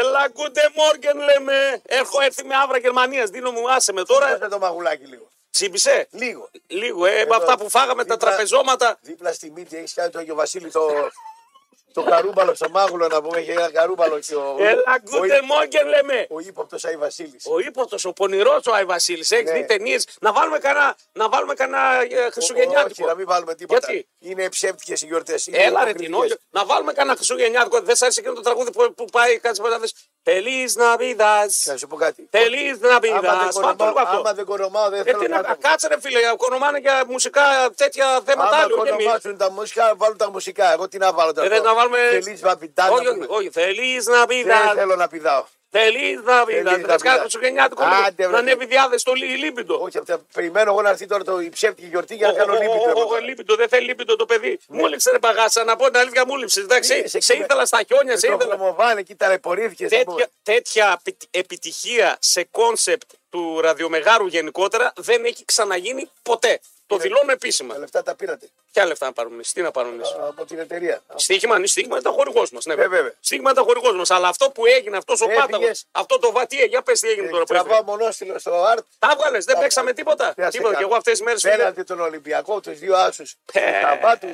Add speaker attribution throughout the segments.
Speaker 1: Αλλά κούτε Μόργεν λέμε. Έχω έρθει με άβρα Γερμανίας. Δίνω μου, άσε με τώρα.
Speaker 2: Δώσε το μαγουλάκι λίγο.
Speaker 1: Τσίπησε.
Speaker 2: Λίγο.
Speaker 1: Λίγο, ε, με
Speaker 2: Εδώ.
Speaker 1: αυτά που φάγαμε τα
Speaker 2: Δίπλα-
Speaker 1: τραπεζώματα.
Speaker 2: Δίπλα στη μύτη έχεις κάνει το Άγιο Βασίλη το, το καρούμπαλο στο μάγουλο να πούμε. Έχει ένα καρούμπαλο. και ο-
Speaker 1: Έλα,
Speaker 2: ο-
Speaker 1: κούτε Μόργεν λέμε.
Speaker 2: Ο ύποπτος Άι Βασίλης.
Speaker 1: Ο ύποπτος, ο πονηρός ο Άι Βασίλης. Έχεις
Speaker 2: Ναι.
Speaker 1: δει ταινίες. Να βάλουμε κανένα, να βάλουμε κανένα ε,
Speaker 2: Όχι,
Speaker 1: χριστουγεννιάτικο.
Speaker 2: να μην βάλουμε τίποτα.
Speaker 1: Γιατί?
Speaker 2: Είναι ψεύτικες οι γιορτές.
Speaker 1: Έλα ρε την όλη. Να βάλουμε κανένα χριστουγεννιάτικο. Δεν σ' άρεσε εκείνο το τραγούδι που, που πάει κάτσε μετά. Θέλεις να πηδάς.
Speaker 2: Θα σου πω κάτι.
Speaker 1: Θέλεις να πηδάς. Πάμε λίγο αυτό.
Speaker 2: Άμα δεν κορομάω, δεν
Speaker 1: Ε,
Speaker 2: θέλω
Speaker 1: τι
Speaker 2: να
Speaker 1: να
Speaker 2: το
Speaker 1: κάτσε ρε φίλε, κονομάνε για μουσικά τέτοια θέματα
Speaker 2: Άμα
Speaker 1: άλλο και εμείς.
Speaker 2: κονομάσουν τα μουσικά, βάλουν τα μουσικά. Εγώ τι να βάλω τώρα.
Speaker 1: Ε, δεν
Speaker 2: αυτό.
Speaker 1: θα βάλουμε-
Speaker 2: Θελείς βαπιτά,
Speaker 1: Όχι,
Speaker 2: να
Speaker 1: όχι,
Speaker 2: πούμε.
Speaker 1: όχι, θέλεις να
Speaker 2: Δεν
Speaker 1: πηδάς,
Speaker 2: θέλω να πηδάω.
Speaker 1: θέλεις να
Speaker 2: Θέλεις
Speaker 1: πηδάς,
Speaker 2: να
Speaker 1: να
Speaker 2: πηδάς.
Speaker 1: κάτω στο γενιάτικο
Speaker 2: Άντε, βρε,
Speaker 1: να είναι
Speaker 2: φίλε.
Speaker 1: επιδιάδες στο λί- λίμπιντο.
Speaker 2: Όχι, αυτά. περιμένω εγώ να έρθει τώρα το η ψεύτικη γιορτή για να
Speaker 1: Ο-
Speaker 2: κάνω
Speaker 1: ο- ο- ο-
Speaker 2: λύπη.
Speaker 1: ο- Λίμπιντο, δεν θέλει λίμπιντο το παιδί. Μου λείψε ρε παγάσα, να πω την αλήθεια μου λείψες.
Speaker 2: Ε,
Speaker 1: Εντάξει,
Speaker 2: Ναι. σε
Speaker 1: σε
Speaker 2: κυβε-
Speaker 1: ήθελα στα χιόνια, σε
Speaker 2: Το
Speaker 1: ήθελα.
Speaker 2: χρωμοβάνε, κοίτα ρε, πορύθηκε. θα πούμε.
Speaker 1: Τέτοια, τέτοια επι- επιτυχία σε κόνσεπτ του ραδιομεγάρου γενικότερα δεν έχει ξαναγίνει ποτέ. Το δηλώνω
Speaker 2: Τα
Speaker 1: επίσημα.
Speaker 2: λεφτά τα πήρατε
Speaker 1: Ποια λεφτά να πάρουμε εμείς, τι να πάρουμε εμείς.
Speaker 2: από την εταιρεία.
Speaker 1: Στίχημα, ναι, στίχημα ήταν χορηγός μας. Ναι,
Speaker 2: Ε, βέβαια.
Speaker 1: Στίχημα ήταν χορηγός μας. Αλλά αυτό που έγινε, αυτός ο
Speaker 2: Έφυγες. Ε,
Speaker 1: πάταγος, αυτό το βατίε, για πες τι έγινε τώρα. που έφυγε.
Speaker 2: Τραβάω μονόστιλο στο art.
Speaker 1: Τα βγάλες, δεν παίξαμε τίποτα.
Speaker 2: Τι να σε
Speaker 1: Τίποτα. Και
Speaker 2: κάνω.
Speaker 1: εγώ αυτές τις μέρες
Speaker 2: Πέρατε τον Ολυμπιακό, τους δύο άσους.
Speaker 1: Πέρασε.
Speaker 2: Σταβάτου.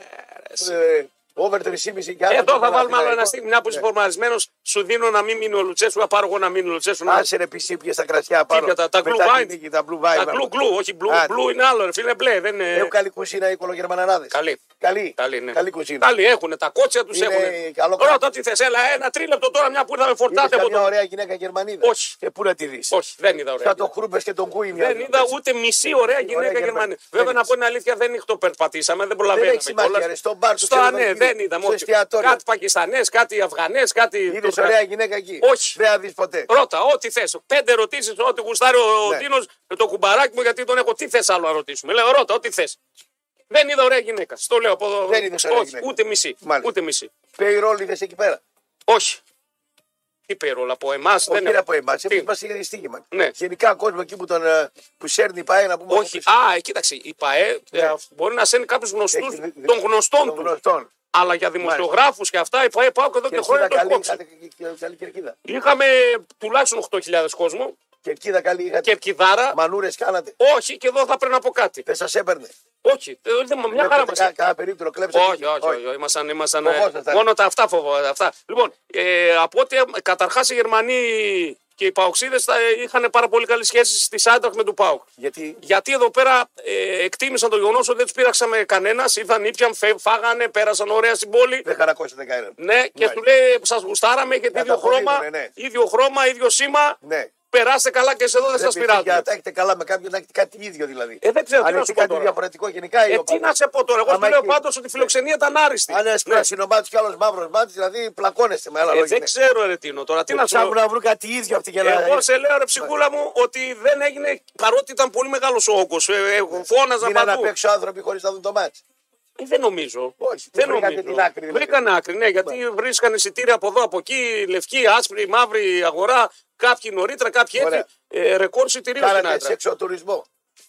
Speaker 2: ε, Over 3,5 και
Speaker 1: Ε, Εδώ θα βάλουμε άλλο ένα στίχημα. Μια
Speaker 2: Ε, Ναι.
Speaker 1: που είσαι φορμαρισμένος, σου δίνω να μην μείνει ο Λουτσέσου, να πάρω εγώ να μείνει ο Λουτσέσου. να-
Speaker 2: Άσε ρε πισίπια στα κρασιά πάνω.
Speaker 1: Τύπια, ναι. τα- τα
Speaker 2: Μετά
Speaker 1: glue
Speaker 2: τη
Speaker 1: wine.
Speaker 2: νίκη, Τα blue
Speaker 1: Τα
Speaker 2: wine.
Speaker 1: γκλου γκλου, όχι μπλου.
Speaker 2: Άντε.
Speaker 1: Μπλου είναι άλλο, ρε φίλε μπλε. Δεν είναι.
Speaker 2: Έχουν καλή κουζίνα οι κολογερμαναράδε.
Speaker 1: Καλή.
Speaker 2: Καλή.
Speaker 1: Καλή, ναι.
Speaker 2: καλή κουζίνα.
Speaker 1: Καλή έχουν, τα κότσια τους
Speaker 2: Είναι
Speaker 1: έχουν.
Speaker 2: καλό
Speaker 1: Ρώτα τι θες, έλα ένα τρίλεπτο τώρα μια που είδαμε
Speaker 2: Είδες
Speaker 1: φορτάτε από
Speaker 2: καμιά
Speaker 1: το.
Speaker 2: ωραία γυναίκα Γερμανίδα.
Speaker 1: Όχι.
Speaker 2: Και πού να τη δεις.
Speaker 1: Όχι, δεν είδα ωραία.
Speaker 2: Θα το χρούμπε και τον κούι μια
Speaker 1: Δεν
Speaker 2: φορά.
Speaker 1: είδα ούτε μισή ωραία γυναίκα
Speaker 2: Γερμανία.
Speaker 1: Γερμανία.
Speaker 2: Δεν
Speaker 1: Βέβαια να
Speaker 2: είδες.
Speaker 1: πω την αλήθεια, δεν νυχτοπερπατήσαμε, δεν
Speaker 2: Δεν
Speaker 1: προλαβαίναμε
Speaker 2: έχει σημασία.
Speaker 1: κιόλας.
Speaker 2: ρε, Στο μπαρ
Speaker 1: Στο ναι, δεν είδαμε.
Speaker 2: Στο
Speaker 1: όχι.
Speaker 2: εστιατόριο.
Speaker 1: Κάτι Πακιστανές, κάτι Αφγανές, κάτι.
Speaker 2: Είδες
Speaker 1: Τουρκα-
Speaker 2: ωραία γυναίκα εκεί.
Speaker 1: Όχι.
Speaker 2: Δεν θα δεις ποτέ.
Speaker 1: Ρώτα, ό,τι θες. Πέντε ερωτήσεις, ό,τι γουστάρει ο
Speaker 2: Ναι.
Speaker 1: Ντίνος με το κουμπαράκι μου, γιατί τον έχω. Τι θες άλλο να ρωτήσουμε. Λέω, ρώτα, ό,τι θες. Δεν είδα ωραία γυναίκα. Στο λέω από εδώ.
Speaker 2: Δεν είδες ωραία
Speaker 1: Όχι,
Speaker 2: γυναίκα.
Speaker 1: ούτε μισή.
Speaker 2: Μάλιστα.
Speaker 1: Ούτε μισή.
Speaker 2: Πεϊρόλιδε εκεί
Speaker 1: Ναι,
Speaker 2: πέρα. όχι
Speaker 1: Όχι. Τι πήρε από εμάς.
Speaker 2: Όχι
Speaker 1: Δεν
Speaker 2: είναι
Speaker 1: έχω.
Speaker 2: από εμάς.
Speaker 1: ναι. Τι.
Speaker 2: Εμείς είμαστε για στοίχημα.
Speaker 1: Ναι.
Speaker 2: Γενικά κόσμο εκεί που, τον, ε, που σέρνει πάει να πούμε.
Speaker 1: Όχι. Α, ε, κοίταξε. Η ΠαΕ ε, μπορεί να σένει κάποιου γνωστού
Speaker 2: Ναι. Έχει δι- δι-
Speaker 1: των γνωστών
Speaker 2: των
Speaker 1: του.
Speaker 2: γνωστών.
Speaker 1: Αλλά για δημοσιογράφους και αυτά, η ΠαΕ πάω και εδώ και,
Speaker 2: Και
Speaker 1: χρόνια το
Speaker 2: καλή,
Speaker 1: κόψε.
Speaker 2: καλή- καλή- καλή κερκίδα.
Speaker 1: Είχαμε τουλάχιστον 8.000 κόσμο
Speaker 2: Κερκίδα καλή είχατε.
Speaker 1: και κιδάρα.
Speaker 2: Μανούρες κάνατε.
Speaker 1: Όχι, και εδώ θα πρέπει να πω κάτι.
Speaker 2: Δεν σας έπαιρνε.
Speaker 1: Όχι, ε, δεν- μια χαρά μας.
Speaker 2: Κα- Κάνα περίπτωρο κλέψατε.
Speaker 1: Όχι, όχι, όχι. Ήμασταν, ήμασταν, ε,
Speaker 2: Φοβόσασταν.
Speaker 1: μόνο τα αυτά φοβόμαστε. Αυτά. Λοιπόν, ε, από ό,τι καταρχάς οι Γερμανοί και οι Παοξίδες είχαν πάρα πολύ καλές σχέσεις στη Άντραχ με του Πάουκ.
Speaker 2: Γιατί
Speaker 1: Γιατί εδώ πέρα ε, εκτίμησαν το γεγονός ότι δεν τους πήραξαμε κανένας. Ήρθαν ήπιαν, φε- φάγανε, πέρασαν ωραία στην πόλη.
Speaker 2: δεν χαρακώσατε κανέναν.
Speaker 1: Ναι, και
Speaker 2: Ναι.
Speaker 1: του λέει: Σας γουστάραμε, έχετε ίδιο
Speaker 2: Καταχωρίζουνε,
Speaker 1: χρώμα,
Speaker 2: ναι.
Speaker 1: ίδιο χρώμα, ίδιο σήμα.
Speaker 2: Ναι.
Speaker 1: Περάστε καλά και σε εδώ δεν σα
Speaker 2: πειράζει.
Speaker 1: πειράζουμε.
Speaker 2: Για να τα έχετε καλά με κάποιον να έχετε κάτι ίδιο δηλαδή.
Speaker 1: Ε, δεν ξέρω τι
Speaker 2: Αν
Speaker 1: να
Speaker 2: έχετε
Speaker 1: σου πω
Speaker 2: κάτι
Speaker 1: τώρα.
Speaker 2: διαφορετικό γενικά.
Speaker 1: Ε, τι να σε πω τώρα. Εγώ
Speaker 2: Άμα
Speaker 1: σου λέω
Speaker 2: εκεί-
Speaker 1: πάντως ότι η φιλοξενία ήταν άριστη.
Speaker 2: Αν ένας
Speaker 1: Ναι.
Speaker 2: πράσινο μάτι και άλλος μαύρος μάτι, δηλαδή πλακώνεστε με άλλα
Speaker 1: Ε,
Speaker 2: λόγια.
Speaker 1: δεν
Speaker 2: ναι.
Speaker 1: ξέρω, ρε Τίνο, τώρα. Τι να σου πω.
Speaker 2: Ψάχνουν ε, να βρουν κάτι ίδιο από την Ελλάδα.
Speaker 1: Εγώ σε λέω, ρε ψυχούλα μου,
Speaker 2: ε.
Speaker 1: ότι δεν έγινε παρότι ήταν πολύ μεγάλος ο όγκος. Ε, ε, φώναζα
Speaker 2: Μείναν
Speaker 1: παντού.
Speaker 2: απ' έξω άνθρωποι χωρίς να δουν το μάτι.
Speaker 1: Ε, δεν νομίζω.
Speaker 2: Όχι,
Speaker 1: δεν
Speaker 2: βρήκατε
Speaker 1: νομίζω.
Speaker 2: την άκρη, δηλαδή.
Speaker 1: Βρήκαν άκρη, ναι, γιατί βρίσκανε εισιτήρια από εδώ, από εκεί, λευκή, άσπρη, μαύρη αγορά. Κάποιοι νωρίτερα, κάποιοι έτσι.
Speaker 2: Ωραία.
Speaker 1: Ε, ρεκόρ εισιτηρίων στην
Speaker 2: Κάνατε
Speaker 1: άκρη.
Speaker 2: σεξοτουρισμό.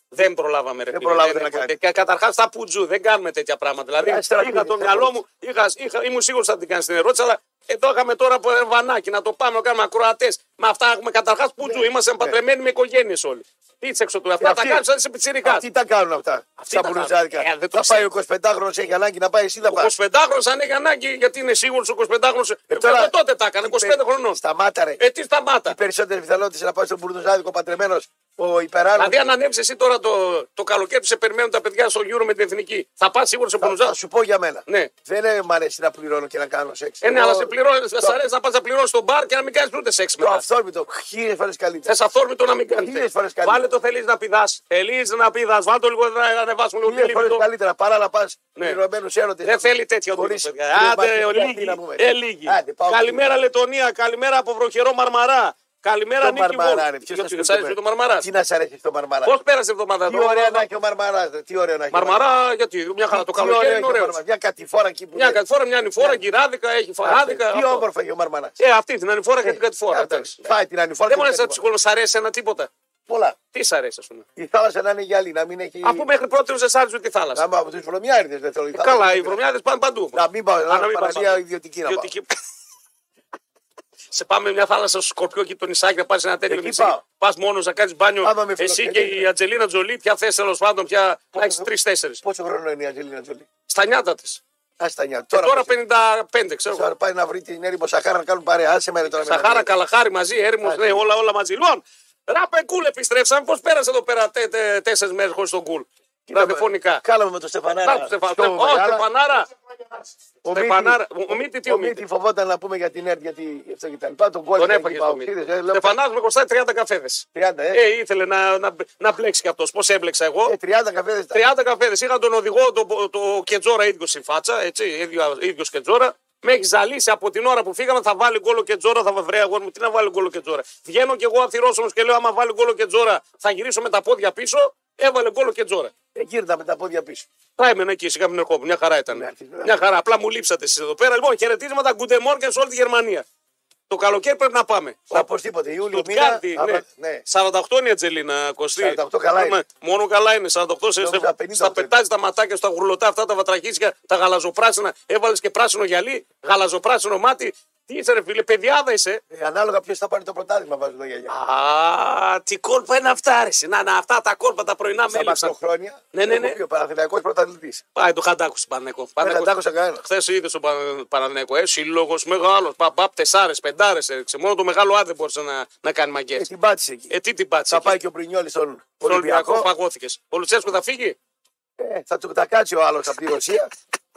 Speaker 1: Δεν προλάβαμε, ρε
Speaker 2: Δεν
Speaker 1: φίλε,
Speaker 2: προλάβατε να
Speaker 1: έχω-
Speaker 2: κάνετε.
Speaker 1: Και καταρχά τα πουτζού, δεν κάνουμε τέτοια πράγματα. Δηλαδή,
Speaker 2: Ε, στρατηγική,
Speaker 1: είχα το
Speaker 2: δεν
Speaker 1: μυαλό
Speaker 2: μπορείς.
Speaker 1: μου, είχα, είχα, ήμουν σίγουρος ότι θα την κάνει την ερώτηση, αλλά εδώ είχαμε τώρα από βανάκι να το πάμε να κάνουμε ακροατές. Με αυτά έχουμε καταρχάς πουτζού. Είμαστε παντρεμένοι με οικογένειες όλοι. Τι έξω του, αυτά τα
Speaker 2: Ναι, Ε, αυτοί-
Speaker 1: κάνουν σαν σε πιτσυρικά.
Speaker 2: Τι τα κάνουν αυτά.
Speaker 1: Αυτοί
Speaker 2: Στα
Speaker 1: τα
Speaker 2: μπουρζάδικα.
Speaker 1: κάνουν. Ε, δεν το
Speaker 2: Θα πάει
Speaker 1: ξέρω.
Speaker 2: ο 25χρονο, έχει ανάγκη να πάει εσύ να
Speaker 1: Ο
Speaker 2: πα.
Speaker 1: 25χρονο αν έχει ανάγκη, γιατί είναι σίγουρος ο 25χρονο. Ε,
Speaker 2: τώρα-
Speaker 1: βέβαια, τότε τα έκανε, 25 χρονών.
Speaker 2: Σταμάτα ρε.
Speaker 1: Ε, τι σταμάτα.
Speaker 2: Οι περισσότερε πιθανότητες να πάει στον μπουρδουζάδικο παντρεμένος ο υπεράλληλος.
Speaker 1: Δηλαδή, αν ανέβεις εσύ τώρα το, το καλοκαίρι που σε περιμένουν τα παιδιά στο γύρο με την εθνική, θα πας σίγουρο σε
Speaker 2: Θα, θα
Speaker 1: Πονουζά.
Speaker 2: σου πω για μένα.
Speaker 1: Ναι.
Speaker 2: Δεν ε, μ' αρέσει να πληρώνω και να κάνω σεξ.
Speaker 1: Ε, ναι,
Speaker 2: Εγώ-
Speaker 1: αλλά σε πληρώνει,
Speaker 2: το-
Speaker 1: σα αρέσει να πας να πληρώνει τον μπαρ και να μην κάνεις ούτε σεξ
Speaker 2: Το
Speaker 1: μετά.
Speaker 2: αυθόρμητο. Χίλιες φορές καλύτερα.
Speaker 1: Θε αθόρμητο να μην κάνεις.
Speaker 2: Χίλιες φορές καλύτερα.
Speaker 1: Βάλε το θέλεις να πηδάς. Θέλεις να πηδάς. Βάλε το λίγο να ανεβάσουμε λίγο
Speaker 2: Χίλιες
Speaker 1: τη
Speaker 2: φορέ
Speaker 1: λίμπη.
Speaker 2: καλύτερα παρά να πας
Speaker 1: Ναι.
Speaker 2: πληρωμένου έρωτες.
Speaker 1: Δεν θέλει τέτοιο
Speaker 2: Χωρίς
Speaker 1: δουλειά. παιδιά. Άντε,
Speaker 2: πνευματική
Speaker 1: ο
Speaker 2: αυτή,
Speaker 1: λίγοι.
Speaker 2: να πούμε.
Speaker 1: Ε, λίγοι.
Speaker 2: Άντε, πάω
Speaker 1: Καλημέρα, Λετωνία. Καλημέρα από βροχερό Μαρμαρά. Καλημέρα,
Speaker 2: Το
Speaker 1: Νίκη
Speaker 2: μαρμαρά, ρε.
Speaker 1: Βόλ.
Speaker 2: Ποιο
Speaker 1: Σ' αρέσει το Μαρμαράς.
Speaker 2: Τι να σ' αρέσει το μαρμαρά.
Speaker 1: Πώς πέρασε η εβδομάδα
Speaker 2: Τι
Speaker 1: εδώ,
Speaker 2: ωραία να έχει ο μαρμαράς. ρε. Τι ωραία να έχει. ο Μαρμαράς.
Speaker 1: Μαρμαράς, γιατί μια χαρά το
Speaker 2: Τι
Speaker 1: καλοκαίρι
Speaker 2: ωραίο
Speaker 1: είναι
Speaker 2: έχει ο
Speaker 1: ωραίος.
Speaker 2: Μαρμαράς. Μια κατηφόρα εκεί που.
Speaker 1: Μια
Speaker 2: λέει.
Speaker 1: κατηφόρα, μια ανηφόρα,
Speaker 2: Ναι.
Speaker 1: κυράδικα, έχει φαράδικα.
Speaker 2: Τι
Speaker 1: αυτό.
Speaker 2: όμορφα έχει ο μαρμαράς.
Speaker 1: Ε, αυτή την ανηφόρα και την κατηφόρα. εντάξει.
Speaker 2: Φάει την ανηφόρα.
Speaker 1: Δεν μου
Speaker 2: και
Speaker 1: αρέσει να
Speaker 2: την κατηφόρα.
Speaker 1: ψυχολόγο, σ' αρέσει ένα τίποτα.
Speaker 2: Πολλά.
Speaker 1: Τι σ' αρέσει, ας πούμε.
Speaker 2: Η θάλασσα να είναι γυαλί, να μην έχει.
Speaker 1: Αφού μέχρι πρώτη δεν σ' άρεσε ούτε η θάλασσα.
Speaker 2: Να μην από τους βρωμιάριδες δεν θέλω. η θάλασσα.
Speaker 1: Καλά, οι βρωμιάδε πάνε παντού.
Speaker 2: Να μην πάω.
Speaker 1: Α, να
Speaker 2: Να
Speaker 1: μην
Speaker 2: μην
Speaker 1: πάω
Speaker 2: παραλία
Speaker 1: παντού.
Speaker 2: ιδιωτική να πάω.
Speaker 1: Ιδιωτική. σε πάμε μια θάλασσα στο Σκορπιό και το νησάκι να πάρεις ένα τέτοιο
Speaker 2: Εκεί
Speaker 1: νησί.
Speaker 2: πάω.
Speaker 1: Πας μόνος να κάνεις μπάνιο.
Speaker 2: Άμα με
Speaker 1: Εσύ και
Speaker 2: φιλοξενείτε.
Speaker 1: η Ατζελίνα Τζολί, πια θε τέλος πάντων, πια να έχεις
Speaker 2: θα-
Speaker 1: τρει-τέσσερι.
Speaker 2: Πόσο χρόνο είναι η Αγγελίνα Τζολί.
Speaker 1: Στα νιάτα της.
Speaker 2: Α τα νιά. Τώρα,
Speaker 1: Ε, Τώρα
Speaker 2: πες.
Speaker 1: 55, ξέρω.
Speaker 2: Τώρα πάει να βρει την έρημο Σαχάρα να κάνουν παρέα. Άσε με ρε τώρα. με τα
Speaker 1: Σαχάρα,
Speaker 2: νέα.
Speaker 1: Καλαχάρη μαζί, έρημος, ναι, όλα, όλα μαζί. Λοιπόν, ράπε κούλ επιστρέψαμε. Πώς πέρασε εδώ πέρα τε- τε- τέσσερις μέρες χωρίς τον κουλ. Ραδιοφωνικά.
Speaker 2: Κάλαμε με τον
Speaker 1: Να του
Speaker 2: Στεφανάρα.
Speaker 1: Στεφανάρα.
Speaker 2: Στο
Speaker 1: Ω,
Speaker 2: Βεγάλα.
Speaker 1: Στεφανάρα.
Speaker 2: Ο
Speaker 1: Στεφανάρα.
Speaker 2: Μύτη-
Speaker 1: Ο- ο Μύτη τι
Speaker 2: ο
Speaker 1: ο Μύτη.
Speaker 2: Μύτη φοβόταν να πούμε για την ΕΡΤ γιατί αυτό και τα λοιπά. Τον κόλλησε
Speaker 1: Τον
Speaker 2: εκεί
Speaker 1: έπαγε
Speaker 2: πάω,
Speaker 1: στο μύτη.
Speaker 2: ξέρεις, ε, λέω,
Speaker 1: Στεφανάς με κοστάει 30 καφέδε.
Speaker 2: 30, ε.
Speaker 1: Ε, ήθελε να, να, να μπλέξει κι αυτός. Πώς έμπλεξα εγώ.
Speaker 2: Ε, 30 καφέδες.
Speaker 1: 30 καφέδες. Είχα τον οδηγό, τον το, Κετζόρα ίδιο στη φάτσα. Έτσι, ίδιο, ίδιος Κετζόρα. Με έχει ζαλίσει από την ώρα που φύγαμε, θα βάλει γκολ ο Κετζόρα, θα βρει αγόρι μου. Τι να βάλει γκολ ο Κετζόρα. Βγαίνω κι εγώ από τη Ρώσομος και λέω: Άμα βάλει γκολ ο Κετζόρα, θα γυρίσω με τα πόδια πίσω. Έβαλε γκολ ο Κετζόρα.
Speaker 2: Ε, γύρνα με τα πόδια πίσω.
Speaker 1: Θα έμενα εκεί, σιγά μην ερχόμουν. Μια χαρά ήταν.
Speaker 2: Ναι, αρχίζει, ναι.
Speaker 1: Μια χαρά. Απλά μου λείψατε εσείς εδώ πέρα. Λοιπόν, χαιρετίσματα Γκουντεμόρκεν σε όλη τη Γερμανία. Το καλοκαίρι πρέπει να πάμε.
Speaker 2: Οπωσδήποτε. Ιούλιο μήνα.
Speaker 1: Στουτγκάρδη,
Speaker 2: άμα-
Speaker 1: ναι.
Speaker 2: ναι.
Speaker 1: 48 είναι η Ατζελίνα, Κωστή.
Speaker 2: 48 καλά
Speaker 1: Ναι,
Speaker 2: είναι.
Speaker 1: Μόνο καλά είναι. 48 σε,
Speaker 2: Νόμιζα 50
Speaker 1: στα
Speaker 2: πρέπει.
Speaker 1: πετάζει τα ματάκια, στα γουρλωτά αυτά, τα βατραχίσια, τα γαλαζοπράσινα. Έβαλες και πράσινο γυαλί, γαλαζοπράσινο μάτι. Τι είσαι, ρε φίλε, παιδιάδα είσαι.
Speaker 2: Ε, ανάλογα ποιος θα πάρει το πρωτάθλημα βάζουν τα γυαλιά.
Speaker 1: Α, τι κόλπα είναι αυτά, ρε. συ. Να, να, αυτά τα κόλπα τα πρωινά με
Speaker 2: Στα
Speaker 1: έλειψαν.
Speaker 2: μακροχρόνια.
Speaker 1: Ναι, ναι,
Speaker 2: έχω
Speaker 1: ναι.
Speaker 2: πει Ο Παναθηναϊκός πρωταθλητής.
Speaker 1: Πάει το χαντάκου στην Πανέκο.
Speaker 2: Δεν τα άκουσα κανένα.
Speaker 1: Χθες είδε στον Πανανέκο. Ε, σύλλογος μεγάλος. Παπαπ, τεσσάρε, πεντάρε έριξε. ε, Μόνο το μεγάλο άδε μπορούσε να, να κάνει μαγκέ.
Speaker 2: Ε, την πάτησε εκεί.
Speaker 1: Ε, τι την πάτσε.
Speaker 2: Θα
Speaker 1: εκεί.
Speaker 2: πάει και ο Πρινιόλης στον
Speaker 1: Στον Ολυμπιακό
Speaker 2: Ολυμπιακό.
Speaker 1: παγώθηκες. Ο Λουτσέσκο θα φύγει.
Speaker 2: Ε, θα του τα κάτσει ο άλλος από τη Ρωσία.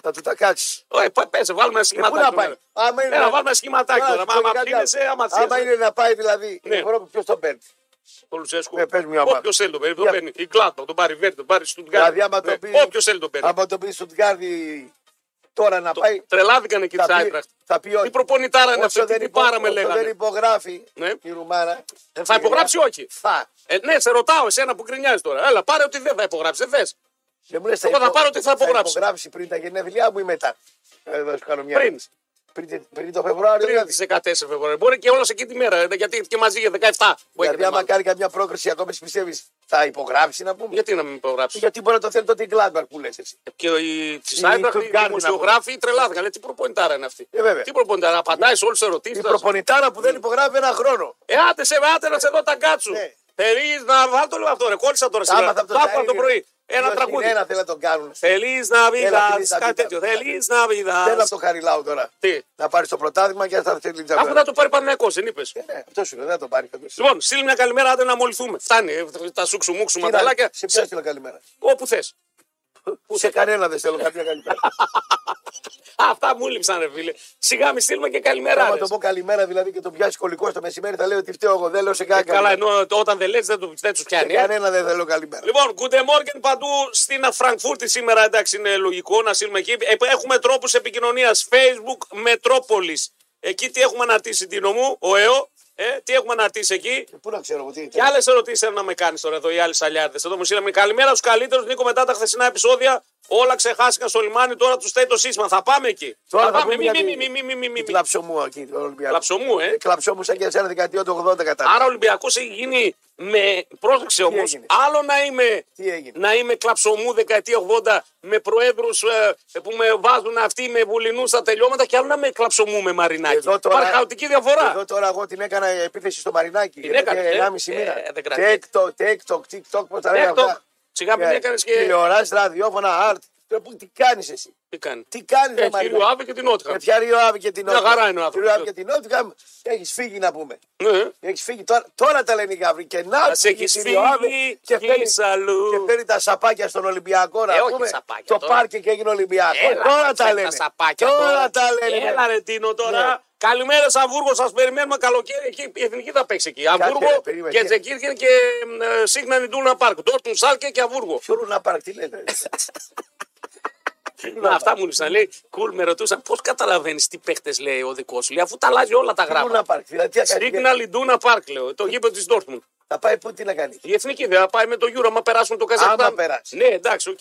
Speaker 2: θα του τα κάτσεις.
Speaker 1: Ωε, πα- πες, βάλουμε ένα
Speaker 2: Ε, πού
Speaker 1: σχηματάκι.
Speaker 2: να
Speaker 1: τώρα.
Speaker 2: πάει. Άμα
Speaker 1: Έλα, βάλουμε ένα σχηματάκι τώρα.
Speaker 2: Άμα
Speaker 1: Άμα
Speaker 2: είναι-
Speaker 1: αφήνεσαι, άμα
Speaker 2: Άμα
Speaker 1: θέλει.
Speaker 2: είναι να πάει δηλαδή
Speaker 1: Ναι.
Speaker 2: η Ευρώπη, ποιος τον παίρνει.
Speaker 1: Το Λουτσέσκο.
Speaker 2: Ναι, πες μου μια ομάδα.
Speaker 1: Όποιο θέλει τον παίρνει. Τον
Speaker 2: Για-
Speaker 1: παίρνει. Η Γκλάτμα, τον πάρει Βέρτ, τον πάρει
Speaker 2: Δηλαδή,
Speaker 1: Στουτγκάρδη.
Speaker 2: άμα
Speaker 1: Ναι.
Speaker 2: το πεις.
Speaker 1: Όποιος θέλει τον παίρνει.
Speaker 2: Άμα το πεις Στουτγκάρδη τώρα να πάει.
Speaker 1: Τρελάθηκαν εκεί τη
Speaker 2: Θα πει,
Speaker 1: Άιντραχτ.
Speaker 2: θα πει
Speaker 1: Τι
Speaker 2: όχι.
Speaker 1: προπονητάρα είναι αυτή,
Speaker 2: Όσο
Speaker 1: τι
Speaker 2: δεν,
Speaker 1: την
Speaker 2: υπο,
Speaker 1: πάρα με
Speaker 2: όσο δεν
Speaker 1: λέγανε.
Speaker 2: υπογράφει
Speaker 1: Ναι.
Speaker 2: η Ρουμάνα.
Speaker 1: Θα υπογράψει όχι.
Speaker 2: Θα.
Speaker 1: Ε, ναι, σε ρωτάω εσένα που κρινιάζει τώρα. Έλα, πάρε ότι δεν θα υπογράψει. Δεν θες.
Speaker 2: Δεν μου λες,
Speaker 1: Εγώ θα
Speaker 2: υπο-
Speaker 1: πάρω ότι θα υπογράψει.
Speaker 2: υπογράψει πριν τα γενέθλιά μου ή μετά. Ε, θα σου κάνω μια
Speaker 1: Πριν.
Speaker 2: ερώτηση. Πριν, πριν το Φεβρουάριο.
Speaker 1: Πριν
Speaker 2: δηλαδή.
Speaker 1: τις 14 Φεβρουαρίου. Μπορεί και όλα σε εκείνη τη μέρα. ε, Γιατί και μαζί για 17 που
Speaker 2: Δηλαδή,
Speaker 1: έγινε.
Speaker 2: άμα
Speaker 1: μάλλον.
Speaker 2: κάνει καμιά πρόκριση ακόμα, εσύ πιστεύεις θα υπογράψει να πούμε.
Speaker 1: Γιατί να μην υπογράψει.
Speaker 2: Γιατί μπορεί να το θέλει τότε η Gladbach που λες εσύ.
Speaker 1: Και οι της
Speaker 2: Η
Speaker 1: Άιμπραχτ, οι
Speaker 2: Stuttgart
Speaker 1: δημοσιογράφοι τρελάθηκαν. Λέει, τι προπονητάρα είναι αυτή.
Speaker 2: Ε, βέβαια.
Speaker 1: τι προπονητάρα, απαντάει σε όλε τι
Speaker 2: Η
Speaker 1: ερωτήσει.
Speaker 2: προπονητάρα που δεν υπογράφει ένα χρόνο.
Speaker 1: Ε, άντε σε άντε να σε δω τα κάτσου.
Speaker 2: Ναι.
Speaker 1: Θέλει να βάλω το λίγο αυτό, ρε. Κόλλησα τώρα σήμερα.
Speaker 2: θα
Speaker 1: Πάπα
Speaker 2: Zaire,
Speaker 1: το πρωί. Ένα
Speaker 2: ποιος
Speaker 1: τραγούδι.
Speaker 2: είναι Ένα θέλει να τον κάνουν.
Speaker 1: Θέλεις να
Speaker 2: Έλα,
Speaker 1: βιδά.
Speaker 2: φίλοι, θα
Speaker 1: Κάτι
Speaker 2: πει,
Speaker 1: τέτοιο.
Speaker 2: θα
Speaker 1: Θέλεις να
Speaker 2: Θέλω
Speaker 1: βιδά.
Speaker 2: από το Χαριλάου τώρα.
Speaker 1: Τι.
Speaker 2: Να πάρεις το πρωτάθλημα και να θα θέλει να
Speaker 1: Αφού
Speaker 2: τον
Speaker 1: θα το πάρει πανεκό, δεν είπες.
Speaker 2: Ναι, αυτό σου λέω, δεν θα το πάρει κάποιος.
Speaker 1: Λοιπόν, στείλ μια καλημέρα, άντε να μολυθούμε. Φτάνει ε, τα σούξου μουξου ματαλάκια.
Speaker 2: Σε ποιο θέλω καλημέρα.
Speaker 1: Όπου θες.
Speaker 2: Σε κανένα δεν θέλω κάποια καλημέρα.
Speaker 1: Αυτά μου λείψαν, ρε φίλε. Σιγά μη στείλουμε και καλημέρα.
Speaker 2: Άμα το πω καλημέρα δηλαδή και το πιάσει κολλικό στο μεσημέρι θα λέω ότι φταίω εγώ. Δεν λέω σε κανένα.
Speaker 1: Καλά,
Speaker 2: καλημέρα.
Speaker 1: ενώ ε, όταν δεν λες, δεν του δεν τους
Speaker 2: Σε
Speaker 1: πιάνει. ε.
Speaker 2: κανένα δεν θέλω καλημέρα.
Speaker 1: Λοιπόν, Good Morgen παντού στην Φραγκφούρτη σήμερα. Εντάξει, είναι λογικό να στείλουμε εκεί. Ε, Έχουμε τρόπους επικοινωνίας. Facebook Μετρόπολη. Εκεί τι έχουμε αναρτήσει, την νομού, ο ΕΟ. Ε, τι έχουμε αναρτήσει εκεί.
Speaker 2: Πού να ξέρω εγώ τι.
Speaker 1: Και άλλες ερωτήσεις θέλουν να με κάνεις τώρα εδώ οι άλλοι σαλιάρδες. Εδώ μου στείλαμε καλημέρα στους καλύτερους Νίκο μετά τα χθεσινά επεισόδια. Όλα ξεχάστηκαν στο λιμάνι, τώρα τους στέλνει το σύστημα. Θα πάμε εκεί.
Speaker 2: Τώρα
Speaker 1: θα
Speaker 2: θα
Speaker 1: πάμε. Μη,
Speaker 2: πούμε
Speaker 1: μη, μη,
Speaker 2: γιατί-
Speaker 1: μη, μη, μη, μη, μη.
Speaker 2: Κλαψομού εκεί το Ολυμπιακό.
Speaker 1: Κλαψωμού, ε.
Speaker 2: Κλαψόμου σαν και εσένα δεκαετία του 80 κατάλαβα.
Speaker 1: Άρα ο Ολυμπιακός έχει γίνει με. Πρόσεξε όμως.
Speaker 2: έγινε?
Speaker 1: Άλλο να είμαι,
Speaker 2: Τι έγινε?
Speaker 1: να είμαι κλαψωμού δεκαετία 80 με προέδρους που με βάζουν αυτοί με βουλινούς στα τελειώματα και άλλο να με κλαψωμού με μαρινάκι.
Speaker 2: Εδώ τώρα-
Speaker 1: Υπάρχει χαοτική διαφορά.
Speaker 2: Εδώ τώρα εγώ την έκανα επίθεση στο Μαρινάκι. Την
Speaker 1: έκανες, ε?
Speaker 2: 1,5 μήνα.
Speaker 1: Ε, δεν κρατιέται.
Speaker 2: TikTok, TikTok, TikTok, πώς τα λέγανε
Speaker 1: TikTok.
Speaker 2: αυτά.
Speaker 1: Σιγά μην έκανε και.
Speaker 2: Τηλεοράσει, ραδιόφωνα, art. Τώρα που- Τι κάνεις εσύ.
Speaker 1: Τι κάνει.
Speaker 2: Τι κάνεις,
Speaker 1: Ε,
Speaker 2: ρε
Speaker 1: τη Ρίο
Speaker 2: Μαρινάκι.
Speaker 1: Άβη και την Ότχα.
Speaker 2: Με πια Ρίο Άβη και την
Speaker 1: Μια
Speaker 2: Νότια.
Speaker 1: χαρά είναι ο άνθρωπος. ε.
Speaker 2: Ρίο Άβη και την Νότια. Έχεις φύγει να πούμε.
Speaker 1: Ναι.
Speaker 2: Έχεις φύγει τώρα, τώρα τα λένε οι Γαβροί. Και να
Speaker 1: Μας έχεις
Speaker 2: τη
Speaker 1: φύγει
Speaker 2: Ριοάβη και
Speaker 1: κι
Speaker 2: φέρνει,
Speaker 1: εις αλλού.
Speaker 2: και φέρνει τα σαπάκια στον Ολυμπιακό. Να
Speaker 1: Ε, όχι
Speaker 2: πούμε.
Speaker 1: σαπάκια
Speaker 2: το
Speaker 1: τώρα.
Speaker 2: πάρκε και έγινε Ολυμπιακό.
Speaker 1: Έλα,
Speaker 2: Ε, τώρα
Speaker 1: ρε,
Speaker 2: τα
Speaker 1: τα
Speaker 2: λένε.
Speaker 1: σαπάκια
Speaker 2: τώρα,
Speaker 1: τώρα.
Speaker 2: τα λένε.
Speaker 1: Έλα ρε Τίνο τώρα.
Speaker 2: Ναι.
Speaker 1: Καλημέρα Αμβούργο, σας περιμένουμε καλοκαίρι εκεί. Η Εθνική θα παίξει εκεί. Αμβούργο
Speaker 2: ρε, περίμενε.
Speaker 1: και Τζεκίρκεν και ε, Σίγναν Ιντούλνα Πάρκ. Ντόρτουν Σάλκε και Αμβούργο.
Speaker 2: Ποιο να πάρει, τι λέτε.
Speaker 1: Να, αυτά μου λύσαν. Λέει, κουλ, με ρωτούσαν πώς καταλαβαίνεις τι παίχτες λέει ο δικός σου. Λέει, αφού τα αλλάζει όλα τα
Speaker 2: Πού
Speaker 1: γράμματα.
Speaker 2: να πάρει, δηλαδή τι να κάνει.
Speaker 1: Σίγναν Ιντούλνα Πάρκ, λέω, το γήπεδο της Ντόρτμουντ.
Speaker 2: Θα πάει πού τι να κάνει.
Speaker 1: Η εθνική δεν θα πάει με το Euro, άμα περάσουν το Καζακστάν.
Speaker 2: περάσει.
Speaker 1: Ναι, εντάξει, οκ.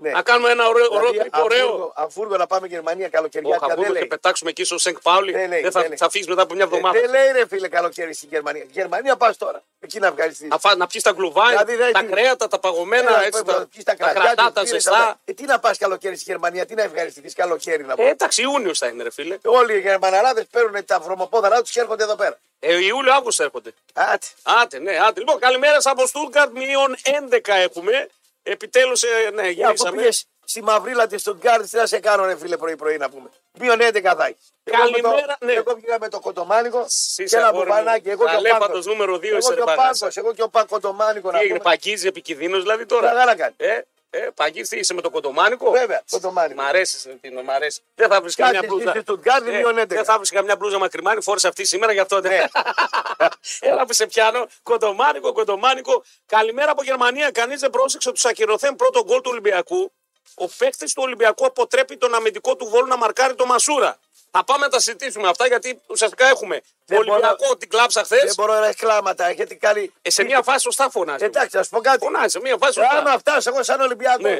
Speaker 2: Ναι.
Speaker 1: Να κάνουμε ένα ωραίο, ωραίο
Speaker 2: Δηλαδή,
Speaker 1: τρίπ, ωραίο.
Speaker 2: Αμβούργο- Αμβούργο να πάμε Γερμανία
Speaker 1: Ο
Speaker 2: καλοκαιριά.
Speaker 1: Χαμπούργο και πετάξουμε εκεί στο Σενκ Πάουλι.
Speaker 2: Ναι, ναι,
Speaker 1: δεν θα,
Speaker 2: ναι, ναι.
Speaker 1: θα φύγει μετά από μια εβδομάδα.
Speaker 2: Δεν λέει ρε φίλε καλοκαίρι στην Γερμανία. Γερμανία πας τώρα. Εκεί να βγάλεις τη.
Speaker 1: να, φά, να πιεις τα γκλουβάκια,
Speaker 2: Δηλαδή, δεν
Speaker 1: τα
Speaker 2: είναι.
Speaker 1: κρέατα, τα παγωμένα, έτσι, τα, τα κρατά, τα ζεστά.
Speaker 2: Ε, τι να πας καλοκαίρι στη Γερμανία, τι να ευχαριστηθεί καλοκαίρι να πω.
Speaker 1: Ε, εντάξει, Ιούνιος θα είναι, ρε φίλε.
Speaker 2: Όλοι οι Γερμαναράδες παίρνουν τα βρωμοπόδαρά τους και έρχονται εδώ πέρα.
Speaker 1: Ε, Ιούλιο-Αύγουστο έρχονται.
Speaker 2: Άτι.
Speaker 1: Άτε, ναι, άτε. Λοιπόν, καλημέρα από Στούρκαρτ, μείον 11 έχουμε. Επιτέλους, ε, ναι,
Speaker 2: Για αφού
Speaker 1: γυρίσαμε.
Speaker 2: πήγες στη Μαυρίλα τη Στουτγκάρδη, τι να σε κάνω, ρε φίλε, πρωί-πρωί να πούμε. Μείον 11 θα έχεις. Εγώ με το-
Speaker 1: Καλημέρα, ναι.
Speaker 2: Εγώ πήγα με το κοτομάνικο
Speaker 1: Εσύ
Speaker 2: και
Speaker 1: είσαι
Speaker 2: ένα
Speaker 1: αγόρι μου.
Speaker 2: μπουμπανάκι. Εγώ και ο
Speaker 1: Καλέφαντος
Speaker 2: Πάνκος.
Speaker 1: νούμερο δύο
Speaker 2: Εγώ
Speaker 1: είσαι,
Speaker 2: και
Speaker 1: ρε
Speaker 2: ο
Speaker 1: Παγκάσα.
Speaker 2: Πάνκος, Εγώ και ο Παγκοτομάνικο
Speaker 1: Τι
Speaker 2: να
Speaker 1: έγινε,
Speaker 2: πούμε.
Speaker 1: παγίζει επικίνδυνο δηλαδή τώρα.
Speaker 2: Τραγάρα κάνει.
Speaker 1: Ε, ε, παγίζει, τι είσαι με το κοντομάνικο.
Speaker 2: Βέβαια, κοντομάνικο.
Speaker 1: Μ' αρέσει, Ρετίνο, μ' αρέσει. Δεν θα βρεις
Speaker 2: Κάτσε
Speaker 1: καμιά
Speaker 2: εσύ
Speaker 1: μπλούζα. Ε,
Speaker 2: στη Στουτγκάρδη, μείον 11.
Speaker 1: δεν θα βρεις καμιά μπλούζα μακριμάνη, φόρεσε αυτή σήμερα γι' αυτό.
Speaker 2: Ναι.
Speaker 1: Ναι. Έλα που σε πιάνω. Κοντομάνικο, κοντομάνικο. Καλημέρα από Γερμανία. Κανείς δεν πρόσεξε του ακυρωθέν πρώτο γκολ του Ολυμπιακού. Ο παίκτης του Ολυμπιακού αποτρέπει τον αμυντικό του βόλου να μαρκάρει το Μασούρα. Θα πάμε να τα συζητήσουμε αυτά γιατί ουσιαστικά έχουμε.
Speaker 2: Δεν μπορώ-
Speaker 1: Ολυμπιακό την κλάψα χθες.
Speaker 2: Δεν μπορώ να έχεις κλάματα, έχετε κάνει.
Speaker 1: Ε, σε μια φάση σωστά φωνάζει.
Speaker 2: Εντάξει, να σου πω κάτι.
Speaker 1: Φωνάζει, σε μια φάση
Speaker 2: Ε,
Speaker 1: σωστά.
Speaker 2: Άμα φτάσω εγώ σαν Ολυμπιακός.
Speaker 1: Ναι.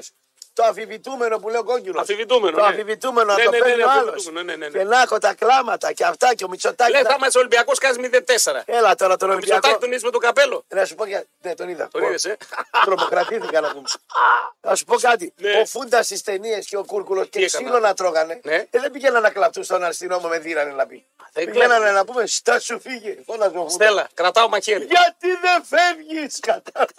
Speaker 2: Το αφιβητούμενο που λέω κόκκινο.
Speaker 1: Αφιβητούμενο,
Speaker 2: Το
Speaker 1: ναι.
Speaker 2: αφιβητούμενο
Speaker 1: Ναι,
Speaker 2: να το
Speaker 1: ναι, ναι,
Speaker 2: παίρνει
Speaker 1: ναι,
Speaker 2: ο άλλος.
Speaker 1: αφιβητούμενο, ναι, ναι, ναι.
Speaker 2: Και να έχω τα κλάματα και αυτά και ο Μητσοτάκης.
Speaker 1: Λέει
Speaker 2: να-
Speaker 1: θα είμαστε Ολυμπιακός, κάνει 0-4.
Speaker 2: Έλα τώρα τον Ολυμπιακό.
Speaker 1: Μητσοτάκη τον είδες με το καπέλο.
Speaker 2: Να σου πω κάτι. Ναι, τον είδα. Λοιπόν,
Speaker 1: Τον είδες, ε.
Speaker 2: Τρομοκρατήθηκα να πούμε. Να σου πω κάτι.
Speaker 1: Ναι.
Speaker 2: Ο Φούντας στις ταινίες και ο Κούρκουλος και
Speaker 1: έκανα.
Speaker 2: ξύλο να τρώγανε.
Speaker 1: Ναι.
Speaker 2: ε, δεν πήγαιναν να κλαπτούν στον αστυνόμο με δίρανε να πει.
Speaker 1: δεν
Speaker 2: Πήγαιναν
Speaker 1: κλέβουν.
Speaker 2: να πούμε, στά σου φύγε. Φώναζε ο Φούντας.
Speaker 1: Στέλλα, κρατάω μαχαίρι.
Speaker 2: Γιατί δεν φεύγεις, κατάλαβες.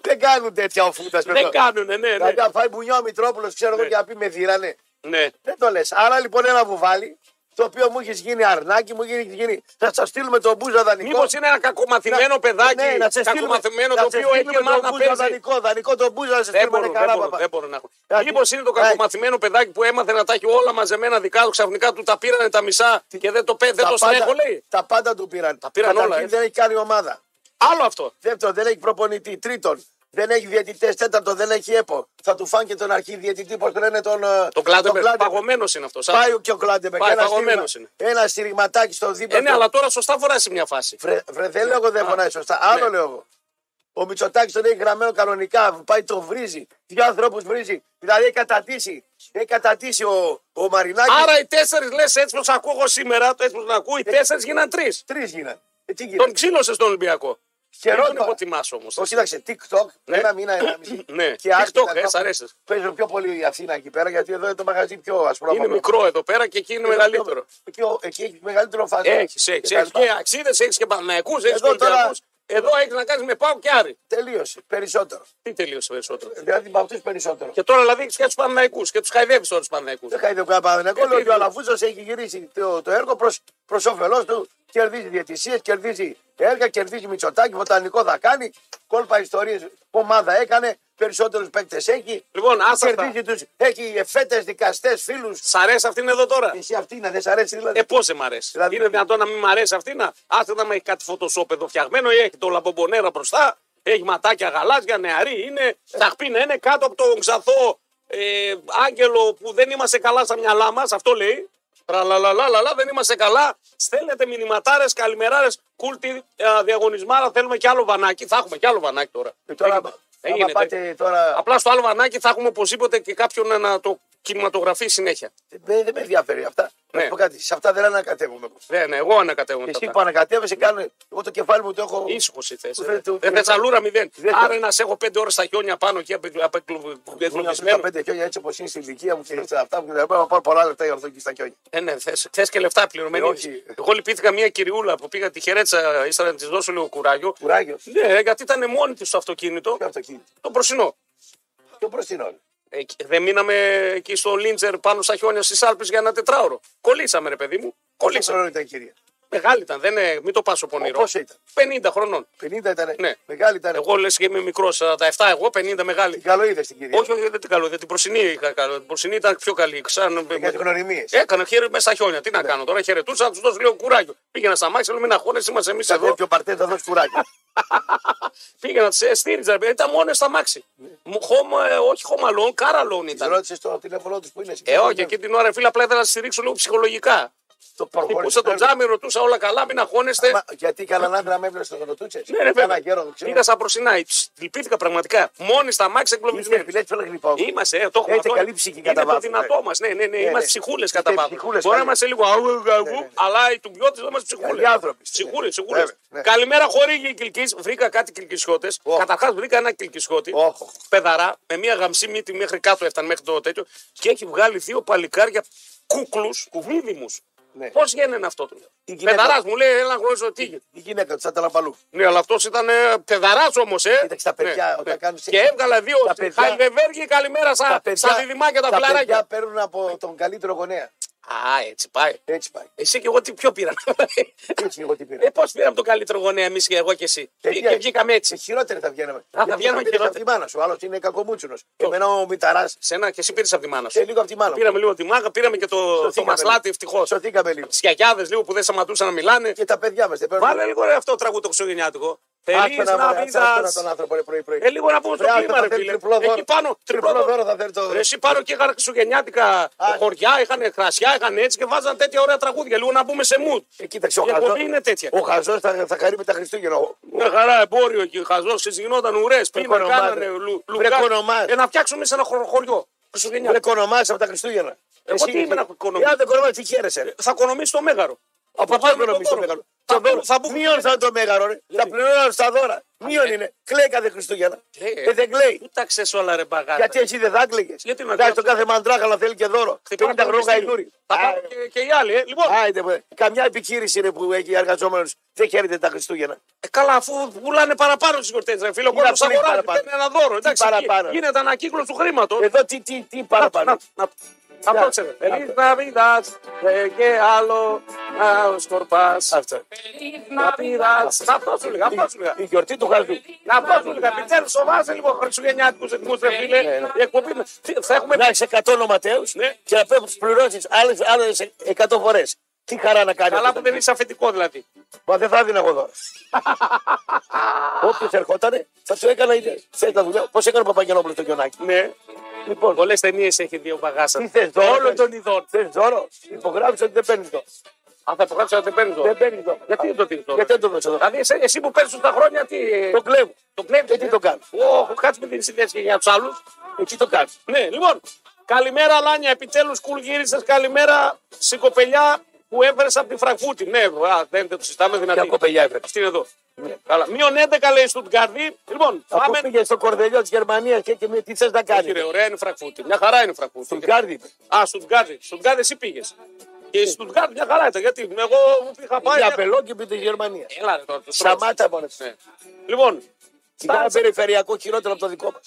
Speaker 2: δεν κάνουν τέτοια ο Φούντας.
Speaker 1: Δεν κάνουνε, ναι, ναι.
Speaker 2: Δηλαδή, αν φάει μπουνιά ο Μητρόπουλος, ξέρω εγώ
Speaker 1: Ναι.
Speaker 2: και να πει με δίρανε.
Speaker 1: ναι.
Speaker 2: Δεν το λες. Άρα λοιπόν ένα βουβάλι, το οποίο μου έχεις γίνει αρνάκι, μου έχεις γίνει. Θα σας στείλουμε τον Μπούζα δανεικό.
Speaker 1: Μήπως είναι ένα κακομαθημένο παιδάκι,
Speaker 2: Ναι, να σε στείλουμε-
Speaker 1: κακομαθημένο
Speaker 2: να
Speaker 1: το
Speaker 2: σε
Speaker 1: οποίο έχει
Speaker 2: στείλουμε
Speaker 1: μάθει να
Speaker 2: τον Μπούζα
Speaker 1: παίζει.
Speaker 2: Δανεικό, δανεικό τον Μπούζα, να σε
Speaker 1: Δεν
Speaker 2: στείλουμε
Speaker 1: μπορώ,
Speaker 2: ένα
Speaker 1: δεν
Speaker 2: καλά
Speaker 1: μπορώ,
Speaker 2: παπά.
Speaker 1: δεν μπορώ να έχω.
Speaker 2: Γιατί-
Speaker 1: Μήπως είναι το
Speaker 2: Άκη.
Speaker 1: κακομαθημένο παιδάκι που έμαθε να τα έχει όλα μαζεμένα δικά του, ξαφνικά του τα πήρανε τα μισά και δεν το, πέ- δεν
Speaker 2: Τα
Speaker 1: το
Speaker 2: πάντα-
Speaker 1: στρέχω, λέει.
Speaker 2: Τα πάντα του πήραν. Τα
Speaker 1: πήραν όλα, ε.
Speaker 2: Δεν έχει κάνει ομάδα.
Speaker 1: Άλλο αυτό.
Speaker 2: Δεύτερον, δεν έχει προπονητή. Τρίτον, δεν έχει διαιτητές. Τέταρτον, δεν έχει ΕΠΟ. Θα του φάνε και τον αρχιδιαιτητή, πώ λένε τον. ε,
Speaker 1: Το κλάδεμπερ.
Speaker 2: Κλάντεμπερ.
Speaker 1: Παγωμένος είναι αυτός.
Speaker 2: Πάει ο- και ο Κλάντεμπερ.
Speaker 1: Πάει,
Speaker 2: Ένα
Speaker 1: παγωμένος
Speaker 2: στήριγμα- Ένα στηριγματάκι στο
Speaker 1: Ε,
Speaker 2: δίπλα.
Speaker 1: ναι,
Speaker 2: του.
Speaker 1: αλλά τώρα σωστά φοράει σε μια φάση.
Speaker 2: Βρε, βρε, δεν λέω εγώ δεν
Speaker 1: Α,
Speaker 2: φωνάει σωστά. Άλλο
Speaker 1: ναι.
Speaker 2: λέω εγώ. Ο Μητσοτάκης τον έχει γραμμένο κανονικά. Πάει το βρίζει. Δύο ανθρώπους βρίζει. Δηλαδή έχει κατατήσει. Έχει κατατήσει ο, ο Μαρινάκης.
Speaker 1: Άρα οι τέσσερις λες έτσι πως ακούω εγώ σήμερα, το έτσι πως να ακούω, οι τέσσερις γίναν τρεις.
Speaker 2: Τρεις γίνανε. Ε, τι γίνεται.
Speaker 1: Τον ξύλωσε στον Ολυμπιακό.
Speaker 2: Χαιρό
Speaker 1: Δεν τον
Speaker 2: τώρα.
Speaker 1: υποτιμάς όμως.
Speaker 2: Ο, κοίταξε, TikTok,
Speaker 1: Ναι.
Speaker 2: ένα μήνα, ένα μισή.
Speaker 1: Ναι.
Speaker 2: Και
Speaker 1: TikTok,
Speaker 2: άρχισε να
Speaker 1: ε,
Speaker 2: κάπου-
Speaker 1: σ' αρέσει.
Speaker 2: Παίζουν πιο πολύ η Αθήνα εκεί πέρα, γιατί εδώ είναι το μαγαζί πιο ασπρόμαυρο.
Speaker 1: Είναι μικρό εδώ πέρα και εκεί είναι μεγαλύτερο.
Speaker 2: Εκεί, ο- εκεί έχει μεγαλύτερο φάσμα.
Speaker 1: Έχεις, έχεις.
Speaker 2: Και τα
Speaker 1: Έχει
Speaker 2: λοιπά.
Speaker 1: και αξίδες, έχεις και παναϊκού, έχει και
Speaker 2: Εδώ τώρα-
Speaker 1: Ολυμπιακού. Εδώ έχεις να κάνεις με πάω και άρη.
Speaker 2: Τελείωσε. Περισσότερο.
Speaker 1: Τι τελείωσε περισσότερο.
Speaker 2: Δηλαδή με αυτού περισσότερο.
Speaker 1: Και τώρα δηλαδή έχεις και τους Παναναϊκού και τους χαϊδεύεις τώρα τους Παναναϊκού.
Speaker 2: Δεν χαίρεται κανένα Παναθηναϊκό.
Speaker 1: Ε,
Speaker 2: Λέω
Speaker 1: τι
Speaker 2: ότι ο
Speaker 1: είναι.
Speaker 2: Αλαφούζος έχει γυρίσει το, το έργο προς προς όφελός του. Κερδίζει διαιτησίες, κερδίζει έργα, κερδίζει Μητσοτάκη, βοτανικό θα κάνει. Κόλπα ιστορίες ομάδα έκανε, περισσότερους παίκτες έχει.
Speaker 1: Λοιπόν, άσε αυτά.
Speaker 2: κερδίζει τους, έχει εφέτες, δικαστές, φίλους.
Speaker 1: Σ' αρέσει αυτήν εδώ τώρα.
Speaker 2: Εσύ αυτή να δεν σ' αρέσει δηλαδή.
Speaker 1: Ε, πώς δεν μ' αρέσει.
Speaker 2: Δηλαδή-
Speaker 1: Είναι δυνατόν να μην μ' αρέσει αυτή να άσχετα να έχει κάτι φωτοσόπ εδώ φτιαγμένο ή έχει το λαμπομπονέρα μπροστά. Έχει ματάκια γαλάζια, νεαρή είναι. Τσαχπίνα είναι κάτω από τον ξαθό ε, άγγελο που δεν είμαστε καλά στα μυαλά μας. Αυτό λέει. Τραλαλαλαλαλα, δεν είμαστε καλά. Στέλνετε μηνυματάρες, καλημεράρες, κούλτι, ε, διαγωνισμάρα. Θέλουμε κι άλλο βανάκι. Θα έχουμε κι άλλο βανάκι τώρα.
Speaker 2: Ε,
Speaker 1: Έγινε.
Speaker 2: τώρα, άμα-
Speaker 1: Δεν
Speaker 2: άμα
Speaker 1: γίνεται.
Speaker 2: πάτε τώρα.
Speaker 1: Απλά στο άλλο βανάκι θα έχουμε οπωσδήποτε και κάποιον να- να το κινηματογραφεί συνέχεια.
Speaker 2: Δεν, δεν με ενδιαφέρει αυτά. Να
Speaker 1: Ναι.
Speaker 2: σου πω κάτι. Σε αυτά δεν ανακατεύομαι.
Speaker 1: Δεν, Ναι, εγώ ανακατεύω
Speaker 2: Και
Speaker 1: μετά.
Speaker 2: εσύ που ανακατεύεσαι, κάνω. Εγώ το κεφάλι μου το έχω.
Speaker 1: Ήσυχος η θέση.
Speaker 2: Δεν το-
Speaker 1: Δεν θε αλλούρα Ε, μηδέν.
Speaker 2: Δεν το-
Speaker 1: Άρα να σε έχω πέντε ώρες στα χιόνια πάνω και
Speaker 2: Ήμουν
Speaker 1: απεκλωβισμένο.
Speaker 2: 15 χιόνια έτσι όπως είναι στην ηλικία μου και σε αυτά που δεν πάω πάω πολλά λεπτά για να δω εκεί στα χιόνια.
Speaker 1: Ε, ναι, θες και λεφτά πληρωμένη.
Speaker 2: Ε, όχι.
Speaker 1: Εγώ λυπήθηκα μια κυριούλα που πήγα τη χαιρέτσα ύστερα να της δώσω λίγο κουράγιο.
Speaker 2: Κουράγιος.
Speaker 1: Ναι, γιατί ήταν μόνη της στο αυτοκίνητο
Speaker 2: Ποιο αυτοκίνητο.
Speaker 1: το προσινό.
Speaker 2: Ποιο προστινό.
Speaker 1: Ε, και- δεν μείναμε εκεί στο Λίντζερ πάνω στα χιόνια στις Άλπε για ένα τετράωρο. Κολλήσαμε, ρε παιδί μου.
Speaker 2: Πόσο
Speaker 1: Κολλήσαμε.
Speaker 2: χρόνο ήταν η κυρία.
Speaker 1: Μεγάλη ήταν, δεν, ε, μην το πας ο πονηρό.
Speaker 2: Πόσο ήταν. Ε,
Speaker 1: 50 χρονών.
Speaker 2: 50 ήταν.
Speaker 1: Ναι.
Speaker 2: Μεγάλη ήταν.
Speaker 1: Εγώ λες και είμαι μικρός, 47 εγώ, 50 μεγάλη.
Speaker 2: Την καλό είδε την κυρία.
Speaker 1: Όχι, όχι, δεν την καλό. Δεν την προσινή είχα καλό. Την προσινή ήταν πιο καλή. Ξαν...
Speaker 2: Για Ναι. τις γνωριμίες.
Speaker 1: Έκανα χέρι μέσα στα χιόνια. Τι να κάνω τώρα, χαιρετούσα να τους δώσω λίγο κουράγιο. Πήγαινα στα μάξι, λέω μην αγχώνεσαι, είμαστε εμείς
Speaker 2: Θα
Speaker 1: εδώ.
Speaker 2: δει ο παρτέ, θα δώσει κουράγιο.
Speaker 1: Πήγαινα, τι στήριζα. ρε, Ήταν μόνο στα μάξι. Μου- home, ε, όχι χωμαλόν, καραλόν
Speaker 2: Τη
Speaker 1: ήταν.
Speaker 2: ρώτησε το τηλέφωνό τους που είναι.
Speaker 1: Ε, όχι, εκείνη την ώρα φίλα απλά ήθελα να τη στηρίξω λίγο ψυχολογικά.
Speaker 2: Το
Speaker 1: Χτυπούσα τον
Speaker 2: προχωρημένο.
Speaker 1: τζάμι, ρωτούσα όλα καλά, μην αγχώνεστε.
Speaker 2: Μα, γιατί καλά να άντρα με έβλεπε στο χοντοτούτσε.
Speaker 1: Ναι, ρε
Speaker 2: Κάνα
Speaker 1: βέβαια.
Speaker 2: καιρό δεν ξέρω.
Speaker 1: Πήγα στα προσινά. Ψ, Λυπήθηκα πραγματικά. Μόνοι στα μάξια
Speaker 2: Είστε
Speaker 1: εγκλωβισμένοι.
Speaker 2: επιλέξει όλα γλυπάω.
Speaker 1: Είμαστε, ε, το έχουμε
Speaker 2: Έχετε
Speaker 1: αυτό.
Speaker 2: καλή ψυχή
Speaker 1: Είναι
Speaker 2: κατά
Speaker 1: το
Speaker 2: βάθος,
Speaker 1: δυνατό μας. Ναι, ναι, ναι.
Speaker 2: ναι.
Speaker 1: Είμαστε ψυχούλες
Speaker 2: Είστε
Speaker 1: κατά βάθος.
Speaker 2: ψυχούλες,
Speaker 1: Μπορεί να
Speaker 2: καλή.
Speaker 1: είμαστε λίγο αού, αού, αλλά οι τουμπιώτες δεν είμαστε
Speaker 2: ναι. Καλοί
Speaker 1: ψυχούλε.
Speaker 2: άνθρωποι.
Speaker 1: Ψυχούλες,
Speaker 2: Ναι.
Speaker 1: ψυχούλες.
Speaker 2: Βέβαια, ναι.
Speaker 1: Καλημέρα, χορήγη Κυλκής. Βρήκα κάτι κυλκισιώτε.
Speaker 2: Ω.
Speaker 1: Καταρχάς βρήκα ένα κυλκισιώτη.
Speaker 2: Όχ.
Speaker 1: Πεδαρά, με μία γαμψή μύτη μέχρι κάτω έφτανε μέχρι το τέτοιο. Και έχει βγάλει δύο παλικάρια κούκλους κουβίδιμου.
Speaker 2: Ναι.
Speaker 1: Πώς γίνεται αυτό το
Speaker 2: Τι γυναίκα.
Speaker 1: Πεδαράς μου λέει ένα γνώριζο τίγη.
Speaker 2: Η γυναίκα του Τσαταλαμπαλού.
Speaker 1: Ναι, αλλά αυτός ήταν πεδαράς όμως, ε.
Speaker 2: Κοίταξε, τα παιδιά, όταν κάνουν
Speaker 1: Και
Speaker 2: σεξ-
Speaker 1: έβγαλα δύο.
Speaker 2: Τα παιδιά-
Speaker 1: Χαϊδεβέργη, καλημέρα
Speaker 2: Τα
Speaker 1: στα,
Speaker 2: παιδιά,
Speaker 1: στα διδυμάκια τα,
Speaker 2: τα
Speaker 1: φιλαράκια.
Speaker 2: παιδιά παίρνουν από τον καλύτερο γονέα.
Speaker 1: Α, έτσι πάει.
Speaker 2: Έτσι πάει.
Speaker 1: Εσύ και εγώ τι πιο πήρα.
Speaker 2: Έτσι εγώ τι
Speaker 1: ε,
Speaker 2: πήρα.
Speaker 1: πώς πήραμε τον καλύτερο γονέα εμείς και εγώ και εσύ.
Speaker 2: Παιδιά,
Speaker 1: και βγήκαμε
Speaker 2: Σε
Speaker 1: έτσι.
Speaker 2: χειρότερα τα βγαίναμε.
Speaker 1: θα
Speaker 2: Γιατί
Speaker 1: βγαίναμε
Speaker 2: τα πήρες
Speaker 1: χειρότερα.
Speaker 2: απ' τη μάνα σου. Ο άλλος είναι κακομούτσουνος. Εμένα ο Μηταράς
Speaker 1: Σένα και εσύ πήρες από τη μάνα σου.
Speaker 2: και λίγο από τη μάνα μου.
Speaker 1: Πήραμε λίγο τη μάγα, πήραμε και το, το
Speaker 2: Σωθήκαμε
Speaker 1: μασλάτι
Speaker 2: λίγο.
Speaker 1: ευτυχώς.
Speaker 2: Σωθήκαμε λίγο.
Speaker 1: Τις γιαγιάδε λίγο που δεν σταματούσαν να μιλάνε.
Speaker 2: Και τα παιδιά μας.
Speaker 1: Βάλε λίγο ρε, αυτό το τραγούδι το χριστουγεννιάτικο. Θέλει να πει.
Speaker 2: τον άνθρωπο ρε, πρωί-πρωί.
Speaker 1: Ε, λίγο να πούμε στο
Speaker 2: Βρε,
Speaker 1: κλίμα,
Speaker 2: θα
Speaker 1: ρε
Speaker 2: φέρει
Speaker 1: φίλε.
Speaker 2: τριπλό δώρο.
Speaker 1: Εκεί πάνω, τριπλό
Speaker 2: Τριπλό
Speaker 1: δώρο.
Speaker 2: δώρο θα φέρει το- Ε,
Speaker 1: Ρε, Εσύ πάνω και είχαν χριστουγεννιάτικα χωριά, είχαν κρασιά, είχαν έτσι και βάζαν τέτοια ωραία τραγούδια. Λίγο να μπούμε σε mood.
Speaker 2: Ε, κοίταξε, ο
Speaker 1: Η εκπομπή
Speaker 2: Χαζός,
Speaker 1: είναι τέτοια.
Speaker 2: ο Χαζός θα, θα χαρεί με τα Χριστούγεννα. Ο-
Speaker 1: Μια χαρά εμπόριο εκεί, χαζός, γινόταν ουρέ, πήγαν,
Speaker 2: κονομάδες.
Speaker 1: κάνανε λου,
Speaker 2: Βρε,
Speaker 1: λουκά.
Speaker 2: κονομάδες.
Speaker 1: Για να φτιάξουμε σε ένα χωρο- χωριό.
Speaker 2: Βρε
Speaker 1: Χριστουγεννιάτικα.
Speaker 2: κονομάς από τα Χριστούγεννα.
Speaker 1: Ναι. Εγώ τι είμαι να οικονομήσω.
Speaker 2: Άντε κονομάς, τι χαίρεσαι. ρε.
Speaker 1: Θα οικονομήσει το μέγαρο.
Speaker 2: Από
Speaker 1: πάμε με
Speaker 2: πάνω
Speaker 1: το
Speaker 2: οικονομείς το
Speaker 1: δώρο.
Speaker 2: μέγαρο.
Speaker 1: Θα
Speaker 2: Το
Speaker 1: μπούμε-
Speaker 2: δώρο-
Speaker 1: θα Ναι. μπούμε-
Speaker 2: Μείον θα είναι το μέγαρο ρε.
Speaker 1: Γιατί?
Speaker 2: Τα πληρώνω στα δώρα. Μείον είναι. Κλαίει κάθε Χριστούγεννα.
Speaker 1: Κλαίει, ε.
Speaker 2: Ε, δεν κλαίει.
Speaker 1: Πού τα ξέρει όλα, ρε μπαγάτα.
Speaker 2: Γιατί εσύ δεν θα έκλαιγες.
Speaker 1: Γιατί να
Speaker 2: Δάει
Speaker 1: κλαίω.
Speaker 2: τον κάθε μαντράχα να θέλει και δώρο.
Speaker 1: Χτυπάμε
Speaker 2: 50
Speaker 1: το
Speaker 2: χρονών
Speaker 1: μυστήριο.
Speaker 2: γαϊδούρι.
Speaker 1: Θα
Speaker 2: Α,
Speaker 1: πάμε και- και οι άλλοι, ε. Λοιπόν,
Speaker 2: Άιντε, μωρέ. καμιά επιχείρηση είναι που έχει εργαζόμενο δεν χαίρεται τα Χριστούγεννα.
Speaker 1: Ε, καλά, αφού πουλάνε παραπάνω τι γιορτέ, ρε φίλο, ο
Speaker 2: Τι να
Speaker 1: κόσμος
Speaker 2: πουλήσει
Speaker 1: αγοράζει.
Speaker 2: παραπάνω.
Speaker 1: Παίρνει ένα δώρο. Εντάξει, εκεί
Speaker 2: παραπάνω. Ε,
Speaker 1: Γίνεται ανακύκλωση του χρήματος.
Speaker 2: Εδώ τι, τι, τι παραπάνω.
Speaker 1: Να, να, να,
Speaker 2: Να,
Speaker 1: να το
Speaker 2: να
Speaker 1: Ελίζα Ναβίδα και άλλο να σκορπά.
Speaker 2: Αυτό.
Speaker 1: Ναβίδα. Αυτό σου λέγα, αυτό σου λέγα.
Speaker 2: Η γιορτή του Χαζού.
Speaker 1: Να πω σου λέγα, επιτέλου σοβάζε λίγο χριστουγεννιάτικους ρυθμού, ρε φίλε. Η εκπομπή μα- Τι, Θα έχουμε.
Speaker 2: Να έχεις 100 νοματέου
Speaker 1: Ναι.
Speaker 2: και να πρέπει να του πληρώσεις άλλες 100 φορές. Τι χαρά να κάνεις.
Speaker 1: Καλά
Speaker 2: αυτό.
Speaker 1: που δεν είσαι αφεντικό δηλαδή.
Speaker 2: Μα δεν θα έδινα εγώ δώρο. Όποιο ερχόταν θα του έκανα ιδέες. Θε να δουλειά. Πώς έκανε ο Παπαγγελόπουλο το Γιονάκι.
Speaker 1: Ναι. Λοιπόν, πολλές ταινίες έχει δύο
Speaker 2: Τι
Speaker 1: παγάσα.
Speaker 2: θες, δώρο,
Speaker 1: Όλων
Speaker 2: θες.
Speaker 1: των ειδών.
Speaker 2: Θες δώρο, υπογράψει ότι δεν παίρνεις το.
Speaker 1: Αν θα υπογράψω, δεν παίρνει
Speaker 2: Δεν
Speaker 1: το.
Speaker 2: παίρνει το.
Speaker 1: Γιατί δεν το δίνεις δώρο?
Speaker 2: Γιατί δεν το δώσω δώρο.
Speaker 1: Δηλαδή, εσύ, εσύ που παίρνεις τα χρόνια, τι. ε,
Speaker 2: Το κλέβω.
Speaker 1: Το κλέβεις.
Speaker 2: Και τι το κάνω.
Speaker 1: Ω, κάτσε με την συνέντευξη για τους άλλους.
Speaker 2: Εκεί το κάνω.
Speaker 1: Ναι, λοιπόν. Καλημέρα, Λάνια. Επιτέλους, κουλ γύρισες. Καλημέρα, σικοπελιά που έφερε από τη Φραγκφούτη. Ναι, α, δεν δεν το συζητάμε
Speaker 2: Μια
Speaker 1: δυνατή.
Speaker 2: κοπελιά έφερε.
Speaker 1: Αυτή είναι εδώ. Καλά. Μείον 11 λέει Στουτγκάρδη. Λοιπόν,
Speaker 2: Αφού
Speaker 1: πάμε. Ναι,
Speaker 2: πήγε στο κορδελιό της Γερμανίας και, και με- τι θες να κάνει.
Speaker 1: Κύριε, ωραία είναι η Φραγκφούτη. Μια χαρά είναι η Φραγκφούτη.
Speaker 2: Στον Γκάρδι.
Speaker 1: Α, Στουτγκάρδη. Στουτγκάρδη, εσύ πήγες. Και η Στουτγκάρδη μια χαρά ήταν. Γιατί εγώ είχα πάει.
Speaker 2: Για πελό και πήγε της Γερμανίας.
Speaker 1: Έλα, ρε, τώρα, τους τρώω.
Speaker 2: Σταμάτα μόνο.
Speaker 1: Ναι. Λοιπόν,
Speaker 2: Τι κάνει περιφερειακό χειρότερο από το δικό μας.
Speaker 1: Ε,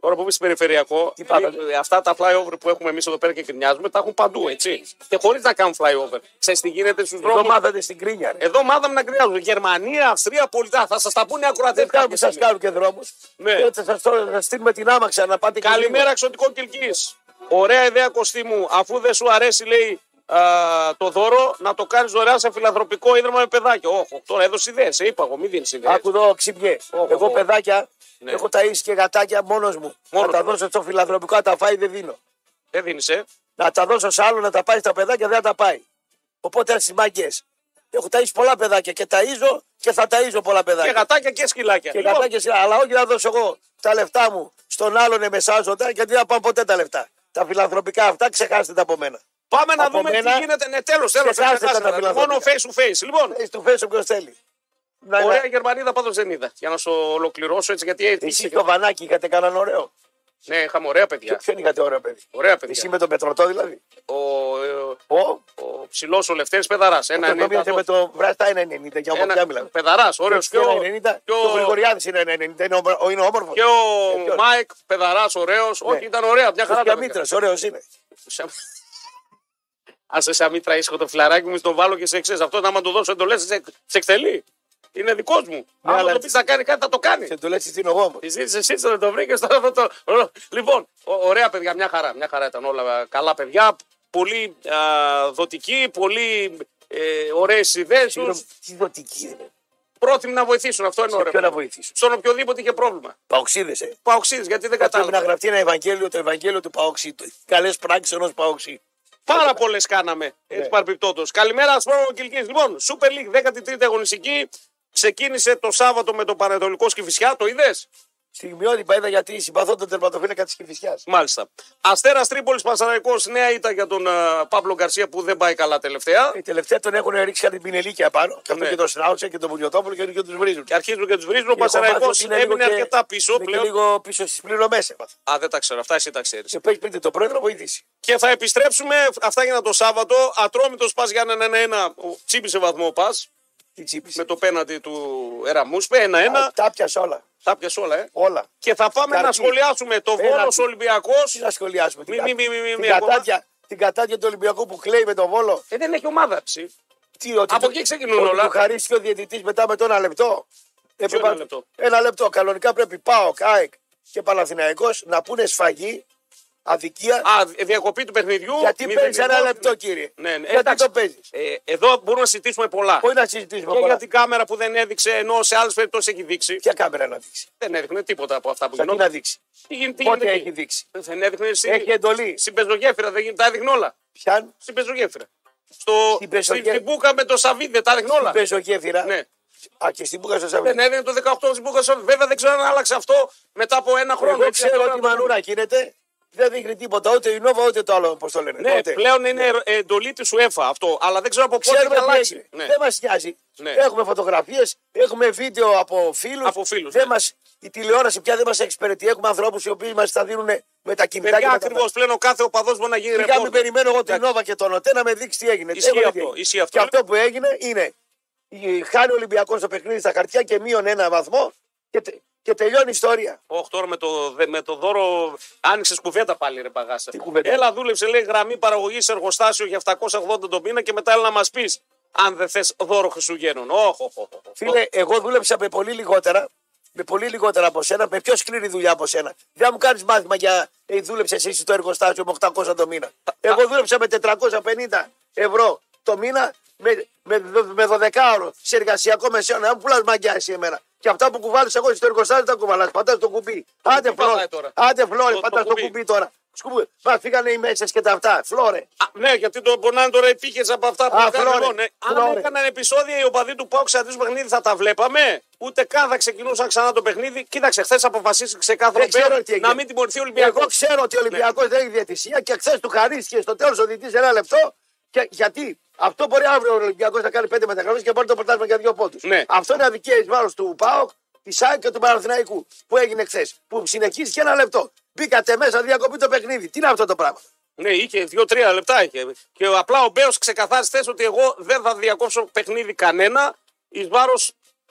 Speaker 1: Τώρα που είσαι περιφερειακό,
Speaker 2: Τι πάμε.
Speaker 1: ε, αυτά τα flyover που έχουμε εμείς εδώ πέρα και κρινιάζουμε τα έχουν παντού, έτσι. Και χωρίς να κάνουν flyover. Ξέρεις τι γίνεται στους
Speaker 2: Εδώ
Speaker 1: δρόμους.
Speaker 2: μάθατε στην κρίνια. ρε.
Speaker 1: Εδώ μάθαμε να κρινιάζουν. Γερμανία, Αυστρία, πολιτά. Θα σας τα πούνε ακροατέ.
Speaker 2: Δεν κάνουν Ε, που σα κάνουν και δρόμους.
Speaker 1: ε, Ναι.
Speaker 2: Έτσι θα σας στείλουμε την άμαξα να πάτε και
Speaker 1: Καλημέρα, εξωτικό κυλκής. Ωραία ιδέα, Κωστή μου. Αφού δεν σου αρέσει, λέει α, το δώρο, να το κάνει δωρεάν σε φιλανθρωπικό ίδρυμα με παιδάκια. Όχι, τώρα έδωσε ιδέες. Σε είπα εγώ, μην δίνει
Speaker 2: λίγο.
Speaker 1: ιδέες.
Speaker 2: Άκου εδώ, ξυπιέ.
Speaker 1: Ε. Ω,
Speaker 2: Εγώ
Speaker 1: ω, ω.
Speaker 2: παιδάκια
Speaker 1: Ναι.
Speaker 2: έχω ταΐσει και γατάκια μόνος μου.
Speaker 1: Μόνος
Speaker 2: Να τα
Speaker 1: σου.
Speaker 2: δώσω στο φιλανθρωπικό, να τα φάει δεν δίνω.
Speaker 1: Δεν δίνεις, ε.
Speaker 2: Να τα δώσω σε άλλο, να τα πάει στα παιδάκια δεν θα τα πάει. Οπότε στι μάγκες. Έχω ταΐσει πολλά παιδάκια και ταΐζω και θα ταΐζω πολλά
Speaker 1: Και
Speaker 2: παιδάκια.
Speaker 1: γατάκια και σκυλάκια.
Speaker 2: Και
Speaker 1: Λοιπόν,
Speaker 2: κατά και σειρά. Αλλά όχι να δώσω εγώ τα λεφτά μου στον άλλον εμεσάζοντα, γιατί δεν θα πάω ποτέ τα λεφτά. Τα φιλανθρωπικά αυτά ξεχάστε τα από μένα.
Speaker 1: Λοιπόν, Πάμε να
Speaker 2: από
Speaker 1: δούμε
Speaker 2: μένα-
Speaker 1: τι γίνεται. Ναι, τέλος, τέλος.
Speaker 2: Ξεχάστε τα
Speaker 1: Μόνο
Speaker 2: φιλανθρωπικά.
Speaker 1: face to face. Λοιπόν,
Speaker 2: Ε, Στο φέσο ποιο θέλει. Να, να-
Speaker 1: Ωραία Γερμανίδα πάντως δεν είδα. Για να σου ολοκληρώσω έτσι, γιατί
Speaker 2: Εσύ
Speaker 1: έτσι.
Speaker 2: το βανάκι είχατε κανέναν ωραίο.
Speaker 1: Ναι, είχαμε ωραία παιδιά.
Speaker 2: Ποιον είχατε ωραίο παιδί.
Speaker 1: Ωραία
Speaker 2: Εσύ
Speaker 1: παιδιά.
Speaker 2: με τον Πετρωτό δηλαδή.
Speaker 1: Ο,
Speaker 2: Ο, ο
Speaker 1: ψηλός ο Λευτέρης Πεδαράς. Ένα
Speaker 2: το νόμιζε με το Βράστα είναι 90 και από ποια μιλάμε.
Speaker 1: Πεδαράς, ωραίος.
Speaker 2: Και ο 90 και ο Γρηγοριάδης είναι 90, είναι, ομο- ο- είναι όμορφος.
Speaker 1: και ο
Speaker 2: Ε,
Speaker 1: Μάικ Πεδαράς, ωραίος. Όχι, ήταν ωραία. Μια χαρά.
Speaker 2: Ναι. ο
Speaker 1: τα
Speaker 2: Μήτρα, ωραίος είναι.
Speaker 1: παιδιά. Α σε σαμίτρα ήσυχο το φιλαράκι μου, τον βάλω και σε εξέ. Αυτό άμα του δώσω εντολέ, σε σε εκτελεί. Είναι δικός μου. Αν
Speaker 2: Ναι, αλλά-
Speaker 1: το πεις να κάνει κάτι, θα το κάνει.
Speaker 2: Και του λε τι είναι εγώ όμως.
Speaker 1: Τη ζήτησε εσύ, δεν το βρήκες. Τώρα θα το. Λοιπόν, ω- ωραία παιδιά, μια χαρά. Μια χαρά ήταν όλα καλά παιδιά. Πολύ α, δοτικοί, πολύ ε, ωραίες ιδέες τους.
Speaker 2: Τι δοτική είναι.
Speaker 1: Πρόθυμοι να βοηθήσουν. Αυτό είναι
Speaker 2: Σε ποιον να
Speaker 1: ωραίο.
Speaker 2: βοηθήσω.
Speaker 1: Στον οποιοδήποτε είχε πρόβλημα.
Speaker 2: Παοξίδες. Ε.
Speaker 1: Παοξίδη, γιατί δεν
Speaker 2: Πρέπει να
Speaker 1: κατάλαβα.
Speaker 2: γραφτεί ένα Ευαγγέλιο, το Ευαγγέλιο του Παοξί. Καλές πράξεις ενός Παοξί.
Speaker 1: Πάρα πολλές κάναμε.
Speaker 2: Ναι.
Speaker 1: Έτσι παρεμπιπτόντω. Καλημέρα, Ασπρόγο Κυλκή. Λοιπόν, Super League 13η αγωνιστική. Ξεκίνησε το Σάββατο με το Πανετολικό Σκυφισιά. Το είδες.
Speaker 2: Στιγμιότυπα είδα γιατί συμπαθώ τον τερματοφύλακα της Κυφυσιάς.
Speaker 1: Μάλιστα. Αστέρας Τρίπολης Πασαραϊκό. Νέα ήττα για τον ε, Παύλο Γκαρσία που δεν πάει καλά τελευταία.
Speaker 2: Οι τελευταία τον έχουν ρίξει κάτι πινελίκια πάνω. Και αυτό
Speaker 1: Ναι.
Speaker 2: και τον Σράουτσα και τον Μουλιοτόπουλο και, και τους βρίζουν.
Speaker 1: Και αρχίζουν και τους βρίζουν. Ο
Speaker 2: Και έχω μάθει
Speaker 1: Πασαραϊκό
Speaker 2: ότι είναι λίγο
Speaker 1: έμεινε
Speaker 2: και-
Speaker 1: αρκετά πίσω
Speaker 2: είναι και
Speaker 1: πλέον.
Speaker 2: λίγο πίσω στις πληρωμές έπαθα.
Speaker 1: Α, δεν τα ξέρω. Αυτά εσύ τα ξέρεις.
Speaker 2: Σε πέει πείτε το πρόεδρο, βοηθήσει.
Speaker 1: Και θα επιστρέψουμε. Αυτά γίνανε το Σάββατο. Ατρόμητος Πας Γιάννενα 1-1. Ο- Τσίπησε βαθμό ο Πας
Speaker 2: Τι τσίπησε.
Speaker 1: με το πέναντι του Εραμούσπε. 1-1.
Speaker 2: Τα πιάσα όλα.
Speaker 1: Τα πιασε όλα, ε.
Speaker 2: Όλα.
Speaker 1: Και θα πάμε
Speaker 2: Καρπί.
Speaker 1: να σχολιάσουμε το
Speaker 2: Πέναντι.
Speaker 1: Βόλο Ολυμπιακός.
Speaker 2: Τι να σχολιάσουμε.
Speaker 1: Μη-
Speaker 2: την
Speaker 1: μη-
Speaker 2: κα-
Speaker 1: μη- μη- μη-
Speaker 2: την
Speaker 1: μη ακόμα.
Speaker 2: κατάτια- Την κατάτια του Ολυμπιακού που κλαίει με τον Βόλο.
Speaker 1: Ε, δεν έχει ομάδα. ψη.
Speaker 2: Τι, ότι
Speaker 1: Από
Speaker 2: του-
Speaker 1: εκεί ξεκινούν
Speaker 2: ότι
Speaker 1: όλα.
Speaker 2: Του χαρίσεις και ο διαιτητής μετά με το ένα λεπτό. Έπρεπε-
Speaker 1: ένα λεπτό?
Speaker 2: Ένα λεπτό. Κανονικά πρέπει πάω, ΚΑΕΚ και Παναθηναϊκός να πούνε σφαγή, αδικία.
Speaker 1: Α, διακοπή του παιχνιδιού.
Speaker 2: γιατί
Speaker 1: μηδενικό.
Speaker 2: παίζει ένα λεπτό, κύριε.
Speaker 1: Ναι, ναι,
Speaker 2: γιατί
Speaker 1: εντάξει.
Speaker 2: το παίζεις.
Speaker 1: Ε, εδώ μπορούμε να συζητήσουμε πολλά.
Speaker 2: Όχι να συζητήσουμε
Speaker 1: Και
Speaker 2: πολλά.
Speaker 1: για την κάμερα που δεν έδειξε, ενώ σε άλλες περιπτώσεις έχει δείξει.
Speaker 2: Ποια κάμερα να δείξει.
Speaker 1: Δεν έδειχνε τίποτα από αυτά που
Speaker 2: Θα τι
Speaker 1: γινόταν.
Speaker 2: να δείξει.
Speaker 1: Τι γίνεται, τι
Speaker 2: Πότε
Speaker 1: γίνεται
Speaker 2: έχει
Speaker 1: εκεί.
Speaker 2: δείξει.
Speaker 1: Δεν έδειχνε στη-
Speaker 2: Έχει εντολή.
Speaker 1: στην πεζογέφυρα, δεν γίνεται, τα έδειχνε όλα.
Speaker 2: Πιάν
Speaker 1: Στην πεζογέφυρα. Στο,
Speaker 2: Στην πεζογέφυρα.
Speaker 1: στην Μπούκα με το Σαββίδι, δεν τα έδειχνε όλα.
Speaker 2: παίζω γέφυρα.
Speaker 1: Ναι.
Speaker 2: Α, και στην Πούκα στο Σαββίδι.
Speaker 1: Δεν έδινε το 18 στην Μπούκα. στο- Βέβαια δεν ξέρω αν άλλαξε αυτό μετά από ένα χρόνο.
Speaker 2: Εγώ
Speaker 1: Έτσι,
Speaker 2: ξέρω
Speaker 1: αυτό
Speaker 2: ότι η
Speaker 1: να το-
Speaker 2: μανούρα γίνεται. Δεν δείχνει τίποτα. Ούτε η Νόβα ούτε το άλλο, πώ το λένε.
Speaker 1: Ναι,
Speaker 2: Ούτε.
Speaker 1: πλέον είναι ερω- εντολή της UEFA αυτό. Αλλά δεν ξέρω από πότε
Speaker 2: Ξέρουμε
Speaker 1: θα
Speaker 2: τι
Speaker 1: αλλάξει.
Speaker 2: έγινε.
Speaker 1: Ναι.
Speaker 2: Δεν μας νοιάζει.
Speaker 1: Ναι.
Speaker 2: Έχουμε φωτογραφίες, έχουμε βίντεο από φίλους.
Speaker 1: Από φίλους,
Speaker 2: Δεν
Speaker 1: ναι.
Speaker 2: μας, η τηλεόραση πια δεν μας εξυπηρετεί. Έχουμε ανθρώπους οι οποίοι μας τα δίνουν με τα κινητά
Speaker 1: Παιδιά,
Speaker 2: και με τα
Speaker 1: ακριβώς πλέον ο κάθε οπαδός μπορεί να γίνει
Speaker 2: Σιγά μην
Speaker 1: ρεπόρτερ.
Speaker 2: περιμένω εγώ την Νόβα και τον Οτέ να με δείξει τι έγινε.
Speaker 1: Ισχύει
Speaker 2: Εγώ δεν
Speaker 1: αυτό,
Speaker 2: έγινε.
Speaker 1: ισχύει αυτό. ναι.
Speaker 2: Και αυτό που έγινε είναι η- χάνει ο Ολυμπιακός το παιχνίδι στα χαρτιά και μείον ένα βαθμό και, τε- και τελειώνει η ιστορία.
Speaker 1: Όχι, τώρα με το, δε- με το δώρο άνοιξες κουβέντα πάλι, ρε Παγάσα.
Speaker 2: Τι κουβέντα?
Speaker 1: Έλα, δούλεψε, λέει γραμμή παραγωγής εργοστάσιο για 780 τον μήνα και μετά έλα να μας πεις αν δεν θες δώρο Χριστουγέννων. Όχι, όχι, όχι.
Speaker 2: Φίλε, εγώ δούλεψα με πολύ λιγότερα. Με πολύ λιγότερα από σένα, με πιο σκληρή δουλειά από σένα. Δεν μου κάνεις μάθημα για ε, δούλεψε εσύ στο εργοστάσιο με 800 το μήνα. Εγώ δούλεψα με 450 ευρώ το μήνα με, με, δο- με 12 ώρο σε εργασιακό μεσαίωνα. Δεν μου πουλάς μαγιά εσύ εμένα. Και αυτά που κουβάλλει εγώ στο εργοστάσιο τα κουβαλάς. Πατάς το κουμπί. Άντε
Speaker 1: κουμπί
Speaker 2: φλόρε.
Speaker 1: πατάει τώρα.
Speaker 2: Άντε φλόρε,
Speaker 1: Το- το
Speaker 2: πατάς το
Speaker 1: κουμπί.
Speaker 2: κουμπί τώρα. Σκουμπί. Μα φύγανε οι μέσα και τα αυτά. Φλόρε.
Speaker 1: Α, ναι, γιατί το πονάνε τώρα οι πύχες από αυτά που
Speaker 2: Α,
Speaker 1: έκαναν.
Speaker 2: φλόρε,
Speaker 1: Λοιπόν, ε, αν
Speaker 2: φλόρε.
Speaker 1: έκαναν επεισόδια οι οπαδοί του Πάουξ αντί παιχνίδι θα τα βλέπαμε. Ούτε καν θα ξεκινούσαν ξανά το παιχνίδι. Κοίταξε, χθες αποφασίσει ξεκάθαρα
Speaker 2: Δεν ξέρω τι έγινε.
Speaker 1: να μην τιμωρηθεί ο Ολυμπιακός.
Speaker 2: Εγώ ξέρω ότι ο Ολυμπιακός δεν έχει διαιτησία και χθες του χαρίστηκε στο τέλος ο διαιτητής ένα λεπτό. Και, γιατί αυτό μπορεί αύριο ο Ολυμπιακός να κάνει πέντε μεταγραφές και πάρει το πρωτάθλημα για δύο πόντους.
Speaker 1: Ναι.
Speaker 2: Αυτό είναι αδικία ει βάρος του ΠΑΟΚ, της ΣΑΕΚ και του Παναθηναϊκού που έγινε χθες. Που συνεχίστηκε ένα λεπτό. Μπήκατε μέσα, διακοπή το παιχνίδι. Τι είναι αυτό το πράγμα.
Speaker 1: Ναι, είχε δύο-τρία λεπτά. Είχε. Και απλά ο Μπέος ξεκαθάρισε χθες ότι εγώ δεν θα διακόψω παιχνίδι κανένα εις βάρος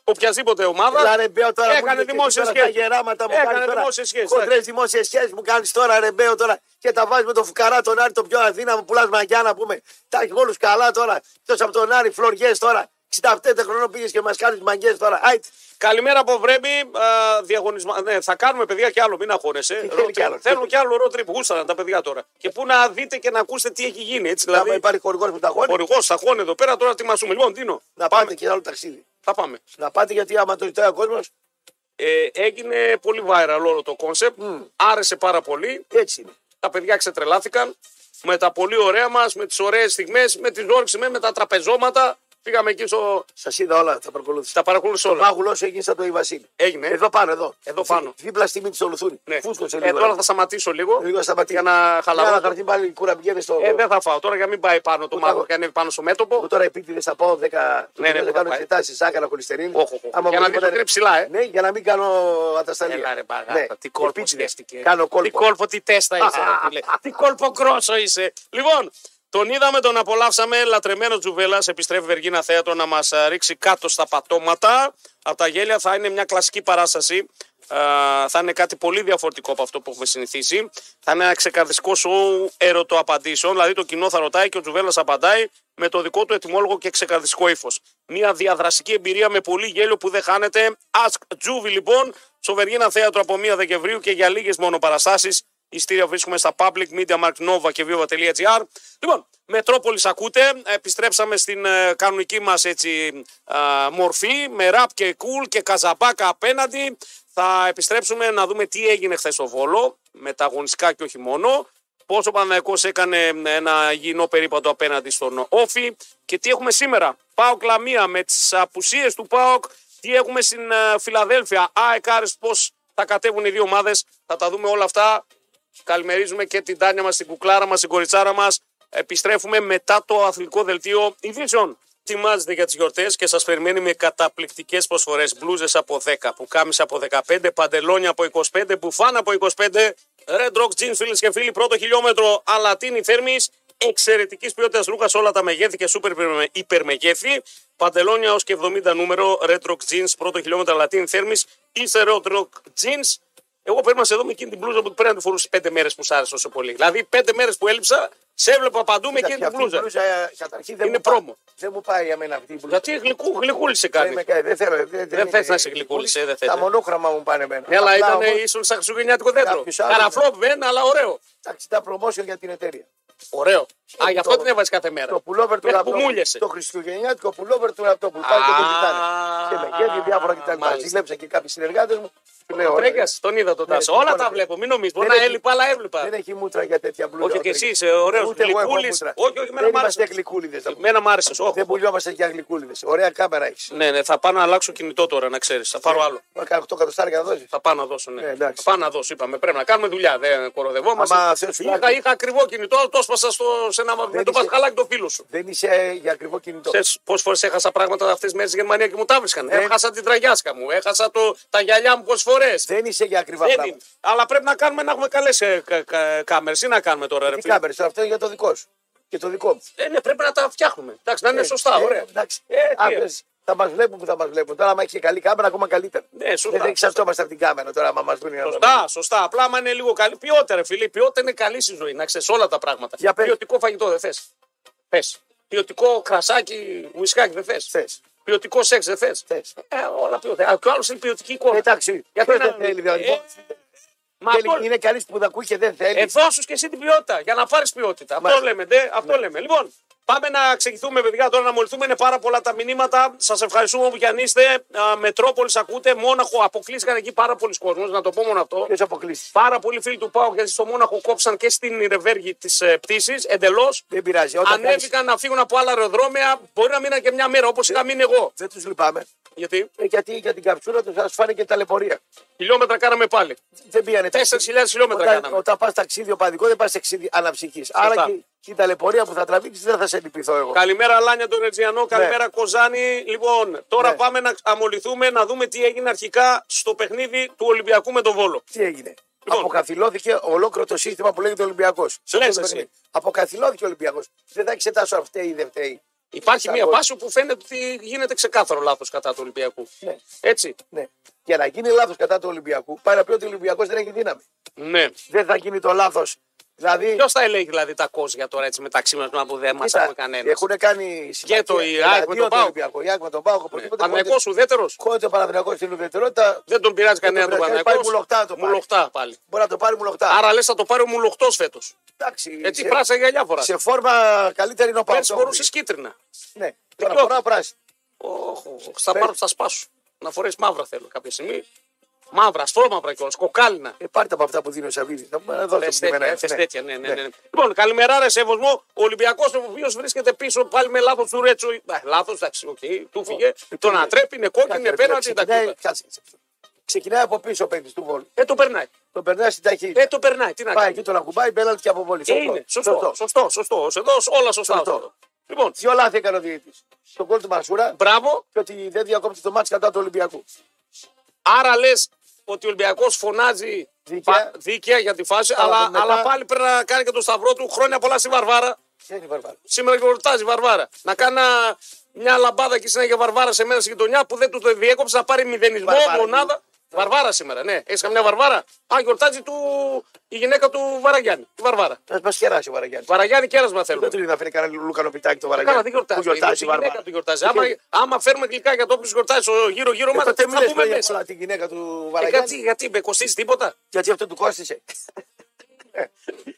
Speaker 1: οποιασδήποτε ομάδα.
Speaker 2: Έλα, ρε, Μπέο, τώρα
Speaker 1: Έκανε
Speaker 2: μου
Speaker 1: δημόσιες
Speaker 2: σχέσει.
Speaker 1: σχέσεις.
Speaker 2: γεράματα μου
Speaker 1: Έκανε
Speaker 2: κάνεις τώρα.
Speaker 1: δημόσιες σχέσεις, ναι.
Speaker 2: Χοντρές δημόσιες σχέσεις μου κάνεις τώρα, ρε Μπέο, τώρα. Και τα βάζεις με τον Φουκαρά, τον Άρη, τον πιο αδύναμο, πουλάς μαγιά να πούμε. Τα έχεις όλους καλά τώρα. Εκτός από τον Άρη, φλωριές τώρα. 65 χρονών πήγες και μας κάνεις μαγκές τώρα. Άιτ,
Speaker 1: Καλημέρα από Βρέμπη. Α, διαγωνισμα... ναι, θα κάνουμε παιδιά κι άλλο, μην αγχώνεσαι.
Speaker 2: θέλει
Speaker 1: Road
Speaker 2: κι
Speaker 1: trip.
Speaker 2: άλλο.
Speaker 1: Θέλουν κι άλλο road trip. Γούσταραν τα παιδιά τώρα. Και πού να δείτε και να ακούσετε τι έχει γίνει. Έτσι,
Speaker 2: άμα
Speaker 1: δηλαδή,
Speaker 2: υπάρχει χορηγός που τα χώνει,
Speaker 1: χορηγό, σαχών εδώ πέρα τώρα τι μα Λοιπόν, Τίνο,
Speaker 2: να πάτε και άλλο ταξίδι.
Speaker 1: θα πάμε.
Speaker 2: Να πάτε γιατί άμα το ζητάει ο κόσμος,
Speaker 1: Ε, έγινε πολύ viral όλο το κόνσεπτ. Άρεσε πάρα πολύ.
Speaker 2: έτσι είναι.
Speaker 1: Τα παιδιά ξετρελάθηκαν με τα πολύ ωραία μας, με τις ωραίες στιγμές, με τη ζόρξη, με, με τα τραπεζώματα. Πήγαμε εκεί στο.
Speaker 2: Σας είδα όλα, τα παρακολούθησα.
Speaker 1: Τα παρακολούθησα όλα.
Speaker 2: Πάγουλό σου έγινε σαν το Ιβασίλη.
Speaker 1: Έγινε.
Speaker 2: Εδώ πάνω, εδώ.
Speaker 1: Εδώ πάνω.
Speaker 2: Δίπλα στη μύτη στο λουθούνι.
Speaker 1: Ναι.
Speaker 2: Φούσκωσε λίγο.
Speaker 1: Ε, τώρα
Speaker 2: ρε.
Speaker 1: θα σταματήσω Ε, λίγο.
Speaker 2: Λίγο σταματήσει.
Speaker 1: Για να χαλαρώσω.
Speaker 2: Για να έρθει πάλι η κούρα πηγαίνει στο.
Speaker 1: Ε, δεν θα φάω τώρα για μην πάει πάνω το
Speaker 2: Ούτε
Speaker 1: μάγο
Speaker 2: εγώ.
Speaker 1: και ανέβει πάνω στο μέτωπο.
Speaker 2: Εγώ τώρα επίτηδες θα πάω 10
Speaker 1: Ναι, ναι,
Speaker 2: θα
Speaker 1: θα
Speaker 2: κάνω
Speaker 1: πάει.
Speaker 2: εξετάσεις άκανα χολυστερίνη.
Speaker 1: Όχο, όχο. Για να δεις ότι είναι ψηλά, ε.
Speaker 2: Ναι, για να μην κάνω ατασταλία.
Speaker 1: Έλα ρε μπαγάτα, τι κόλπο
Speaker 2: επίτηδες.
Speaker 1: σκέφτηκες.
Speaker 2: Κάνω κόλπο.
Speaker 1: Τι Ναι. κόλπο, τι τέστα είσαι. ρε, φίλε. τι κόλπο κρόσο είσαι. Λοιπόν, τον είδαμε, τον απολαύσαμε. Λατρεμένο Τζουβέλλα επιστρέφει Βεργίνα Θέατρο να μας ρίξει κάτω στα πατώματα. Από τα γέλια θα είναι μια κλασική παράσταση. Α, θα είναι κάτι πολύ διαφορετικό από αυτό που έχουμε συνηθίσει. Θα είναι ένα ξεκαρδιστικό σοου ερωτοαπαντήσεων. Δηλαδή το κοινό θα ρωτάει και ο Τζουβέλλα απαντάει με το δικό του ετοιμόλογο και ξεκαρδιστικό ύφος. Μια διαδραστική εμπειρία με πολύ γέλιο που δεν χάνεται. Ask Τζούβι λοιπόν στο Βεργίνα Θέατρο από 1 Δεκεμβρίου και για λίγες μόνο παραστάσεις. Ιστήρια βρίσκουμε στα public, media, mark, nova και viva.gr. Λοιπόν, Μετρόπολης ακούτε. Επιστρέψαμε στην ε, κανονική μας έτσι ε, μορφή με ραπ και cool και καζαμπάκα απέναντι. Θα επιστρέψουμε να δούμε τι έγινε χθες στο Βόλο, με τα αγωνιστικά και όχι μόνο. Πώς ο Παναθυναϊκό έκανε ένα υγιεινό περίπατο απέναντι στον Όφη. Και τι έχουμε σήμερα. Πάοκ Λαμία με τις απουσίες του Πάοκ. Τι έχουμε στην ε, Φιλαδέλφια. ΑΕΚ Άρης πώ θα κατέβουν οι δύο ομάδες. Θα τα δούμε όλα αυτά. Καλημερίζουμε και την Τάνια μας, την κουκλάρα μας, την κοριτσάρα μας. Επιστρέφουμε μετά το αθλητικό δελτίο ειδήσεων. Ετοιμάζεται για τις γιορτές και σας περιμένει με καταπληκτικές προσφορές. Μπλούζες από 10, πουκάμισα από 15, παντελόνια από 25, μπουφάν από 25. Red Rock Jeans, φίλες και φίλοι, πρώτο χιλιόμετρο Αλατίνη Θέρμης. Εξαιρετικής ποιότητας ρούχας σε όλα τα μεγέθη και σούπερ υπερμεγέθη. Παντελόνια ως και 70 νούμερο Red Rock Jeans, πρώτο χιλιόμετρο Αλατίνη Θέρμης. Είστε Red Rock Jeans. Εγώ πέρασε εδώ με εκείνη την μπλούζα που πέραν τη φορούσε πέντε μέρες που σ' άρεσε τόσο πολύ. Δηλαδή πέντε μέρες που έλειψα, σε έβλεπα παντού με εκείνη την μπλούζα.
Speaker 2: ε, καταρχήν δεν
Speaker 1: Είναι
Speaker 2: μου πάει-
Speaker 1: πρόμο.
Speaker 2: Δεν μου πάει για μένα αυτή η μπλούζα.
Speaker 1: Γιατί γλυκού, γλυκούλη σε κάνει.
Speaker 2: Δεν με- Δεν θέλω. δεν- Δεν,
Speaker 1: Δεν θες
Speaker 2: είναι-
Speaker 1: να σε γλυκούλησε, δεν
Speaker 2: Τα
Speaker 1: θες.
Speaker 2: μονόχρωμα μου πάνε εμένα.
Speaker 1: Ναι, αλλά
Speaker 2: Απλά
Speaker 1: ήταν
Speaker 2: όμως,
Speaker 1: ίσον σαν χριστουγεννιάτικο δέντρο.
Speaker 2: Κάποιος άλλος,
Speaker 1: Καραφλόπεν, αλλά ωραίο.
Speaker 2: Εντάξει, τα promotion για την εταιρεία.
Speaker 1: Ωραίο. Α, γι' αυτό
Speaker 2: το-
Speaker 1: την έβαζες κάθε μέρα.
Speaker 2: Το πουλόβερ του
Speaker 1: Μέχρι που
Speaker 2: Ραπτόπουλου.
Speaker 1: μούλιασε.
Speaker 2: Το χριστουγεννιάτικο πουλόβερ του Ραπτόπουλου. Πάει και το ζητάνε.
Speaker 1: Α,
Speaker 2: Και μεγέθη διάφορα κτλ.
Speaker 1: μάλιστα.
Speaker 2: Ζήλεψα και κάποιοι συνεργάτες μου. του λέω, ωραία,
Speaker 1: Τρέγκα, τον είδα τον
Speaker 2: Ναι,
Speaker 1: Τάσο.
Speaker 2: τι
Speaker 1: Όλα
Speaker 2: μπορεί
Speaker 1: τα
Speaker 2: να
Speaker 1: βλέπω, μην νομίζεις. Μπορεί
Speaker 2: Δεν
Speaker 1: να
Speaker 2: έχει-
Speaker 1: έλειπα, αλλά έβλεπα.
Speaker 2: Δεν έχει μούτρα για τέτοια μπλούζα.
Speaker 1: Όχι,
Speaker 2: ο
Speaker 1: και εσύ
Speaker 2: Τρέγκας.
Speaker 1: είσαι ωραίος,
Speaker 2: Ούτε εγώ έχω
Speaker 1: γλυκούλης.
Speaker 2: μούτρα.
Speaker 1: Όχι, όχι, εμένα
Speaker 2: Δεν
Speaker 1: μ' άρεσε.
Speaker 2: είμαστε γλυκούλιδες.
Speaker 1: Μένα μ' άρεσες.
Speaker 2: Δεν πουλιόμαστε για γλυκούλιδες. Ωραία κάμερα έχεις.
Speaker 1: Ναι, ναι, θα πάω να αλλάξω κινητό τώρα, να ξέρεις.
Speaker 2: Ναι.
Speaker 1: Θα πάρω άλλο.
Speaker 2: 8 κατοστάρια να δώσεις.
Speaker 1: Θα πάω να δώσω, ναι.
Speaker 2: Ε,
Speaker 1: θα
Speaker 2: εντάξει.
Speaker 1: πάω να δώσω, είπαμε. Πρέπει να κάνουμε δουλειά. Δεν κοροδευόμαστε.
Speaker 2: Άμα θες
Speaker 1: είχα,
Speaker 2: φυλάκι.
Speaker 1: είχα ακριβό κινητό, το έσπασα στο, σε ένα, με τον
Speaker 2: είσαι-
Speaker 1: Πασχαλάκη το φίλο σου.
Speaker 2: Δεν είσαι για ακριβό κινητό.
Speaker 1: Ξέρεις πόσες φορές έχασα πράγματα αυτές τι μέρε στη Γερμανία και μου τα βρίσκαν.
Speaker 2: Ε.
Speaker 1: Έχασα την τραγιάσκα μου, έχασα το, τα γυαλιά μου πόσες φορές.
Speaker 2: Δεν είσαι για ακριβά
Speaker 1: Δεν είναι.
Speaker 2: πράγματα.
Speaker 1: Αλλά πρέπει να κάνουμε να έχουμε ε, καλέ κάμερες. Τι να κάνουμε τώρα, ρε
Speaker 2: Τι
Speaker 1: φίλε.
Speaker 2: κάμερες, αυτό είναι για το δικό σου. Και το δικό μου.
Speaker 1: Ε, ναι, πρέπει να τα φτιάχνουμε. Εντάξει, να είναι Ναι, σωστά,
Speaker 2: Ε,
Speaker 1: ωραία.
Speaker 2: εντάξει.
Speaker 1: Ε, τι
Speaker 2: Άπες,
Speaker 1: έτσι.
Speaker 2: θα μας βλέπουν που θα μας βλέπουν. Τώρα, άμα έχει και καλή κάμερα, ακόμα καλύτερα.
Speaker 1: Ναι, σωστά.
Speaker 2: Δεν εξαρτώμαστε από την κάμερα τώρα, άμα μας δουν. οι άνθρωποι.
Speaker 1: Σωστά, σωστά. Απλά άμα είναι λίγο καλή. Ποιότητα, ρε φίλε. Η Ποιότητα είναι καλή στη ζωή. Να ξέρεις όλα τα πράγματα.
Speaker 2: Για πες.
Speaker 1: Ποιοτικό φαγητό δεν θες. Θε. Ποιοτικό κρασάκι, ουισκάκι δεν θες.
Speaker 2: Θες,
Speaker 1: Ποιοτικό σεξ δεν θες.
Speaker 2: θες. Ε,
Speaker 1: Ε, όλα ποιότητα. Α, Και ο άλλος είναι ποιοτική εικόνα.
Speaker 2: Εντάξει,
Speaker 1: Γιατί
Speaker 2: ποιος
Speaker 1: να-
Speaker 2: δεν θέλει, δηλαδή,
Speaker 1: Ε, Μα
Speaker 2: θέλει-
Speaker 1: αυτό-
Speaker 2: Ε, είναι κανείς που δεν ακούει και δεν θέλει.
Speaker 1: Ε, δώσου και εσύ την ποιότητα για να πάρεις ποιότητα. Αυτό
Speaker 2: Μάλιστα.
Speaker 1: λέμε, ναι, αυτό λέμε. Λοιπόν, πάμε να ξεχυθούμε, παιδιά, τώρα να μολυθούμε. Είναι πάρα πολλά τα μηνύματα. Σας ευχαριστούμε όπου κι αν είστε. Α, Μετρόπολης ακούτε, Μόναχο. Αποκλείστηκαν εκεί πάρα πολλοί κόσμοι, να το πω μόνο αυτό.
Speaker 2: Ποιος αποκλείσει.
Speaker 1: Πάρα πολλοί φίλοι του ΠΑΟΚ γιατί στο Μόναχο κόψαν και στην Ρεβέργη τις πτήσεις εντελώς.
Speaker 2: Δεν πειράζει. Όταν κάνεις-
Speaker 1: Ανέβηκαν να φύγουν από άλλα αεροδρόμια. Μπορεί να μείναν και μια μέρα όπως είχα μείνει εγώ.
Speaker 2: Δεν τους λυπάμαι.
Speaker 1: Γιατί
Speaker 2: Ε, Γιατί για την καψούρα τους σα φάνηκε τα λεπορία.
Speaker 1: χιλιόμετρα κάναμε πάλι.
Speaker 2: Δεν πήγανε
Speaker 1: 4.000 χιλιόμετρα
Speaker 2: Όταν,
Speaker 1: κάναμε.
Speaker 2: όταν πας ταξίδι οπαδικό, δεν πας ταξίδι αναψυχής. Άρα και, και η ταλαιπωρία που θα τραβήξεις δεν θα σε λυπηθώ εγώ.
Speaker 1: Καλημέρα, Λάνια τον Ερτζιανό. Καλημέρα, Κοζάνη. Λοιπόν, τώρα
Speaker 2: Ναι.
Speaker 1: πάμε να αμολυθούμε να δούμε τι έγινε αρχικά στο παιχνίδι του Ολυμπιακού με τον Βόλο.
Speaker 2: Τι έγινε.
Speaker 1: Λοιπόν.
Speaker 2: Αποκαθιλώθηκε ολόκληρο το σύστημα που λέγεται Ολυμπιακός.
Speaker 1: λες εσύ.
Speaker 2: Αποκαθιλώθηκε ο Ολυμπιακός. Δεν θα εξετάσω αυτή ή δεν φταίει.
Speaker 1: Υπάρχει
Speaker 2: Στα
Speaker 1: μία
Speaker 2: γκολ.
Speaker 1: πάση που φαίνεται ότι γίνεται ξεκάθαρο λάθος κατά του Ολυμπιακού.
Speaker 2: Ναι.
Speaker 1: Έτσι.
Speaker 2: ναι. Για να γίνει λάθος κατά του Ολυμπιακού, πάει να πει ότι ο Ολυμπιακός δεν έχει δύναμη.
Speaker 1: Ναι.
Speaker 2: Δεν θα γίνει το λάθος. Δηλαδή,
Speaker 1: Ποιος θα ελέγχει δηλαδή τα κόζια τώρα έτσι μεταξύ μας που δεν μας ακούει κανένας.
Speaker 2: έχουν κάνει
Speaker 1: το- η ΑΕΚ με τον Πάοκ. Ναι,
Speaker 2: Ολυμπιακό. Η ΑΕΚ με τον Πάοκ. οπωσδήποτε.
Speaker 1: Παναγικό ουδέτερο.
Speaker 2: Κόντε ο Παναδριακό στην ουδετερότητα.
Speaker 1: Δεν τον πειράζει κανένα
Speaker 2: τον
Speaker 1: τον
Speaker 2: πειράζει,
Speaker 1: Παναγικό.
Speaker 2: πάει μουλοχτά το πάρει.
Speaker 1: πάλι.
Speaker 2: Μπορεί να το πάρει μου λοχτά.
Speaker 1: Άρα λες θα το πάρει ο Μουλοχτός φέτος.
Speaker 2: Εντάξει,
Speaker 1: Έτσι,
Speaker 2: σε-
Speaker 1: πράσινα γυαλιά φορά.
Speaker 2: Ε, Σε ε. φόρμα καλύτερη είναι ο Πάοκ.
Speaker 1: Πέρσι Ε, φορούσε κίτρινα.
Speaker 2: Ναι,
Speaker 1: Δικαιώθηκε.
Speaker 2: τώρα φορά πράσινη.
Speaker 1: Όχι,
Speaker 2: Ε.
Speaker 1: θα πάρω, θα σπάσω. Να φορέσεις μαύρα θέλω κάποια στιγμή. Μαύρα, ασφρόμαυρα κιόλα, κοκάλινα.
Speaker 2: Ε, πάρτε από αυτά που δίνει ο Σαββίδης. Θα μου να δώσετε
Speaker 1: Θες
Speaker 2: που εμένα,
Speaker 1: τέτοια,
Speaker 2: ναι.
Speaker 1: θες τέτοια, ναι, ναι, ναι.
Speaker 2: Ναι.
Speaker 1: ναι. Λοιπόν, καλημέρα, ρε σεβασμό. Ο Ολυμπιακός, ο οποίος βρίσκεται πίσω πάλι με λάθος του Ρέτσου. Λάθος, εντάξει, οκ, του φύγε. Τον ατρέπει, είναι κόκκινη, είναι
Speaker 2: Κάτσε, ρε,
Speaker 1: πέναντι.
Speaker 2: ξεκινάει-
Speaker 1: εντάξει.
Speaker 2: κάτσε, κάτσε. Ξεκινάει από πίσω ο παίκτη του βόλου.
Speaker 1: Ε, το περνάει.
Speaker 2: Τον περνάει στην ταχύτητα.
Speaker 1: Ε, το περνάει. Τι να
Speaker 2: Πάει
Speaker 1: κάνει.
Speaker 2: εκεί, τον ακουμπάει, μπέλαλτ και από βόλη.
Speaker 1: Ε, Είναι. Σωστό, σωστό, σωστό. Εδώ όλα σωστά.
Speaker 2: Σωστό.
Speaker 1: εδώ. Λοιπόν,
Speaker 2: Δύο λάθη έκανε ο διαιτητής. Στον κόλ του Μασούρα
Speaker 1: μπράβο.
Speaker 2: και ότι δεν διακόπτει το μάτι κατά του Ολυμπιακού.
Speaker 1: Άρα λες ότι ο Ολυμπιακός φωνάζει
Speaker 2: Δίκαια.
Speaker 1: πα- δίκαια για τη φάση,
Speaker 2: Αλλά
Speaker 1: αλλά,
Speaker 2: μετά-
Speaker 1: αλλά πάλι πρέπει να κάνει και τον σταυρό του χρόνια πολλά στη Βαρβάρα.
Speaker 2: Δεν Ε, είναι βαρβάρο.
Speaker 1: Σήμερα και γιορτάζει η Βαρβάρα. Να κάνει ένα- μια λαμπάδα και συνέχεια Βαρβάρα σε μένα στη γειτονιά που δεν τους το διέκοψε να πάρει μηδενισμό,
Speaker 2: Βαρβάρα,
Speaker 1: μονάδα. Βαρβάρα σήμερα, ναι. Έχεις καμιά Βαρβάρα. Α, γιορτάζει του... η γυναίκα του Βαραγιάννη. Τη Βαρβάρα.
Speaker 2: Θα μας κεράσει ο Βαραγιάννης.
Speaker 1: Βαραγιάννη κέρασμα θέλουμε.
Speaker 2: Δεν του είδα να φέρει κανένα λούκανο πιτάκι το Βαραγιάννη.
Speaker 1: Ε, Καλά, δεν γιορτάζει.
Speaker 2: Που γιορτάζει
Speaker 1: η
Speaker 2: η
Speaker 1: γυναίκα
Speaker 2: Βαρβάρα.
Speaker 1: του γιορτάζει. Άμα, άμα φέρουμε γλυκά για το όποιο γιορτάζει στο γύρο-γύρω μα,
Speaker 2: Ε, τότε μην
Speaker 1: θα
Speaker 2: λες
Speaker 1: πούμε
Speaker 2: λόγια
Speaker 1: μέσα.
Speaker 2: πολλά τη γυναίκα του
Speaker 1: Ε,
Speaker 2: Βαραγιάννη.
Speaker 1: γιατί, γιατί, με κοστίζει τίποτα.
Speaker 2: Γιατί αυτό του κόστησε.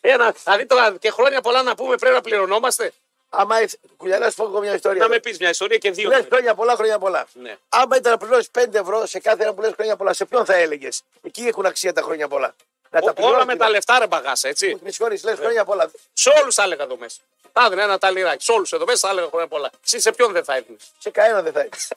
Speaker 1: Ένα, δηλαδή τώρα και χρόνια πολλά να πούμε πρέπει να πληρωνόμαστε.
Speaker 2: Άμα έτσι. Κουλιανά, σου πω εγώ μια ιστορία.
Speaker 1: Να με πεις μια ιστορία και δύο.
Speaker 2: Λες χρόνια πολλά, χρόνια πολλά.
Speaker 1: Ναι.
Speaker 2: Άμα ήταν να πληρώσεις 5 ευρώ σε κάθε ένα που λες χρόνια πολλά, σε ποιον θα έλεγες. Εκεί έχουν αξία τα χρόνια πολλά. Να τα
Speaker 1: Ό-
Speaker 2: πληρώνω,
Speaker 1: Όλα με
Speaker 2: κοίτα.
Speaker 1: τα Ναι. λεφτά ρε μπαγάσα, έτσι.
Speaker 2: Με συγχωρεί, λε χρόνια πολλά.
Speaker 1: Σε όλους θα έλεγα εδώ μέσα. Θα έδινε ένα ταλιράκι. Σε όλους εδώ μέσα θα έλεγα χρόνια πολλά. Εσύ σε ποιον δεν θα έδινες.
Speaker 2: Σε κανένα δεν θα έχει.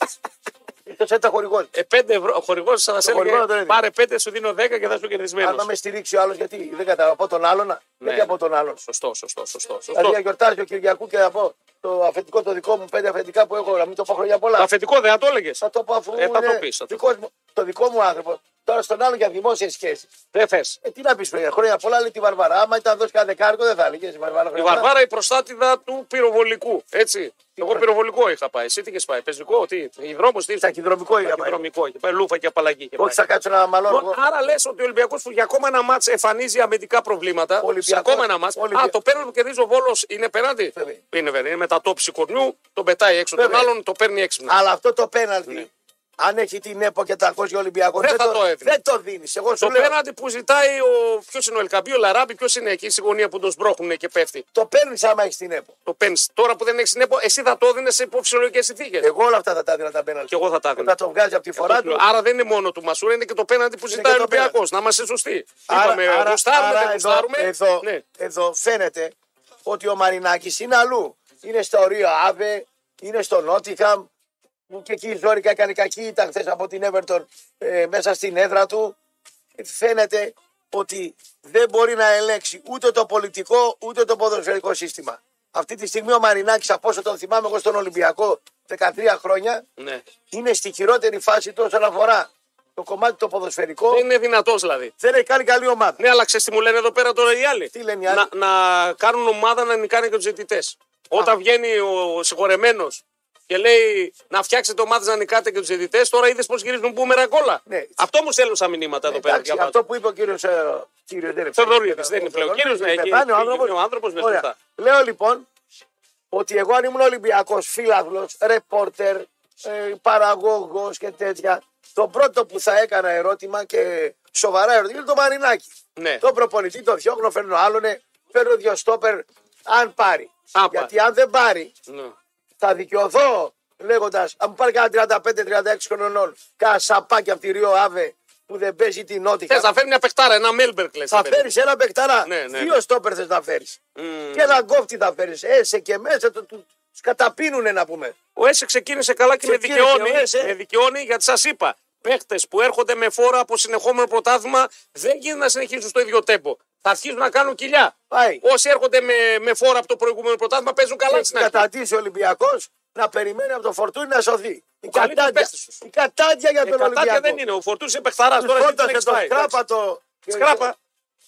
Speaker 2: Εκτό ήταν χορηγός.
Speaker 1: Ε, 5 ευρώ. Ο χορηγός θα σε
Speaker 2: χορηγό να το
Speaker 1: έλεγε.
Speaker 2: έδινες.
Speaker 1: Πάρε 5, σου δίνω 10 και θα σου κερδισμένος.
Speaker 2: Αν δεν με στηρίξει ο άλλος, γιατί δεν κατάλαβα. Από τον άλλον. να- Γιατί από τον άλλον.
Speaker 1: Ναι. Σωστό, σωστό, σωστό. σωστό.
Speaker 2: Δηλαδή να γιορτάζει ο Κυριακού και να πω το αφεντικό το δικό μου, πέντε αφεντικά που έχω, να μην το πω χρόνια
Speaker 1: Το
Speaker 2: πολλά.
Speaker 1: αφεντικό δεν θα το έλεγες.
Speaker 2: Θα το πω αφού
Speaker 1: Ε, θα το
Speaker 2: είναι
Speaker 1: πεις, θα το
Speaker 2: δικός μου- το δικό μου άνθρωπο. Τώρα στον άλλον για δημόσιες σχέσεις.
Speaker 1: Δεν θες.
Speaker 2: Ε, τι να πεις χρόνια, χρόνια πολλά λέει τη Βαρβαρά. Άμα ήταν δώσει κανένα δεκάρικο δεν θα έλεγες. Η Βαρβαρά,
Speaker 1: Η
Speaker 2: χρόνια πολλά.
Speaker 1: Βαρβάρα η προστάτηδα του πυροβολικού. Έτσι. Εγώ πυροβολικό είχα πάει. Εσύ τι είχες πάει. Πεζικό, τι. Υδρόμο, τι.
Speaker 2: Ταχυδρομικό είχα πάει.
Speaker 1: Ταχυδρομικό. Είχε πάει λούφα και απαλλαγή. είχε
Speaker 2: Όχι,
Speaker 1: πάει.
Speaker 2: θα κάτσω να μαλώνω. εγώ.
Speaker 1: Λοιπόν, Άρα λες ότι ο Ολυμπιακός που για ακόμα ένα μάτ εμφανίζει αμυντικά προβλήματα.
Speaker 2: Ο Ολυμπιακός-
Speaker 1: Σε ακόμα ένα μάτ.
Speaker 2: ο Ολυμπιακός-
Speaker 1: Α, το παίρνει που κερδίζει ο Βόλος είναι πέναντι.
Speaker 2: Βέβαια.
Speaker 1: Είναι βέβαια. Είναι με τα τόψη κορμιού, τον πετάει έξω. Τον
Speaker 2: Βέβαια.
Speaker 1: άλλον το παίρνει έξυπνα.
Speaker 2: Αλλά αυτό το πέναλτι. Αν έχει την ΕΠΟ και τα ακούσει ο Ολυμπιακό,
Speaker 1: Δεν Ναι. θα το έδινε.
Speaker 2: δεν το δίνεις. Εγώ σου
Speaker 1: Το
Speaker 2: λέω.
Speaker 1: πέναντι που ζητάει ο. Ποιος είναι ο Ελκαμπή, ο Λαράμπη, ποιος είναι εκεί στη γωνία που τον σπρώχνουν και πέφτει.
Speaker 2: Το παίρνεις άμα έχεις την ΕΠΟ.
Speaker 1: Το παίρνεις. Τώρα που δεν έχεις συνέπο, εσύ θα το έδινες σε υποψιολογικές συνθήκες.
Speaker 2: Εγώ όλα αυτά θα τα έδινα τα πέναλτι.
Speaker 1: Και εγώ θα τα
Speaker 2: Όταν
Speaker 1: έδινα.
Speaker 2: το βγάζει από τη φορά του.
Speaker 1: Άρα δεν είναι μόνο του Μασούρα, είναι και το πέναντι που ζητάει ο
Speaker 2: και το
Speaker 1: Ολυμπιακός. Να είμαστε σωστοί.
Speaker 2: Άρα-
Speaker 1: Είπαμε,
Speaker 2: άρα-
Speaker 1: γουστάρουμε,
Speaker 2: άρα
Speaker 1: δεν γουστάρουμε.
Speaker 2: Εδώ, εδώ,
Speaker 1: Ναι.
Speaker 2: εδώ φαίνεται ότι ο Μαρινάκης είναι αλλού. Είναι στο Ρίο Αβε, είναι στο Νότιχαμ. Και εκεί η Ζόρικα έκανε κακή ήταν χθες από την Εύερτον ε, μέσα στην έδρα του. Φαίνεται ότι δεν μπορεί να ελέγξει ούτε το πολιτικό ούτε το ποδοσφαιρικό σύστημα. Αυτή τη στιγμή ο Μαρινάκης, από όσο τον θυμάμαι εγώ στον Ολυμπιακό 13 χρόνια,
Speaker 1: Ναι.
Speaker 2: είναι στη χειρότερη φάση του όσον αφορά το κομμάτι το ποδοσφαιρικό.
Speaker 1: Δεν είναι δυνατός δηλαδή.
Speaker 2: Δεν έχει κάνει καλή ομάδα.
Speaker 1: Ναι, αλλά ξέρεις τι μου λένε εδώ πέρα τώρα οι άλλοι.
Speaker 2: Τι λένε οι άλλοι?
Speaker 1: Να, να κάνουν ομάδα να νικάνε και τους ζητητέ. Όταν βγαίνει ο συγχωρεμένος και λέει να φτιάξετε ομάδε να νικάτε και τους ζητητέ, τώρα είδες πώς γυρίζουν μπούμερα κόλλα.
Speaker 2: Ναι.
Speaker 1: Αυτό μου στέλνουν σαν μηνύματα εδώ πέρα.
Speaker 2: Εντάξει,
Speaker 1: διαβάζω.
Speaker 2: αυτό που είπε ο ε, κύριος. Κύριο δεν είναι
Speaker 1: Θεοδωρίδης, δεν είναι πλέον. Κύριος, ναι,
Speaker 2: Πεθάνε ο
Speaker 1: εκεί-
Speaker 2: άνθρωπος.
Speaker 1: είναι ο άνθρωπος, ναι,
Speaker 2: Ωραία.
Speaker 1: σωστά.
Speaker 2: Λέω λοιπόν ότι εγώ αν ήμουν Ολυμπιακός φίλαβλο, ρεπόρτερ, παραγωγός και τέτοια, το πρώτο που θα έκανα ερώτημα και σοβαρά ερώτημα είναι το Μαρινάκι.
Speaker 1: Ναι.
Speaker 2: Το προπονητή το διώχνω, φέρνω άλλον, ε, φέρνω δύο στόπερ, αν πάρει.
Speaker 1: Α,
Speaker 2: Γιατί αν δεν πάρει,
Speaker 1: Ναι.
Speaker 2: θα δικαιωθώ λέγοντας: Αν μου πάρει κανένα 35-36 χρονών, κάνα σαπάκι από τη Ρίο Αβε που δεν παίζει την Νότια.
Speaker 1: Θες να φέρνει μια παιχτάρα, ένα Μέλμπερκ λες.
Speaker 2: Θα φέρεις ένα παιχταρά.
Speaker 1: Ναι, ναι, ναι.
Speaker 2: Δύο στόπερ θες να φέρεις. Και ένα κόφτη θα φέρεις. Έσε και μέσα του του τους καταπίνουνε να πούμε.
Speaker 1: Ο Έσε ξεκίνησε καλά και με
Speaker 2: Ξεκίνησε
Speaker 1: δικαιώνει,
Speaker 2: ο ε. Έσε.
Speaker 1: με δικαιώνει γιατί σας είπα. Παίχτες που έρχονται με φόρα από συνεχόμενο πρωτάθλημα δεν γίνεται να συνεχίσουν στο ίδιο τέμπο. Θα αρχίσουν να κάνουν κοιλιά.
Speaker 2: Πάει.
Speaker 1: Όσοι έρχονται με, με φόρα από το προηγούμενο πρωτάθλημα παίζουν καλά
Speaker 2: Έχει
Speaker 1: στην αρχή.
Speaker 2: κατατήσει ο Ολυμπιακός να περιμένει από το φορτούνι να σωθεί. Η
Speaker 1: καλύτερος
Speaker 2: κατάντια,
Speaker 1: παίκτης τους.
Speaker 2: η κατάντια για
Speaker 1: Ε,
Speaker 2: τον
Speaker 1: Κατάτια
Speaker 2: Ολυμπιακό.
Speaker 1: δεν είναι. Ο Φορτού είναι παιχταρά.
Speaker 2: Τους
Speaker 1: Τώρα εσύ τον
Speaker 2: φόρτωσε
Speaker 1: έχεις
Speaker 2: το
Speaker 1: πάει.
Speaker 2: σκράπα το.
Speaker 1: Σκράπα.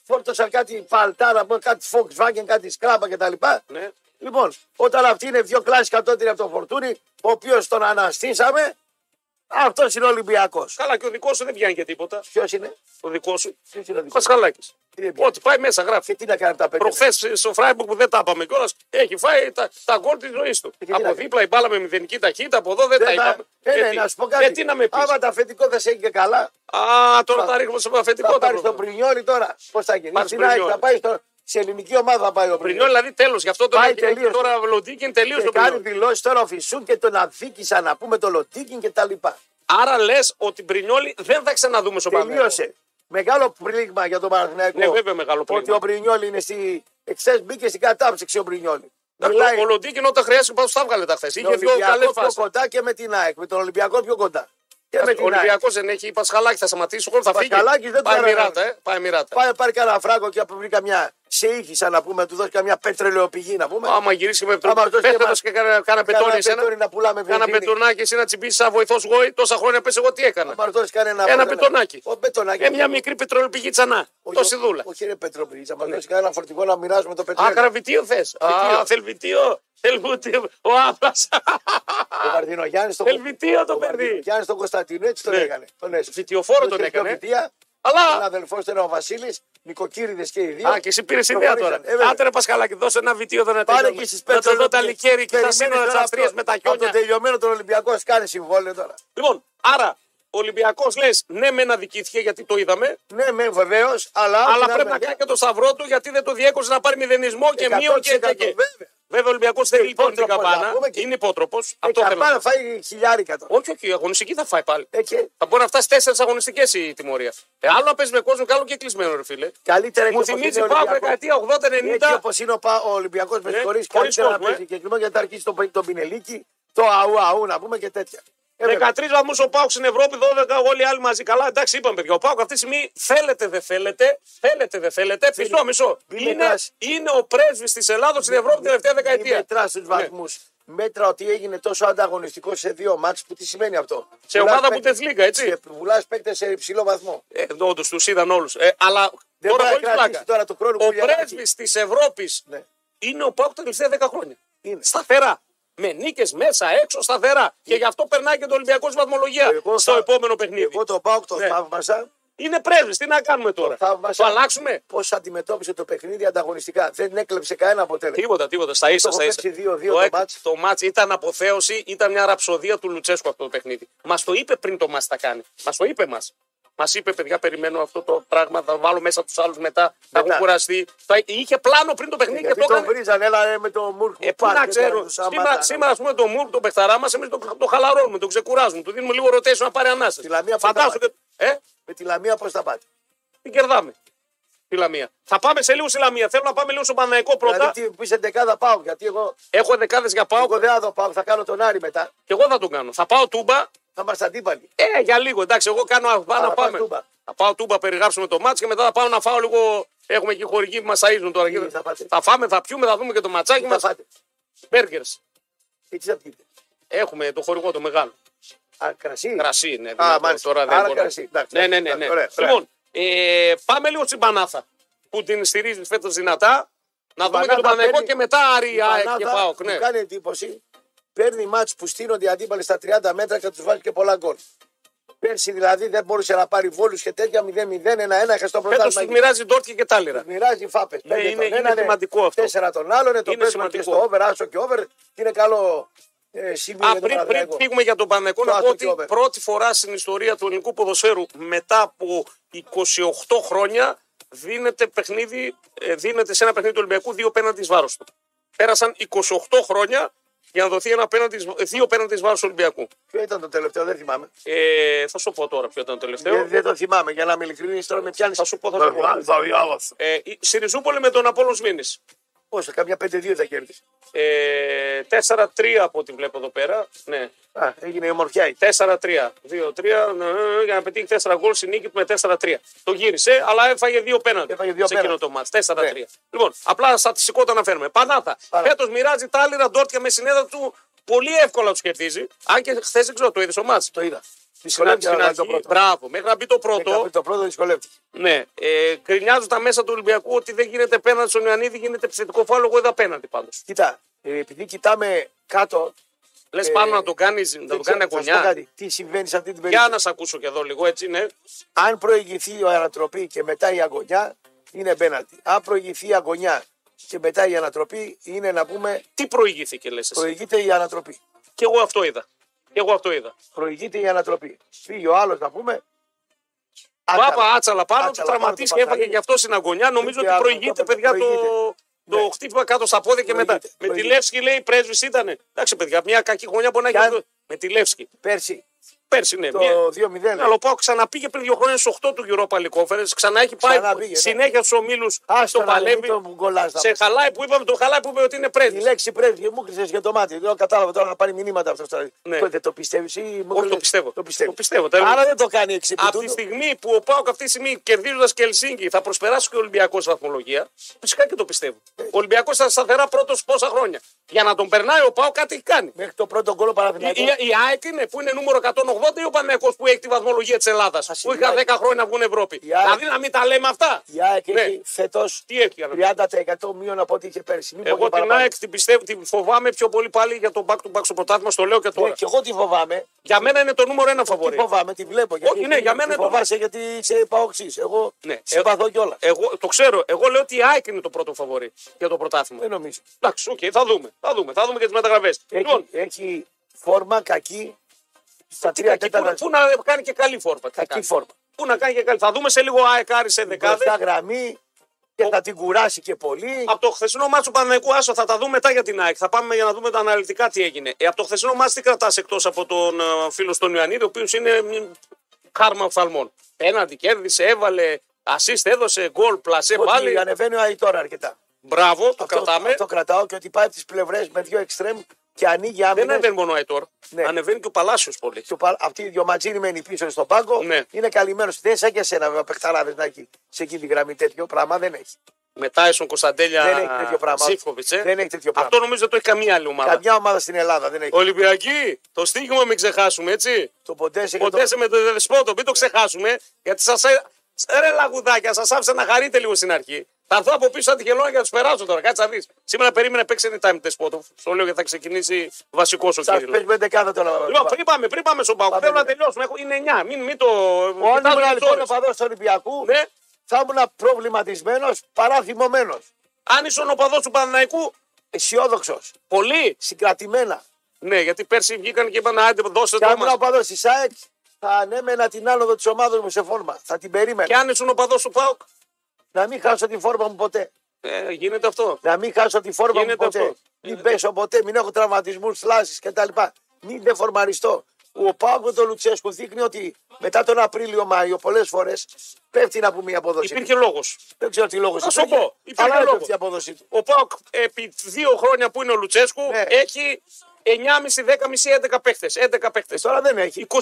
Speaker 2: Φόρτωσαν κάτι παλτάρα, κάτι Volkswagen, κάτι σκράπα κτλ.
Speaker 1: Ναι.
Speaker 2: Λοιπόν, όταν αυτή είναι δύο κλάσει κατώτερη από τον Φορτούνη, ο οποίος τον αναστήσαμε, αυτός είναι Ολυμπιακός.
Speaker 1: Καλά, και ο δικός σου δεν βγαίνει και τίποτα.
Speaker 2: Ποιος είναι,
Speaker 1: Ο δικός σου.
Speaker 2: ποιος είναι ο δικός.
Speaker 1: Πασχαλάκη.
Speaker 2: Τι δεν βγαίνει.
Speaker 1: Ό,τι πάει μέσα γράφει.
Speaker 2: Και τι να κάνει τα παιδιά.
Speaker 1: Προχθές στο Φράιμπουργκ που δεν τα είπαμε κιόλας, έχει φάει τα, τα γκολ της ζωής του.
Speaker 2: τι να
Speaker 1: από
Speaker 2: κάνει.
Speaker 1: δίπλα η μπάλα με μηδενική ταχύτητα, από εδώ δεν,
Speaker 2: Ε, Δεν
Speaker 1: τα
Speaker 2: θα-
Speaker 1: είπαμε.
Speaker 2: Ε, ναι,
Speaker 1: τι-
Speaker 2: να σου πω κάτι.
Speaker 1: Ε, τι να με πεις.
Speaker 2: Άμα τα αφεντικό δεν σε έχει και καλά,
Speaker 1: Α, τώρα τα ρίχνουμε στο αφεντικό.
Speaker 2: θα
Speaker 1: τα
Speaker 2: πάρει τον
Speaker 1: προβλήματα.
Speaker 2: Πρινιόλι τώρα. Πώς θα γίνει.
Speaker 1: Πάρεις
Speaker 2: Στην
Speaker 1: Πρινιόλι.
Speaker 2: ΑΕΚ θα πάει στο, σε ελληνική ομάδα θα πάει ο
Speaker 1: Πρινιόλ,
Speaker 2: Πρινιόλι.
Speaker 1: δηλαδή τέλος. Γι' αυτό το
Speaker 2: Πάει
Speaker 1: λέει και
Speaker 2: τελείως.
Speaker 1: τώρα ο Λοντίκιν τελείως
Speaker 2: Και
Speaker 1: το
Speaker 2: κάνει
Speaker 1: Πρινιόλ.
Speaker 2: δηλώσεις τώρα ο Φυσούν και τον αδίκησαν να πούμε το Λοντίκιν και τα λοιπά.
Speaker 1: Άρα λες ότι Πρινιόλ δεν θα ξαναδούμε στο Παναθηναϊκό.
Speaker 2: Τελείωσε. Μεγάλο πλήγμα για τον Παναθηναϊκό.
Speaker 1: Ναι, βέβαια, μεγάλο
Speaker 2: Ότι
Speaker 1: πλήγμα.
Speaker 2: ο Πρινιόλι είναι στη. Εχθές μπήκε στην κατάψυξη ο Πρινιόλι.
Speaker 1: Εντάξει,
Speaker 2: Μιλάει
Speaker 1: Ο Λοντίκιν όταν χρειάστηκε πάντω τα βγάλε τα χθες.
Speaker 2: με
Speaker 1: Είχε
Speaker 2: τον
Speaker 1: δύο καλές
Speaker 2: Ολυμπιακό πιο
Speaker 1: φάσεις.
Speaker 2: κοντά και με την ΑΕΚ. Με τον Ολυμπιακό πιο κοντά. Και με
Speaker 1: Ο
Speaker 2: την ΑΕΚ.
Speaker 1: Ολυμπιακός δεν έχει, η Πασχαλάκη θα σταματήσει, ο χρόνος θα φύγει.
Speaker 2: Πασχαλάκης δεν
Speaker 1: Πάει
Speaker 2: ξέρω,
Speaker 1: μοιράτα, ε. Πάει μοιράτα.
Speaker 2: Πάει, πάρει κανένα φράγκο και από βρήκα μια σε ήχησα να πούμε, του δώσει καμιά πετρελαιοπηγή να πούμε.
Speaker 1: Άμα γυρίσει με
Speaker 2: Άμα
Speaker 1: πετρόνι,
Speaker 2: δώσει και
Speaker 1: πέφτοντα
Speaker 2: μας-
Speaker 1: και κάνα κάνα
Speaker 2: Κάνα
Speaker 1: πετόνι εσένα.
Speaker 2: πετόνι να πουλάμε
Speaker 1: Κάνα
Speaker 2: βενζίνη.
Speaker 1: πετονάκι, εσύ να τσιμπήσει σαν βοηθός γόη, τόσα χρόνια πες εγώ τι έκανα.
Speaker 2: Άμα δώσει κανένα.
Speaker 1: Ένα
Speaker 2: φορτηγό-
Speaker 1: πετονάκι.
Speaker 2: Ο πετονάκι.
Speaker 1: Ε, μια μικρή πετρολοπηγή τσανά.
Speaker 2: Ο-
Speaker 1: Τόση δούλα.
Speaker 2: Όχι, ρε Πετροπρίτσα, μα δώσει κανένα φορτηγό να μοιράζουμε το
Speaker 1: Α,
Speaker 2: πετρέλαιο.
Speaker 1: καραβιτίο θε.
Speaker 2: Βιτίο.
Speaker 1: Α, θέλει βιτίο. Θέλει βιτίο. Ο Άπα.
Speaker 2: Ο Βαρδινογιάννης το
Speaker 1: Θέλει βιτίο το
Speaker 2: Ο
Speaker 1: παιδί.
Speaker 2: Βαρδινογιάννη στον Κωνσταντινό έτσι τον
Speaker 1: Ναι.
Speaker 2: έκανε. Τον έσαι.
Speaker 1: Φυτιοφόρο τον
Speaker 2: Δώσε
Speaker 1: έκανε.
Speaker 2: πιο φυτεία. Ένα
Speaker 1: Αλλά.
Speaker 2: αδελφό ήταν ο Βασίλης, νοικοκύριδες και οι δύο.
Speaker 1: Α, και εσύ πήρες ιδέα τώρα.
Speaker 2: Προχωρήσαν. Ε, βέβαια.
Speaker 1: Άντε ρε Πασχαλάκη, δώσε ένα βιτίο εδώ να
Speaker 2: Πάρε
Speaker 1: τελειώνουμε.
Speaker 2: εκεί στις
Speaker 1: Να το
Speaker 2: πέτρες,
Speaker 1: δω τα
Speaker 2: και
Speaker 1: λικέρι και τα
Speaker 2: περιμένεις
Speaker 1: σύνορα τη
Speaker 2: τώρα
Speaker 1: Αυστρία
Speaker 2: αυτό.
Speaker 1: με τα
Speaker 2: Από το
Speaker 1: χιόνια.
Speaker 2: τελειωμένο τον Ολυμπιακό κάνει συμβόλαιο τώρα.
Speaker 1: Λοιπόν, άρα Ο Ολυμπιακός λες, ναι, μεν αδικήθηκε γιατί το είδαμε,
Speaker 2: Ναι, με βεβαίως, αλλά.
Speaker 1: αλλά πρέπει
Speaker 2: Ε,
Speaker 1: να κάνει και το σταυρό του γιατί δεν το διέκοψε να πάρει μηδενισμό και μείον και. και-
Speaker 2: 100%,
Speaker 1: και.
Speaker 2: βέβαια.
Speaker 1: Βέβαια, ο Ολυμπιακός θέλει λοιπόν την
Speaker 2: υπότροπος, να
Speaker 1: καπάνα.
Speaker 2: πούμε και-
Speaker 1: Είναι υπότροπος.
Speaker 2: Ε,
Speaker 1: Αυτό θέλω. να-
Speaker 2: Καρπάνα φάει χιλιάρικα τώρα.
Speaker 1: Όχι, όχι, η αγωνιστική θα φάει πάλι.
Speaker 2: Ε, και
Speaker 1: Θα μπορεί να φτάσει τέσσερις αγωνιστικές η τιμωρία. Ε, άλλο να παίζει με κόσμο και άλλο και κλεισμένο, ρε φίλε.
Speaker 2: καλύτερα
Speaker 1: Μου
Speaker 2: έτσι όπως
Speaker 1: θυμίζει
Speaker 2: είναι ο
Speaker 1: πάω
Speaker 2: Ολυμπιακός.
Speaker 1: δεκαετία 80-90.
Speaker 2: Έτσι όπως είναι Ε, ο, Πα- ο Ολυμπιακός, με
Speaker 1: Ναι,
Speaker 2: συγχωρείς,
Speaker 1: χωρίς
Speaker 2: καλύτερα να
Speaker 1: κόσμο, ε.
Speaker 2: παίζει και κλειμό γιατί θα αρχίσει τον, τον Πινελίκη, το αού αού να πούμε και τέτοια. Ε, βέβαια.
Speaker 1: 13 βαθμούς ο Πάουκ στην Ευρώπη, 12 όλοι οι άλλοι μαζί. Καλά, εντάξει, είπαμε παιδιά. Ο Πάουκ αυτή τη στιγμή θέλετε, δεν θέλετε. Θέλετε, δεν θέλετε. Μισό, μισό.
Speaker 2: Μη
Speaker 1: Είναι,
Speaker 2: μετράς.
Speaker 1: είναι ο πρέσβης της Ελλάδος στην Ευρώπη την τελευταία
Speaker 2: Μην
Speaker 1: δεκαετία. Ναι.
Speaker 2: μετράς τους βαθμούς. Μέτρα ότι έγινε τόσο ανταγωνιστικό σε δύο μάτς που τι σημαίνει αυτό.
Speaker 1: Σε
Speaker 2: Πουλάς
Speaker 1: ομάδα που
Speaker 2: παίκτες-
Speaker 1: Bundesliga, έτσι.
Speaker 2: Και Πουλά παίκτες σε υψηλό βαθμό.
Speaker 1: Ε, Όντως, τους είδαν όλους. Ε, αλλά
Speaker 2: Δεν
Speaker 1: τώρα
Speaker 2: μπορεί να
Speaker 1: πολύ
Speaker 2: κρατήσει
Speaker 1: πλάκα.
Speaker 2: τώρα του χρόνου
Speaker 1: Ο
Speaker 2: που είναι
Speaker 1: πρέσβη της Ευρώπης
Speaker 2: Ναι.
Speaker 1: είναι ο Πάουκ τα τελευταία 10 χρόνια.
Speaker 2: Είναι.
Speaker 1: Σταθερά. Με νίκες μέσα, έξω, σταθερά. Και γι' αυτό περνάει και το Ολυμπιακό στη βαθμολογία
Speaker 2: Εγώ
Speaker 1: Ναι, στο
Speaker 2: θα-
Speaker 1: επόμενο παιχνίδι.
Speaker 2: Εγώ το πάω, το
Speaker 1: Ναι.
Speaker 2: θαύμασα.
Speaker 1: Είναι πρέσβης, τι να κάνουμε τώρα.
Speaker 2: θαύμασα.
Speaker 1: Το αλλάξουμε.
Speaker 2: Πώς αντιμετώπισε το παιχνίδι ανταγωνιστικά. Δεν έκλεψε κανένα αποτέλεσμα.
Speaker 1: Τίποτα, τίποτα. Στα ίσα,
Speaker 2: Το
Speaker 1: στα
Speaker 2: έχω
Speaker 1: ίσα.
Speaker 2: παίξει 2-2
Speaker 1: Το
Speaker 2: το
Speaker 1: έκ-
Speaker 2: μάτς.
Speaker 1: Το μάτς ήταν αποθέωση, ήταν μια ραψοδία του Λουτσέσκου αυτό το παιχνίδι. Μας το είπε πριν το μάτς θα κάνει. Μας το είπε μας. Μας είπε, παιδιά, περιμένω αυτό το πράγμα, θα βάλω μέσα τους άλλους μετά, θα
Speaker 2: Μετά. Ε,
Speaker 1: έχουν κουραστεί. Θα- Είχε πλάνο πριν το παιχνίδι και
Speaker 2: Γιατί
Speaker 1: το
Speaker 2: τον
Speaker 1: έκανε.
Speaker 2: βρίζανε, έλα ρε, με το Μουρκ.
Speaker 1: Ε, πού να
Speaker 2: δηλαδή,
Speaker 1: ξέρω. Σήμερα, σήμερα, ας πούμε, το Μουρκ, τον παιχταρά μα, εμεί τον, τον χαλαρώνουμε, τον ξεκουράζουμε, του δίνουμε λίγο rotation να πάρει ανάσα.
Speaker 2: Στη Λαμία
Speaker 1: Φαντάζομαι.
Speaker 2: πού
Speaker 1: Ε,
Speaker 2: Με τη Λαμία πώς θα πάτε.
Speaker 1: την κερδάμε. Τη Λαμία. Θα πάμε σε λίγο στη Λαμία. Θέλω να πάμε λίγο στον Παναϊκό πρώτα.
Speaker 2: Δηλαδή τι πεις 11 θα πάω, γιατί εγώ,
Speaker 1: Έχω δεκάδες για πάω
Speaker 2: εγώ δεν θα το πάω, θα κάνω τον Άρη μετά.
Speaker 1: και εγώ θα τον κάνω. Θα πάω τούμπα,
Speaker 2: Θα είμαστε αντίπαλοι.
Speaker 1: Ε, για λίγο, εντάξει, εγώ κάνω αυγά να
Speaker 2: Παραπάνω
Speaker 1: πάμε.
Speaker 2: τούμπα.
Speaker 1: Θα πάω τούμπα, περιγράψουμε το μάτσο και μετά θα πάω να φάω λίγο. Έχουμε και χορηγοί που μας αίζουν τώρα.
Speaker 2: Τι
Speaker 1: Και
Speaker 2: θα πάτε?
Speaker 1: θα φάμε, θα πιούμε, θα δούμε και το ματσάκι
Speaker 2: Τι θα
Speaker 1: μας.
Speaker 2: φάτε.
Speaker 1: Μπέργκερ.
Speaker 2: Τι θα πείτε.
Speaker 1: Έχουμε το χορηγό το μεγάλο.
Speaker 2: Α, κρασί.
Speaker 1: Κρασί είναι.
Speaker 2: μάλιστα.
Speaker 1: Τώρα δεν
Speaker 2: Άρα
Speaker 1: μπορώ.
Speaker 2: κρασί, εντάξει,
Speaker 1: Ναι, ναι, ναι.
Speaker 2: εντάξει,
Speaker 1: ναι.
Speaker 2: ωραία, ωραία.
Speaker 1: Λοιπόν, ε, πάμε λίγο στην Πανάθα που την στηρίζεις φέτος δυνατά. Να δούμε και
Speaker 2: Πανάθα
Speaker 1: τον Παναγικό
Speaker 2: παίρνει-
Speaker 1: και μετά
Speaker 2: Η
Speaker 1: Άρη ΑΕΚ και
Speaker 2: Πανάδα
Speaker 1: πάω.
Speaker 2: μου
Speaker 1: Ναι.
Speaker 2: κάνει εντύπωση. Παίρνει μάτς που στείνονται οι αντίπαλοι στα 30 μέτρα και του βάζει και πολλά γκολ. Πέρσι δηλαδή δεν μπορούσε να πάρει βόλους και τέτοια 0-0-1-1 είχα
Speaker 1: Φέτο
Speaker 2: στο
Speaker 1: του
Speaker 2: πρωτάθλημα.
Speaker 1: μοιράζει Ντόρτια και Τάλιρα.
Speaker 2: Μοιράζει φάπες.
Speaker 1: Ναι, είναι- είναι σημαντικό αυτό.
Speaker 2: Τέσσερα τον άλλον, το
Speaker 1: Είναι
Speaker 2: πέσμα και στο
Speaker 1: σημαντικό.
Speaker 2: over, άσο και over. Και είναι καλό ε, σημείο
Speaker 1: Α,
Speaker 2: για
Speaker 1: πριν,
Speaker 2: τον
Speaker 1: πριν
Speaker 2: Παναθηναϊκό.
Speaker 1: φύγουμε για τον Πανεκό,
Speaker 2: Το
Speaker 1: να πω
Speaker 2: άσο και
Speaker 1: ότι
Speaker 2: over.
Speaker 1: πρώτη φορά στην ιστορία του ελληνικού ποδοσφαίρου μετά από 28 χρόνια δίνεται, παιχνίδι, ε, δίνεται σε ένα παιχνίδι του Ολυμπιακού δύο πέναντι βάρος του. Πέρασαν 28 χρόνια για να δοθεί ένα πέναντι, δύο πέναντι βάρο του Ολυμπιακού.
Speaker 2: Ποιο ήταν το τελευταίο, δεν θυμάμαι.
Speaker 1: Ε, θα σου πω τώρα ποιο ήταν το τελευταίο.
Speaker 2: Δεν, δεν το θυμάμαι, για να είμαι ειλικρινής, τώρα με πιάνεις.
Speaker 1: Θα σου πω, θα σου πω. Ε, η Σιριζούπολη με τον Απόλλων Σμήνης.
Speaker 2: Πόσο, καμιά 5-2 θα κέρδισε.
Speaker 1: Ε, 4-3 από ό,τι βλέπω εδώ πέρα. Ναι.
Speaker 2: Α, έγινε η ομορφιά.
Speaker 1: 4-3. 2-3. ναι, ναι, Για να πετύχει 4 γκολ στην νίκη με 4-3. Το γύρισε, αλλά έφαγε δύο πέναντι
Speaker 2: Έφαγε δύο
Speaker 1: σε εκείνο
Speaker 2: πέναντι.
Speaker 1: το μάτι. 4-3.
Speaker 2: Ναι.
Speaker 1: Λοιπόν, απλά στατιστικό το αναφέρουμε. Πανάθα.
Speaker 2: Πανάθα.
Speaker 1: Φέτος μοιράζει τα άλλη ραντόρτια με συνέδρα του. Πολύ εύκολα τους κερδίζει. Αν και χθες δεν ξέρω, το είδες ο Μάτς.
Speaker 2: Το είδα. Δυσκολεύτηκε
Speaker 1: Στην
Speaker 2: να
Speaker 1: αρχή,
Speaker 2: βγάλει το πρώτο.
Speaker 1: Μπράβο, μέχρι να μπει το
Speaker 2: Μέχρι να
Speaker 1: πρώτο.
Speaker 2: πει Το πρώτο δυσκολεύτηκε.
Speaker 1: Ναι, ε, γκρινιάζουν τα μέσα του Ολυμπιακού ότι δεν γίνεται πέναντι στον Ιωαννίδη, γίνεται επιθετικό φάλο. Εγώ είδα πέναντι πάντως.
Speaker 2: Κοίτα, ε, επειδή κοιτάμε κάτω.
Speaker 1: Λες
Speaker 2: Ε,
Speaker 1: πάνω να τον κάνεις, να
Speaker 2: δεν
Speaker 1: τον κάνει
Speaker 2: ξέρω, θα σου πω
Speaker 1: αγωνιά.
Speaker 2: κάτι, Τι συμβαίνει σε αυτή την
Speaker 1: Για
Speaker 2: περίπτωση.
Speaker 1: να σε ακούσω και εδώ λίγο, έτσι, ναι.
Speaker 2: Αν προηγηθεί η ανατροπή και μετά η αγωνιά, είναι μπέναλτι. Αν προηγηθεί η αγωνιά και μετά η ανατροπή, είναι να πούμε
Speaker 1: Τι προηγήθηκε, λες εσύ.
Speaker 2: προηγείται η ανατροπή.
Speaker 1: Και εγώ αυτό είδα. Και εγώ αυτό είδα.
Speaker 2: Προηγείται η ανατροπή. Φύγει ο άλλος να πούμε.
Speaker 1: Πάπα άτσαλα πάνω, του
Speaker 2: Άτσαλα πάνω,
Speaker 1: τραυματίστηκε
Speaker 2: το
Speaker 1: και έφαγε
Speaker 2: Πασαρίδη.
Speaker 1: γι' αυτό στην αγωνιά. Νομίζω ότι
Speaker 2: άλλο,
Speaker 1: προηγείται,
Speaker 2: το
Speaker 1: παιδιά, το,
Speaker 2: προηγείται.
Speaker 1: το
Speaker 2: Ναι.
Speaker 1: χτύπημα κάτω στα πόδια και μετά.
Speaker 2: Προηγείται,
Speaker 1: Με τη
Speaker 2: προηγείται.
Speaker 1: Λεύσκη λέει πρέσβης ήταν. Εντάξει, παιδιά, μια κακή χρονιά μπορεί να
Speaker 2: Κι
Speaker 1: έχει.
Speaker 2: αν-
Speaker 1: αυτό. Με τη Λεύσκη.
Speaker 2: Πέρσι
Speaker 1: Πέρσι, ναι.
Speaker 2: το
Speaker 1: Μια...
Speaker 2: 2-0.
Speaker 1: Αλλά ο Πάο ξαναπήγε πριν δύο χρόνια στου 8 του Europa League Conference. Ξανά έχει πάει
Speaker 2: Ξαναπήγε, ναι.
Speaker 1: συνέχεια στους ομίλους.
Speaker 2: Άστο
Speaker 1: Στο
Speaker 2: να μην
Speaker 1: παλεύει.
Speaker 2: το γκολάς να
Speaker 1: Σε χαλάει που είπαμε, το χαλάει που είπε ότι είναι
Speaker 2: Η
Speaker 1: πρέσβη.
Speaker 2: λέξη πρέπει, μου κλείσε για το μάτι. Δεν κατάλαβα τώρα να πάρει μηνύματα αυτός.
Speaker 1: Ναι.
Speaker 2: Το, δεν το πιστεύεις ή μου
Speaker 1: Όχι,
Speaker 2: κλείνεις?
Speaker 1: το πιστεύω.
Speaker 2: Το πιστεύω.
Speaker 1: Το πιστεύω, τέλος.
Speaker 2: Άρα δεν το κάνει εξ επί
Speaker 1: Από τη
Speaker 2: τούτου.
Speaker 1: στιγμή που ο Πάοκ αυτή τη στιγμή κερδίζοντας και Ελσίνκη θα προσπεράσει και ο Ολυμπιακός βαθμολογία, φυσικά και το πιστεύω. Ο Ολυμπιακός ήταν σταθερά πρώτος πόσα χρόνια. Για να τον περνάει ο Πάοκ κάτι έχει κάνει.
Speaker 2: Μέχρι το πρώτο γκολ
Speaker 1: Η,
Speaker 2: παραδείγματο.
Speaker 1: η, η ΑΕΚ είναι που είναι νούμερο 180 ή ο Παναγιακό που έχει τη βαθμολογία της Ελλάδας. Που είχα
Speaker 2: συνδυάζει.
Speaker 1: 10 χρόνια να βγουν Ευρώπη.
Speaker 2: Η ΑΕΚ-
Speaker 1: Δηλαδή να μην τα λέμε αυτά.
Speaker 2: Η ΑΕΚ
Speaker 1: Ναι.
Speaker 2: έχει φέτος
Speaker 1: Τι έχει, Γιάννα.
Speaker 2: 30% μείον από ό,τι είχε πέρσι. Μην πω και
Speaker 1: Εγώ την
Speaker 2: παραπάνω.
Speaker 1: ΑΕΚ την πιστεύω, την φοβάμαι πιο πολύ πάλι για το back to back στο πρωτάθλημα, στο λέω και
Speaker 2: Ναι,
Speaker 1: τώρα.
Speaker 2: και εγώ τη φοβάμαι.
Speaker 1: Για μένα είναι το νούμερο ένα
Speaker 2: Τη
Speaker 1: φαβορή.
Speaker 2: φοβάμαι, τη βλέπω. Γιατί
Speaker 1: ναι, για μένα
Speaker 2: τη
Speaker 1: το-
Speaker 2: φοβάσαι γιατί είσαι παοξή. Εγώ
Speaker 1: Ναι.
Speaker 2: συμπαθώ κιόλας.
Speaker 1: Εγώ το ξέρω. Εγώ λέω ότι η ΑΕΚ είναι το πρώτο φαβορή για το πρωτάθλημα.
Speaker 2: Δεν νομίζω.
Speaker 1: Λοιπόν, Εντάξει, οκ, θα δούμε. Θα δούμε, θα δούμε και τις μεταγραφές.
Speaker 2: Έχει,
Speaker 1: Λοιπόν,
Speaker 2: έχει φόρμα κακή Στα
Speaker 1: Τι
Speaker 2: τρία
Speaker 1: κακή,
Speaker 2: τέταρτα.
Speaker 1: Πού, πού να κάνει και καλή φόρμα. τι θα
Speaker 2: Κακή
Speaker 1: κάνει.
Speaker 2: φόρμα.
Speaker 1: Πού να κάνει και καλή. Θα δούμε σε λίγο ΑΕΚ Άρη σε
Speaker 2: Μπροστά
Speaker 1: δεκάδε.
Speaker 2: γραμμή και θα την κουράσει και πολύ.
Speaker 1: Από το χθεσινό μάτσο του Παναγικού Άσο θα τα δούμε μετά για την ΑΕΚ. Θα πάμε για να δούμε τα αναλυτικά τι έγινε. Ε, από το χθεσινό μάτσο τι κρατάς εκτός από τον ε, φίλο στον Ιωαννίδη, ο οποίος είναι μ, χάρμα οφθαλμών. Πέναντι, κέρδισε, έβαλε, assist, έδωσε, γκολ, πλασέ πάλι.
Speaker 2: Ότι ανεβαίνει ο Άι τώρα αρκετά.
Speaker 1: Μπράβο, το
Speaker 2: Αυτό-
Speaker 1: κρατάμε.
Speaker 2: Αυτό κρατάω και ότι πάει από τις πλευρές με δύο εξτρέμ και ανοίγει
Speaker 1: Δεν
Speaker 2: άμυνε.
Speaker 1: ανεβαίνει μόνο ο Αϊτόρ.
Speaker 2: Ναι.
Speaker 1: Ανεβαίνει και ο Παλάσιος πολύ.
Speaker 2: Και ο Πα- αυτή η Διοματζίνη μένει πίσω στον πάγκο.
Speaker 1: Ναι.
Speaker 2: Είναι καλυμμένος. Δεν σαν και εσένα, βέβαια, παιχταράδες να έχει σε εκείνη τη γραμμή τέτοιο πράγμα. Δεν έχει.
Speaker 1: Μετά Έσον
Speaker 2: Δεν έχει τέτοιο
Speaker 1: Κωνσταντέλια
Speaker 2: πράγμα.
Speaker 1: Ζήφκοβιτ. Ε.
Speaker 2: Δεν έχει τέτοιο πράγμα.
Speaker 1: Αυτό νομίζω δεν το έχει καμία άλλη ομάδα.
Speaker 2: Καμιά ομάδα στην Ελλάδα δεν έχει.
Speaker 1: Ολυμπιακοί, το στίγμα μην ξεχάσουμε, έτσι.
Speaker 2: Το Ποντέσε και
Speaker 1: Ποτέ
Speaker 2: Ε, το...
Speaker 1: σε με το δεσπότο, μην το ξεχάσουμε. Γιατί σας. Ρε λαγουδάκια, σας άφησα να χαρείτε λίγο στην αρχή. Θα έρθω από πίσω σαν τη χελώνα και θα τους περάσω τώρα. Κάτσε να δεις. Σήμερα περίμενα παίξει anytime δεσπότο. Το λέω γιατί θα ξεκινήσει βασικός ο
Speaker 2: Σας
Speaker 1: κύριος.
Speaker 2: πες με δεκάδα τώρα.
Speaker 1: Λοιπόν, πριν πάμε, πριν πάμε στον Πάουκ,
Speaker 2: Πάμε,
Speaker 1: θέλω να
Speaker 2: ναι.
Speaker 1: τελειώσουμε. Έχω- Είναι 9. Μην, μην το.
Speaker 2: Όλοι
Speaker 1: κοιτάζω
Speaker 2: ήμουν
Speaker 1: τις
Speaker 2: λοιπόν
Speaker 1: ώρες.
Speaker 2: οπαδό του Ολυμπιακού,
Speaker 1: Ναι.
Speaker 2: θα ήμουν προβληματισμένος παρά θυμωμένος.
Speaker 1: Αν είσαι ο παδό του Παναναϊκού,
Speaker 2: Αισιόδοξος.
Speaker 1: πολύ.
Speaker 2: Συγκρατημένα.
Speaker 1: Ναι, γιατί πέρσι βγήκαν και είπαν άντε, δώσε
Speaker 2: Και
Speaker 1: το
Speaker 2: αν ήμουν
Speaker 1: μας.
Speaker 2: οπαδό τη ΣΑΕΚ, θα ανέμενα την άνοδο της ομάδας μου σε φόρμα. Θα την περίμενα.
Speaker 1: Και αν είσαι ο παδό του Πάουκ,
Speaker 2: Να μην χάσω τη φόρμα μου ποτέ.
Speaker 1: ε, γίνεται αυτό.
Speaker 2: Να μην χάσω τη φόρμα μου
Speaker 1: Γίνεται
Speaker 2: ποτέ.
Speaker 1: αυτό.
Speaker 2: Μην πέσω ποτέ, μην έχω τραυματισμούς, θλάσεις κτλ. Μην δεφορμαριστώ. Ο Πάο με τον Λουτσέσκου δείχνει ότι μετά τον Απρίλιο-Μάιο πολλές φορές πέφτει να πούμε η απόδοση.
Speaker 1: Υπήρχε λόγος.
Speaker 2: Δεν ξέρω τι λόγος.
Speaker 1: Θα σου πω. Υπήρχε
Speaker 2: Αλλά
Speaker 1: λόγος.
Speaker 2: πέφτει η απόδοση του.
Speaker 1: Ο Πάουκ επί δύο χρόνια που είναι ο Λουτσέσκου
Speaker 2: Ναι.
Speaker 1: έχει 9,5, 10,5, 11 παίχτε. 11 παίχτες.
Speaker 2: Τώρα δεν έχει.
Speaker 1: 21.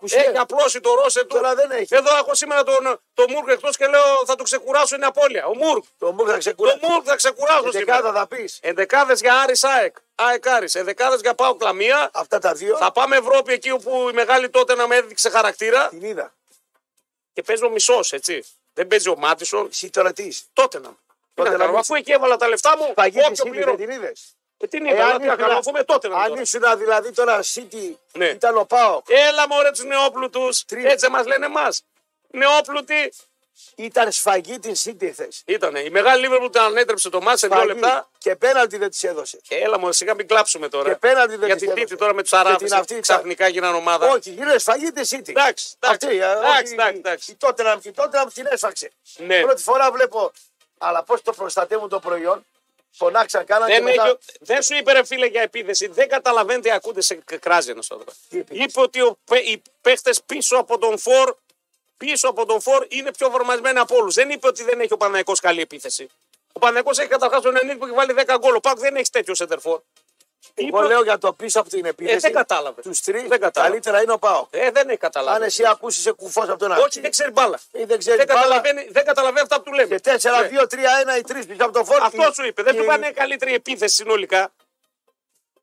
Speaker 2: 21.
Speaker 1: Έχει απλώσει το ρόσε του.
Speaker 2: Τώρα δεν έχει.
Speaker 1: Εδώ έχω σήμερα τον, τον Μούρκ εκτός και λέω θα το ξεκουράσω είναι απώλεια. Ο Μούρκ.
Speaker 2: Το μου θα
Speaker 1: Το
Speaker 2: ξεκουράσει.
Speaker 1: Μούρκ θα ξεκουράσω σήμερα.
Speaker 2: Δεκάδα θα πεις.
Speaker 1: Ενδεκάδε για Άρης ΑΕΚ. ΑΕΚ Άρης. Ενδεκάδε για Πάουκ Λαμία.
Speaker 2: Αυτά τα δύο
Speaker 1: Θα πάμε Ευρώπη εκεί όπου η μεγάλη τότε να με έδειξε χαρακτήρα.
Speaker 2: την είδα.
Speaker 1: Και παίζει ο μισός, έτσι. Δεν παίζει ο Μάτισον.
Speaker 2: Εσύ τώρα τι. είσαι.
Speaker 1: Τότε να. Τι να
Speaker 2: να
Speaker 1: κάνω,
Speaker 2: μην-
Speaker 1: Αφού εκεί έβαλα τα λεφτά μου,
Speaker 2: Θα γίνεις
Speaker 1: όποιο
Speaker 2: City, δεν
Speaker 1: πληρώνω.
Speaker 2: την είδες.
Speaker 1: Ε, Τι είναι,
Speaker 2: Ε,
Speaker 1: αλλά τι να
Speaker 2: ήσουν-
Speaker 1: κάνω, αφού με τότε να
Speaker 2: αν
Speaker 1: το
Speaker 2: ήσουν δηλαδή τώρα City,
Speaker 1: Ναι.
Speaker 2: ήταν ο Πάο,
Speaker 1: Έλα μωρέ τους νεόπλουτους.
Speaker 2: Τρία.
Speaker 1: Έτσι μας λένε εμά. Νεόπλουτοι
Speaker 2: ήταν σφαγή την City χθες.
Speaker 1: ήτανε. Η μεγάλη Λίβερπουλ την ανέτρεψε το μάτι σε δύο
Speaker 2: Σφαγή.
Speaker 1: λεπτά.
Speaker 2: Και πέναλτι δεν τη έδωσε.
Speaker 1: Έλα μωρέ, σιγά μην κλάψουμε τώρα.
Speaker 2: Και πέναλτι δεν
Speaker 1: Για
Speaker 2: της
Speaker 1: την
Speaker 2: έδωσε.
Speaker 1: τρίτη τώρα με τους
Speaker 2: Και την αυτή-
Speaker 1: Αράβου. Ξαφνικά γίναν ομάδα.
Speaker 2: Όχι, γίνεται σφαγή της City.
Speaker 1: Εντάξει, εντάξει.
Speaker 2: Αυτή, ε,
Speaker 1: Εντάξει,
Speaker 2: όχι,
Speaker 1: εντάξει, εντάξει.
Speaker 2: Η Tottenham και η Tottenham την έσφαξε.
Speaker 1: Ναι.
Speaker 2: Πρώτη φορά βλέπω. Αλλά πώς το προστατεύουν το προϊόν. Φωνάξαν, κάναν και
Speaker 1: Δεν,
Speaker 2: μετά.
Speaker 1: έχει- δεν σου είπε ρε φίλε για επίθεση. Δεν καταλαβαίνετε, ακούτε σε κράζει ένας τώρα.
Speaker 2: Τι είπε.
Speaker 1: Είπε ότι ο, παι- οι παίχτες πίσω από τον Φορ πίσω από τον Φορ είναι πιο βρωμασμένοι από όλους. Δεν είπε ότι δεν έχει ο Παναγικό καλή επίθεση. Ο Παναγικό έχει καταρχάς τον Ενίδη που έχει βάλει 10 γκολ. Ο Πάκ δεν έχει τέτοιο σεντερφόρ.
Speaker 2: Εγώ
Speaker 1: Είπε-
Speaker 2: λέω για το πίσω από την επίθεση.
Speaker 1: Ε, δεν κατάλαβε.
Speaker 2: Τους τρεις
Speaker 1: Δεν κατάλαβε.
Speaker 2: καλύτερα είναι ο Πάο.
Speaker 1: Ε, δεν έχει
Speaker 2: Αν
Speaker 1: καταλάβει.
Speaker 2: εσύ ακούσεις σε κουφός από τον
Speaker 1: Όχι, δεν ξέρει μπάλα.
Speaker 2: Ή δεν ξέρεις
Speaker 1: δεν,
Speaker 2: μπάλα.
Speaker 1: καταλαβαίνει, δεν καταλαβαίνει αυτά που του λέμε.
Speaker 2: Και Ε, 4, 2, 3,
Speaker 1: Ναι.
Speaker 2: 1 ή 3 πίσω από τον φόρμα.
Speaker 1: Αυτό σου είπε. Δεν του πάνε καλύτερη επίθεση συνολικά.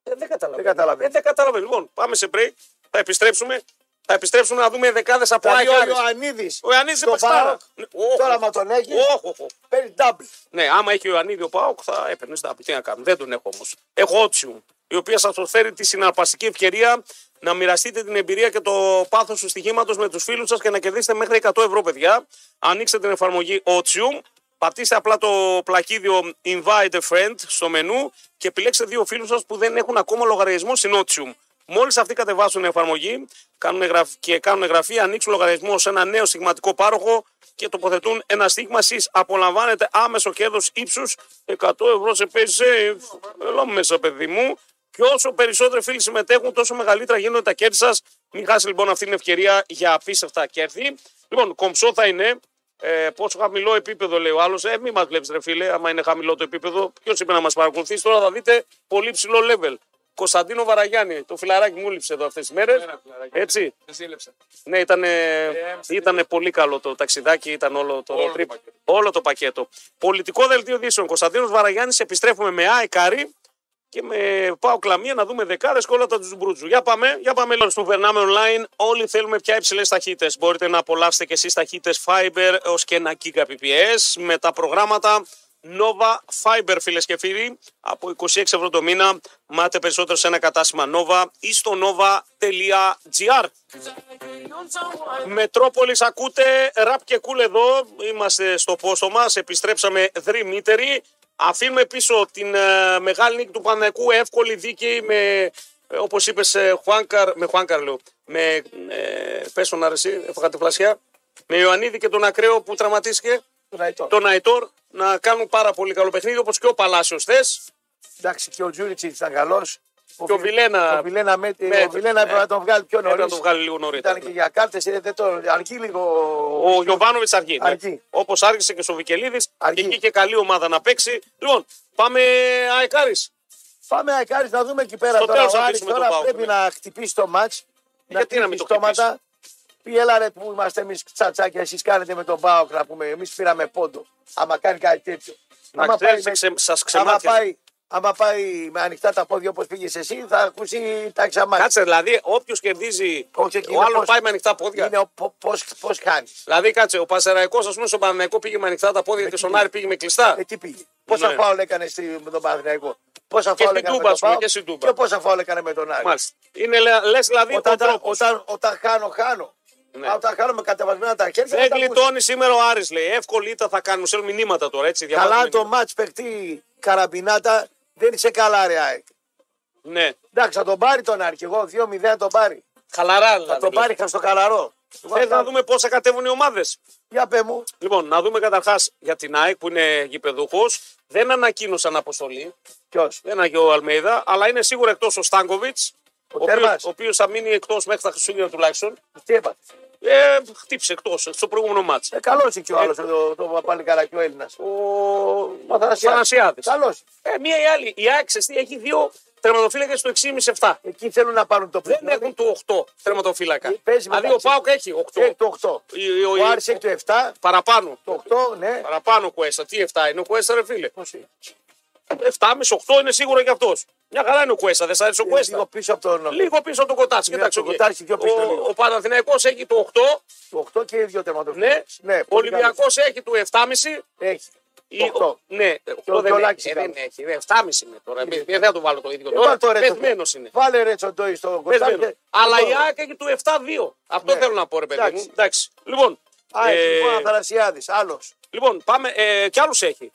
Speaker 1: Ε, δεν καταλαβαίνω.
Speaker 2: Δεν καταλαβαίνω.
Speaker 1: Ε, δεν καταλαβαίνω. Λοιπόν, πάμε σε break. Θα επιστρέψουμε. Θα επιστρέψουμε να δούμε δεκάδες από
Speaker 2: Τα
Speaker 1: Άγιο
Speaker 2: δύο
Speaker 1: Άρης.
Speaker 2: Ιωαννίδη.
Speaker 1: Ο Ιωαννίδης είναι
Speaker 2: στο
Speaker 1: παιχτάρα.
Speaker 2: Πάοκ.
Speaker 1: Ναι, όχ,
Speaker 2: Τώρα
Speaker 1: όχ,
Speaker 2: μα τον έχεις.
Speaker 1: όχ, όχ, όχ.
Speaker 2: Παίρνει double.
Speaker 1: Ναι, άμα έχει ο Ιωαννίδη ο Πάοκ θα έπαιρνες στα Τι να κάνω. Δεν τον έχω όμως. Έχω Ότσιουμ, η οποία σας προσφέρει τη συναρπαστική ευκαιρία να μοιραστείτε την εμπειρία και το πάθος του στοιχήματος με τους φίλους σας και να κερδίσετε μέχρι 100 ευρώ, παιδιά. Ανοίξτε την εφαρμογή Ότσιουμ, πατήστε απλά το πλακίδιο Invite a Friend στο μενού και επιλέξτε δύο φίλους σας που δεν έχουν ακόμα λογαριασμό στην Ότσιουμ. Μόλις αυτοί κατεβάσουν την εφαρμογή κάνουν εγγραφ- και κάνουν εγγραφή, ανοίξουν λογαριασμό σε ένα νέο στιγματικό πάροχο και τοποθετούν ένα στίγμα. Εσείς απολαμβάνετε άμεσο κέρδος ύψους 100 ευρώ σε pay safe. Έλα μέσα, παιδί μου. Και όσο περισσότεροι φίλοι συμμετέχουν, τόσο μεγαλύτερα γίνονται τα κέρδη σας. Μην χάσει λοιπόν αυτή την ευκαιρία για απίστευτα κέρδη. Λοιπόν, κομψό θα είναι. Ε, πόσο χαμηλό επίπεδο λέει ο άλλος. Ε, μην μας βλέπεις, ρε φίλε, άμα είναι χαμηλό το επίπεδο. Ποιος είπε να μας παρακολουθήσει. Τώρα θα δείτε πολύ ψηλό level. Κωνσταντίνο Βαραγιάννη, το φιλαράκι μου λείψε εδώ αυτές τις μέρες. Έτσι.
Speaker 3: Δεν σύλληψα.
Speaker 1: Ναι, ήταν
Speaker 3: Ε,
Speaker 1: ήτανε πολύ καλό το ταξιδάκι, ήταν όλο το
Speaker 3: Όλο το
Speaker 1: trip.
Speaker 3: πακέτο.
Speaker 1: όλο το πακέτο. Πολιτικό δελτίο δίσεων. Κωνσταντίνος Βαραγιάννης, επιστρέφουμε με Άικαρη και με πάω κλαμία να δούμε δεκάδες και όλα τα του Μπρούτζου. Για πάμε, για πάμε λοιπόν. Στο περνάμε online, όλοι θέλουμε πια υψηλές ταχύτητες. Μπορείτε να απολαύσετε και εσείς ταχύτητες Fiber έως και 1 Gbps με τα προγράμματα Nova Fiber, φίλες και φίλοι, από 26 ευρώ το μήνα. Μάτε περισσότερο σε ένα κατάστημα Nova ή στο nova.gr. Μετρόπολης ακούτε, ραπ και κούλ εδώ, είμαστε στο πόστο μας, επιστρέψαμε δρυμύτεροι. Αφήνουμε πίσω την ε, μεγάλη νίκη του Παναϊκού, εύκολη δίκη με, ε, όπως είπες, ε, Χουάνκαρ, με Χουάνκαρ λέω, με ε, πέσω να ρεσί, έφαγα τη φλασιά, με Ιωαννίδη και τον Ακραίο που τραυματίστηκε,
Speaker 2: Ραϊτό.
Speaker 1: τον Αϊτόρ να κάνουν πάρα πολύ καλό παιχνίδι όπως και ο Παλάσιος θες.
Speaker 2: Εντάξει, και ο Τζούριτσι ήταν καλός.
Speaker 1: Και ο Βιλένα-
Speaker 2: Ο Βιλένα, με,
Speaker 1: με-
Speaker 2: ο Βιλένα έπρεπε
Speaker 1: ναι.
Speaker 2: να τον βγάλει πιο
Speaker 1: Πρέπει
Speaker 2: νωρί.
Speaker 1: να τον βγάλει λίγο νωρίτερα.
Speaker 2: Ήταν και για κάρτες, δεν το. Αρκεί λίγο.
Speaker 1: Ο Γιωβάνοβιτ αργεί. ναι.
Speaker 2: Αργεί.
Speaker 1: Όπως άργησε και στο Βικελίδη. Και
Speaker 2: Αργεί.
Speaker 1: εκεί και καλή ομάδα να παίξει. Λοιπόν, πάμε Αεκάρη.
Speaker 2: Πάμε Αεκάρης να δούμε εκεί πέρα
Speaker 1: Στο
Speaker 2: τώρα.
Speaker 1: τέλος
Speaker 2: Ο
Speaker 1: θα
Speaker 2: Άρης
Speaker 1: πείσουμε
Speaker 2: τώρα
Speaker 1: τον Πάοκ,
Speaker 2: πρέπει
Speaker 1: ναι.
Speaker 2: να χτυπήσει το μάτς.
Speaker 1: Γιατί να
Speaker 2: να
Speaker 1: μην
Speaker 2: μην
Speaker 1: το
Speaker 2: στόματα. Πιέλα ρε που είμαστε εμείς τσατσάκια, εσείς κάνετε με τον Πάοκ να πούμε. Εμείς πήραμε πόντο. Άμα κάνει κάτι τέτοιο.
Speaker 1: Να
Speaker 2: Άμα
Speaker 1: ξέρετε,
Speaker 2: πάει με-
Speaker 1: ξε- σας
Speaker 2: άμα,
Speaker 1: ξεμάτιαζε.
Speaker 2: πάει, άμα πάει με ανοιχτά τα πόδια όπως πήγες εσύ, θα ακούσει τα ξαμάτια.
Speaker 1: Κάτσε, δηλαδή, όποιος κερδίζει.
Speaker 2: Όχι,
Speaker 1: ο
Speaker 2: εκείνο
Speaker 1: άλλο
Speaker 2: πώς-
Speaker 1: πάει με ανοιχτά πόδια.
Speaker 2: Είναι πώ χάνεις.
Speaker 1: Δηλαδή, κάτσε, ο Πασεραϊκό, ας πούμε, στον Παναναϊκό πήγε με ανοιχτά τα πόδια και στον Άρη πήγε με κλειστά.
Speaker 2: Ε, τι πήγε. Πόσα
Speaker 1: Ναι.
Speaker 2: φάουλ έκανε στη- με τον Παναθηναϊκό. Πόσα
Speaker 1: Και στην
Speaker 2: φάουλ έκανε με
Speaker 1: Τούμπα,
Speaker 2: τον
Speaker 1: ας πούμε,
Speaker 2: Πάοκ.
Speaker 1: και στην Τούμπα.
Speaker 2: Και πόσα φάουλ έκανε με τον Άρη.
Speaker 1: Μάλιστα. Είναι, λε, δηλαδή,
Speaker 2: Όταν,
Speaker 1: ο τρόπος.
Speaker 2: όταν, όταν χάνω, χάνω.
Speaker 1: Ναι.
Speaker 2: Α, Όταν χάνω με κατεβασμένα τα χέρια.
Speaker 1: Δεν
Speaker 2: θα τα ακούσω.
Speaker 1: γλιτώνει σήμερα ο Άρης λέει. Εύκολη ήττα θα κάνουν. Στέλνουν μηνύματα τώρα, έτσι.
Speaker 2: Καλά
Speaker 1: διαβάζουμε
Speaker 2: το μάτς παιχτεί καραμπινάτα. Δεν είσαι καλά, ρε ΑΕΚ.
Speaker 1: και- Ναι.
Speaker 2: Εντάξει, θα τον πάρει τον Άρη. Εγώ 2-0 θα τον πάρει.
Speaker 1: Χαλαρά, δηλαδή.
Speaker 2: Θα τον πάρει χα στο καλαρό.
Speaker 1: Θες να δούμε πώ θα κατέβουν οι ομάδες.
Speaker 2: Για πε μου.
Speaker 1: Λοιπόν, να δούμε καταρχάς για την ΑΕΚ που είναι γηπεδούχος. Δεν ανακοίνωσαν αποστολή.
Speaker 2: Ποιος.
Speaker 1: Δεν είναι και ο Αλμέιδα, αλλά είναι σίγουρα εκτός ο Στάνκοβιτ. Ο,
Speaker 2: Τέρμας.
Speaker 1: οποίος θα μείνει εκτός μέχρι τα Χριστούγεννα τουλάχιστον.
Speaker 2: Τι είπατε.
Speaker 1: Ε, χτύπησε εκτός στο προηγούμενο μάτς.
Speaker 2: Ε, καλός είναι και ο άλλο το, το παλικαράκι ο Έλληνας.
Speaker 1: Ο
Speaker 2: Ο
Speaker 1: Θανασιάδη.
Speaker 2: Καλός.
Speaker 1: Ε, μία ή άλλη. Η ΑΕΚ ξεστή έχει δύο τερματοφύλακες του 6,5-7.
Speaker 2: Εκεί θέλουν να πάρουν το
Speaker 1: Δεν
Speaker 2: παιχνίδι.
Speaker 1: έχουν του 8 τερματοφύλακα.
Speaker 2: Δηλαδή. Ε, παίζει
Speaker 1: Δηλαδή ο
Speaker 2: μεταξύ.
Speaker 1: Πάοκ έχει 8.
Speaker 2: Έχει το 8.
Speaker 1: Ο- ο-
Speaker 2: Ο Άρης έχει το 7.
Speaker 1: Παραπάνω.
Speaker 2: Το 8, ναι.
Speaker 1: Παραπάνω Κουέστα. Τι 7 είναι ο Κουέστα, ρε φίλε.
Speaker 2: Πώς είναι.
Speaker 1: 7,5-8 είναι σίγουρα κι αυτός. Μια χαρά είναι ο Κουέστα. Δεν σ' αρέσει ο Κουέστα.
Speaker 2: Ε, Λίγο πίσω από τον
Speaker 1: Λίγο πίσω από τον Κοτάτσι.
Speaker 2: Ναι,
Speaker 1: Κοίταξε.
Speaker 2: το
Speaker 1: εκεί.
Speaker 2: Κοτάτσι πιο πίσω
Speaker 1: Ο-
Speaker 2: λίγο.
Speaker 1: Ο Παναθηναϊκός έχει το 8.
Speaker 2: Το 8 και οι δύο
Speaker 1: Ναι.
Speaker 2: τερματοφύλακες.
Speaker 1: ο
Speaker 2: πολύ καλός.
Speaker 1: Ολυμπιακό έχει του 7,5.
Speaker 2: Έχει.
Speaker 1: Ή-
Speaker 2: Το 8.
Speaker 1: Ναι,
Speaker 2: ο
Speaker 1: ο δεν,
Speaker 2: Γιολάκης
Speaker 1: έχει, ε,
Speaker 2: ήταν.
Speaker 1: δεν έχει. ρε, 7,5 είναι τώρα. Μη- Δεν θα το βάλω το ίδιο
Speaker 2: Ε,
Speaker 1: τώρα.
Speaker 2: βάλ' το ρε, το-
Speaker 1: Πεσμένος είναι.
Speaker 2: Βάλε ρε τσοντόι στο κοστάρι.
Speaker 1: Πεσμένος.
Speaker 2: και-
Speaker 1: Αλλά
Speaker 2: Λοιπόν,
Speaker 1: η ΑΕΚ έχει του 7-2. Αυτό
Speaker 2: Ναι.
Speaker 1: θέλω να πω, ρε παιδί μου.
Speaker 2: Εντάξει.
Speaker 1: Εντάξει. Λοιπόν,
Speaker 2: Α,
Speaker 1: ε,
Speaker 2: ε... λοιπόν, Αθανασιάδης, άλλος.
Speaker 1: λοιπόν, πάμε. Ε, κι άλλους έχει.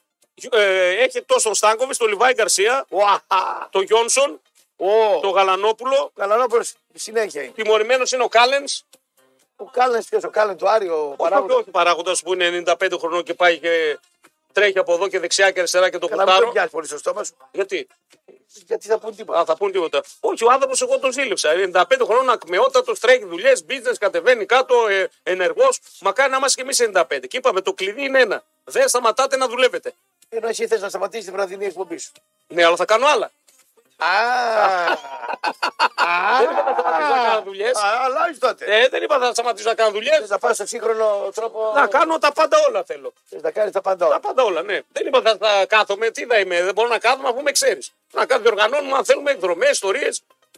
Speaker 1: Ε, έχει εκτό τον Στάνκοβιτ, τον Λιβάη Γκαρσία,
Speaker 2: Ουαχα.
Speaker 1: τον Γιόνσον,
Speaker 2: Ο
Speaker 1: τον Γαλανόπουλο.
Speaker 2: Καλανόπουλος συνέχεια είναι.
Speaker 1: Τιμωρημένος είναι ο Κάλεν.
Speaker 2: Ο Κάλεν ποιος, ο Κάλεν του Άρη, ο Παράγοντας.
Speaker 1: Όχι παράγοντας που είναι 95 χρονών και πάει και τρέχει από εδώ και δεξιά και αριστερά και το
Speaker 2: Καλά, μην το
Speaker 1: κουτάρο.
Speaker 2: πιάσεις πολύ στο στόμα σου.
Speaker 1: Γιατί.
Speaker 2: Γιατί θα πούν τίποτα.
Speaker 1: Α, θα πούν τίποτα. Όχι, ο άνθρωπος, εγώ τον ζήλεψα. Ε, 95 χρόνια ακμεότατος, τρέχει δουλειές, business, κατεβαίνει κάτω, ε, ενεργός. Μακάρι να είμαστε κι εμεί 95. Και είπαμε, το κλειδί είναι ένα. Δεν σταματάτε να δουλεύετε.
Speaker 2: Ενώ εσύ θες να σταματήσεις την βραδινή εκπομπή σου.
Speaker 1: Ναι, αλλά θα κάνω άλλα.
Speaker 2: Α,
Speaker 1: δεν είπα θα σταματήσω να κάνω δουλειές.
Speaker 2: α, αλλάζει τότε.
Speaker 1: Ε, δεν είπα θα σταματήσω να κάνω δουλειές.
Speaker 2: Θες να πας στο σύγχρονο τρόπο.
Speaker 1: Να κάνω τα πάντα όλα θέλω.
Speaker 2: Θες να κάνεις τα πάντα όλα.
Speaker 1: Τα πάντα όλα, ναι. Δεν είπα θα, θα κάθομαι, τι θα είμαι, δεν μπορώ να κάθομαι αφού με ξέρεις. Να κάνω διοργανώνουμε, αν θέλουμε εκδρομές, ιστορίες,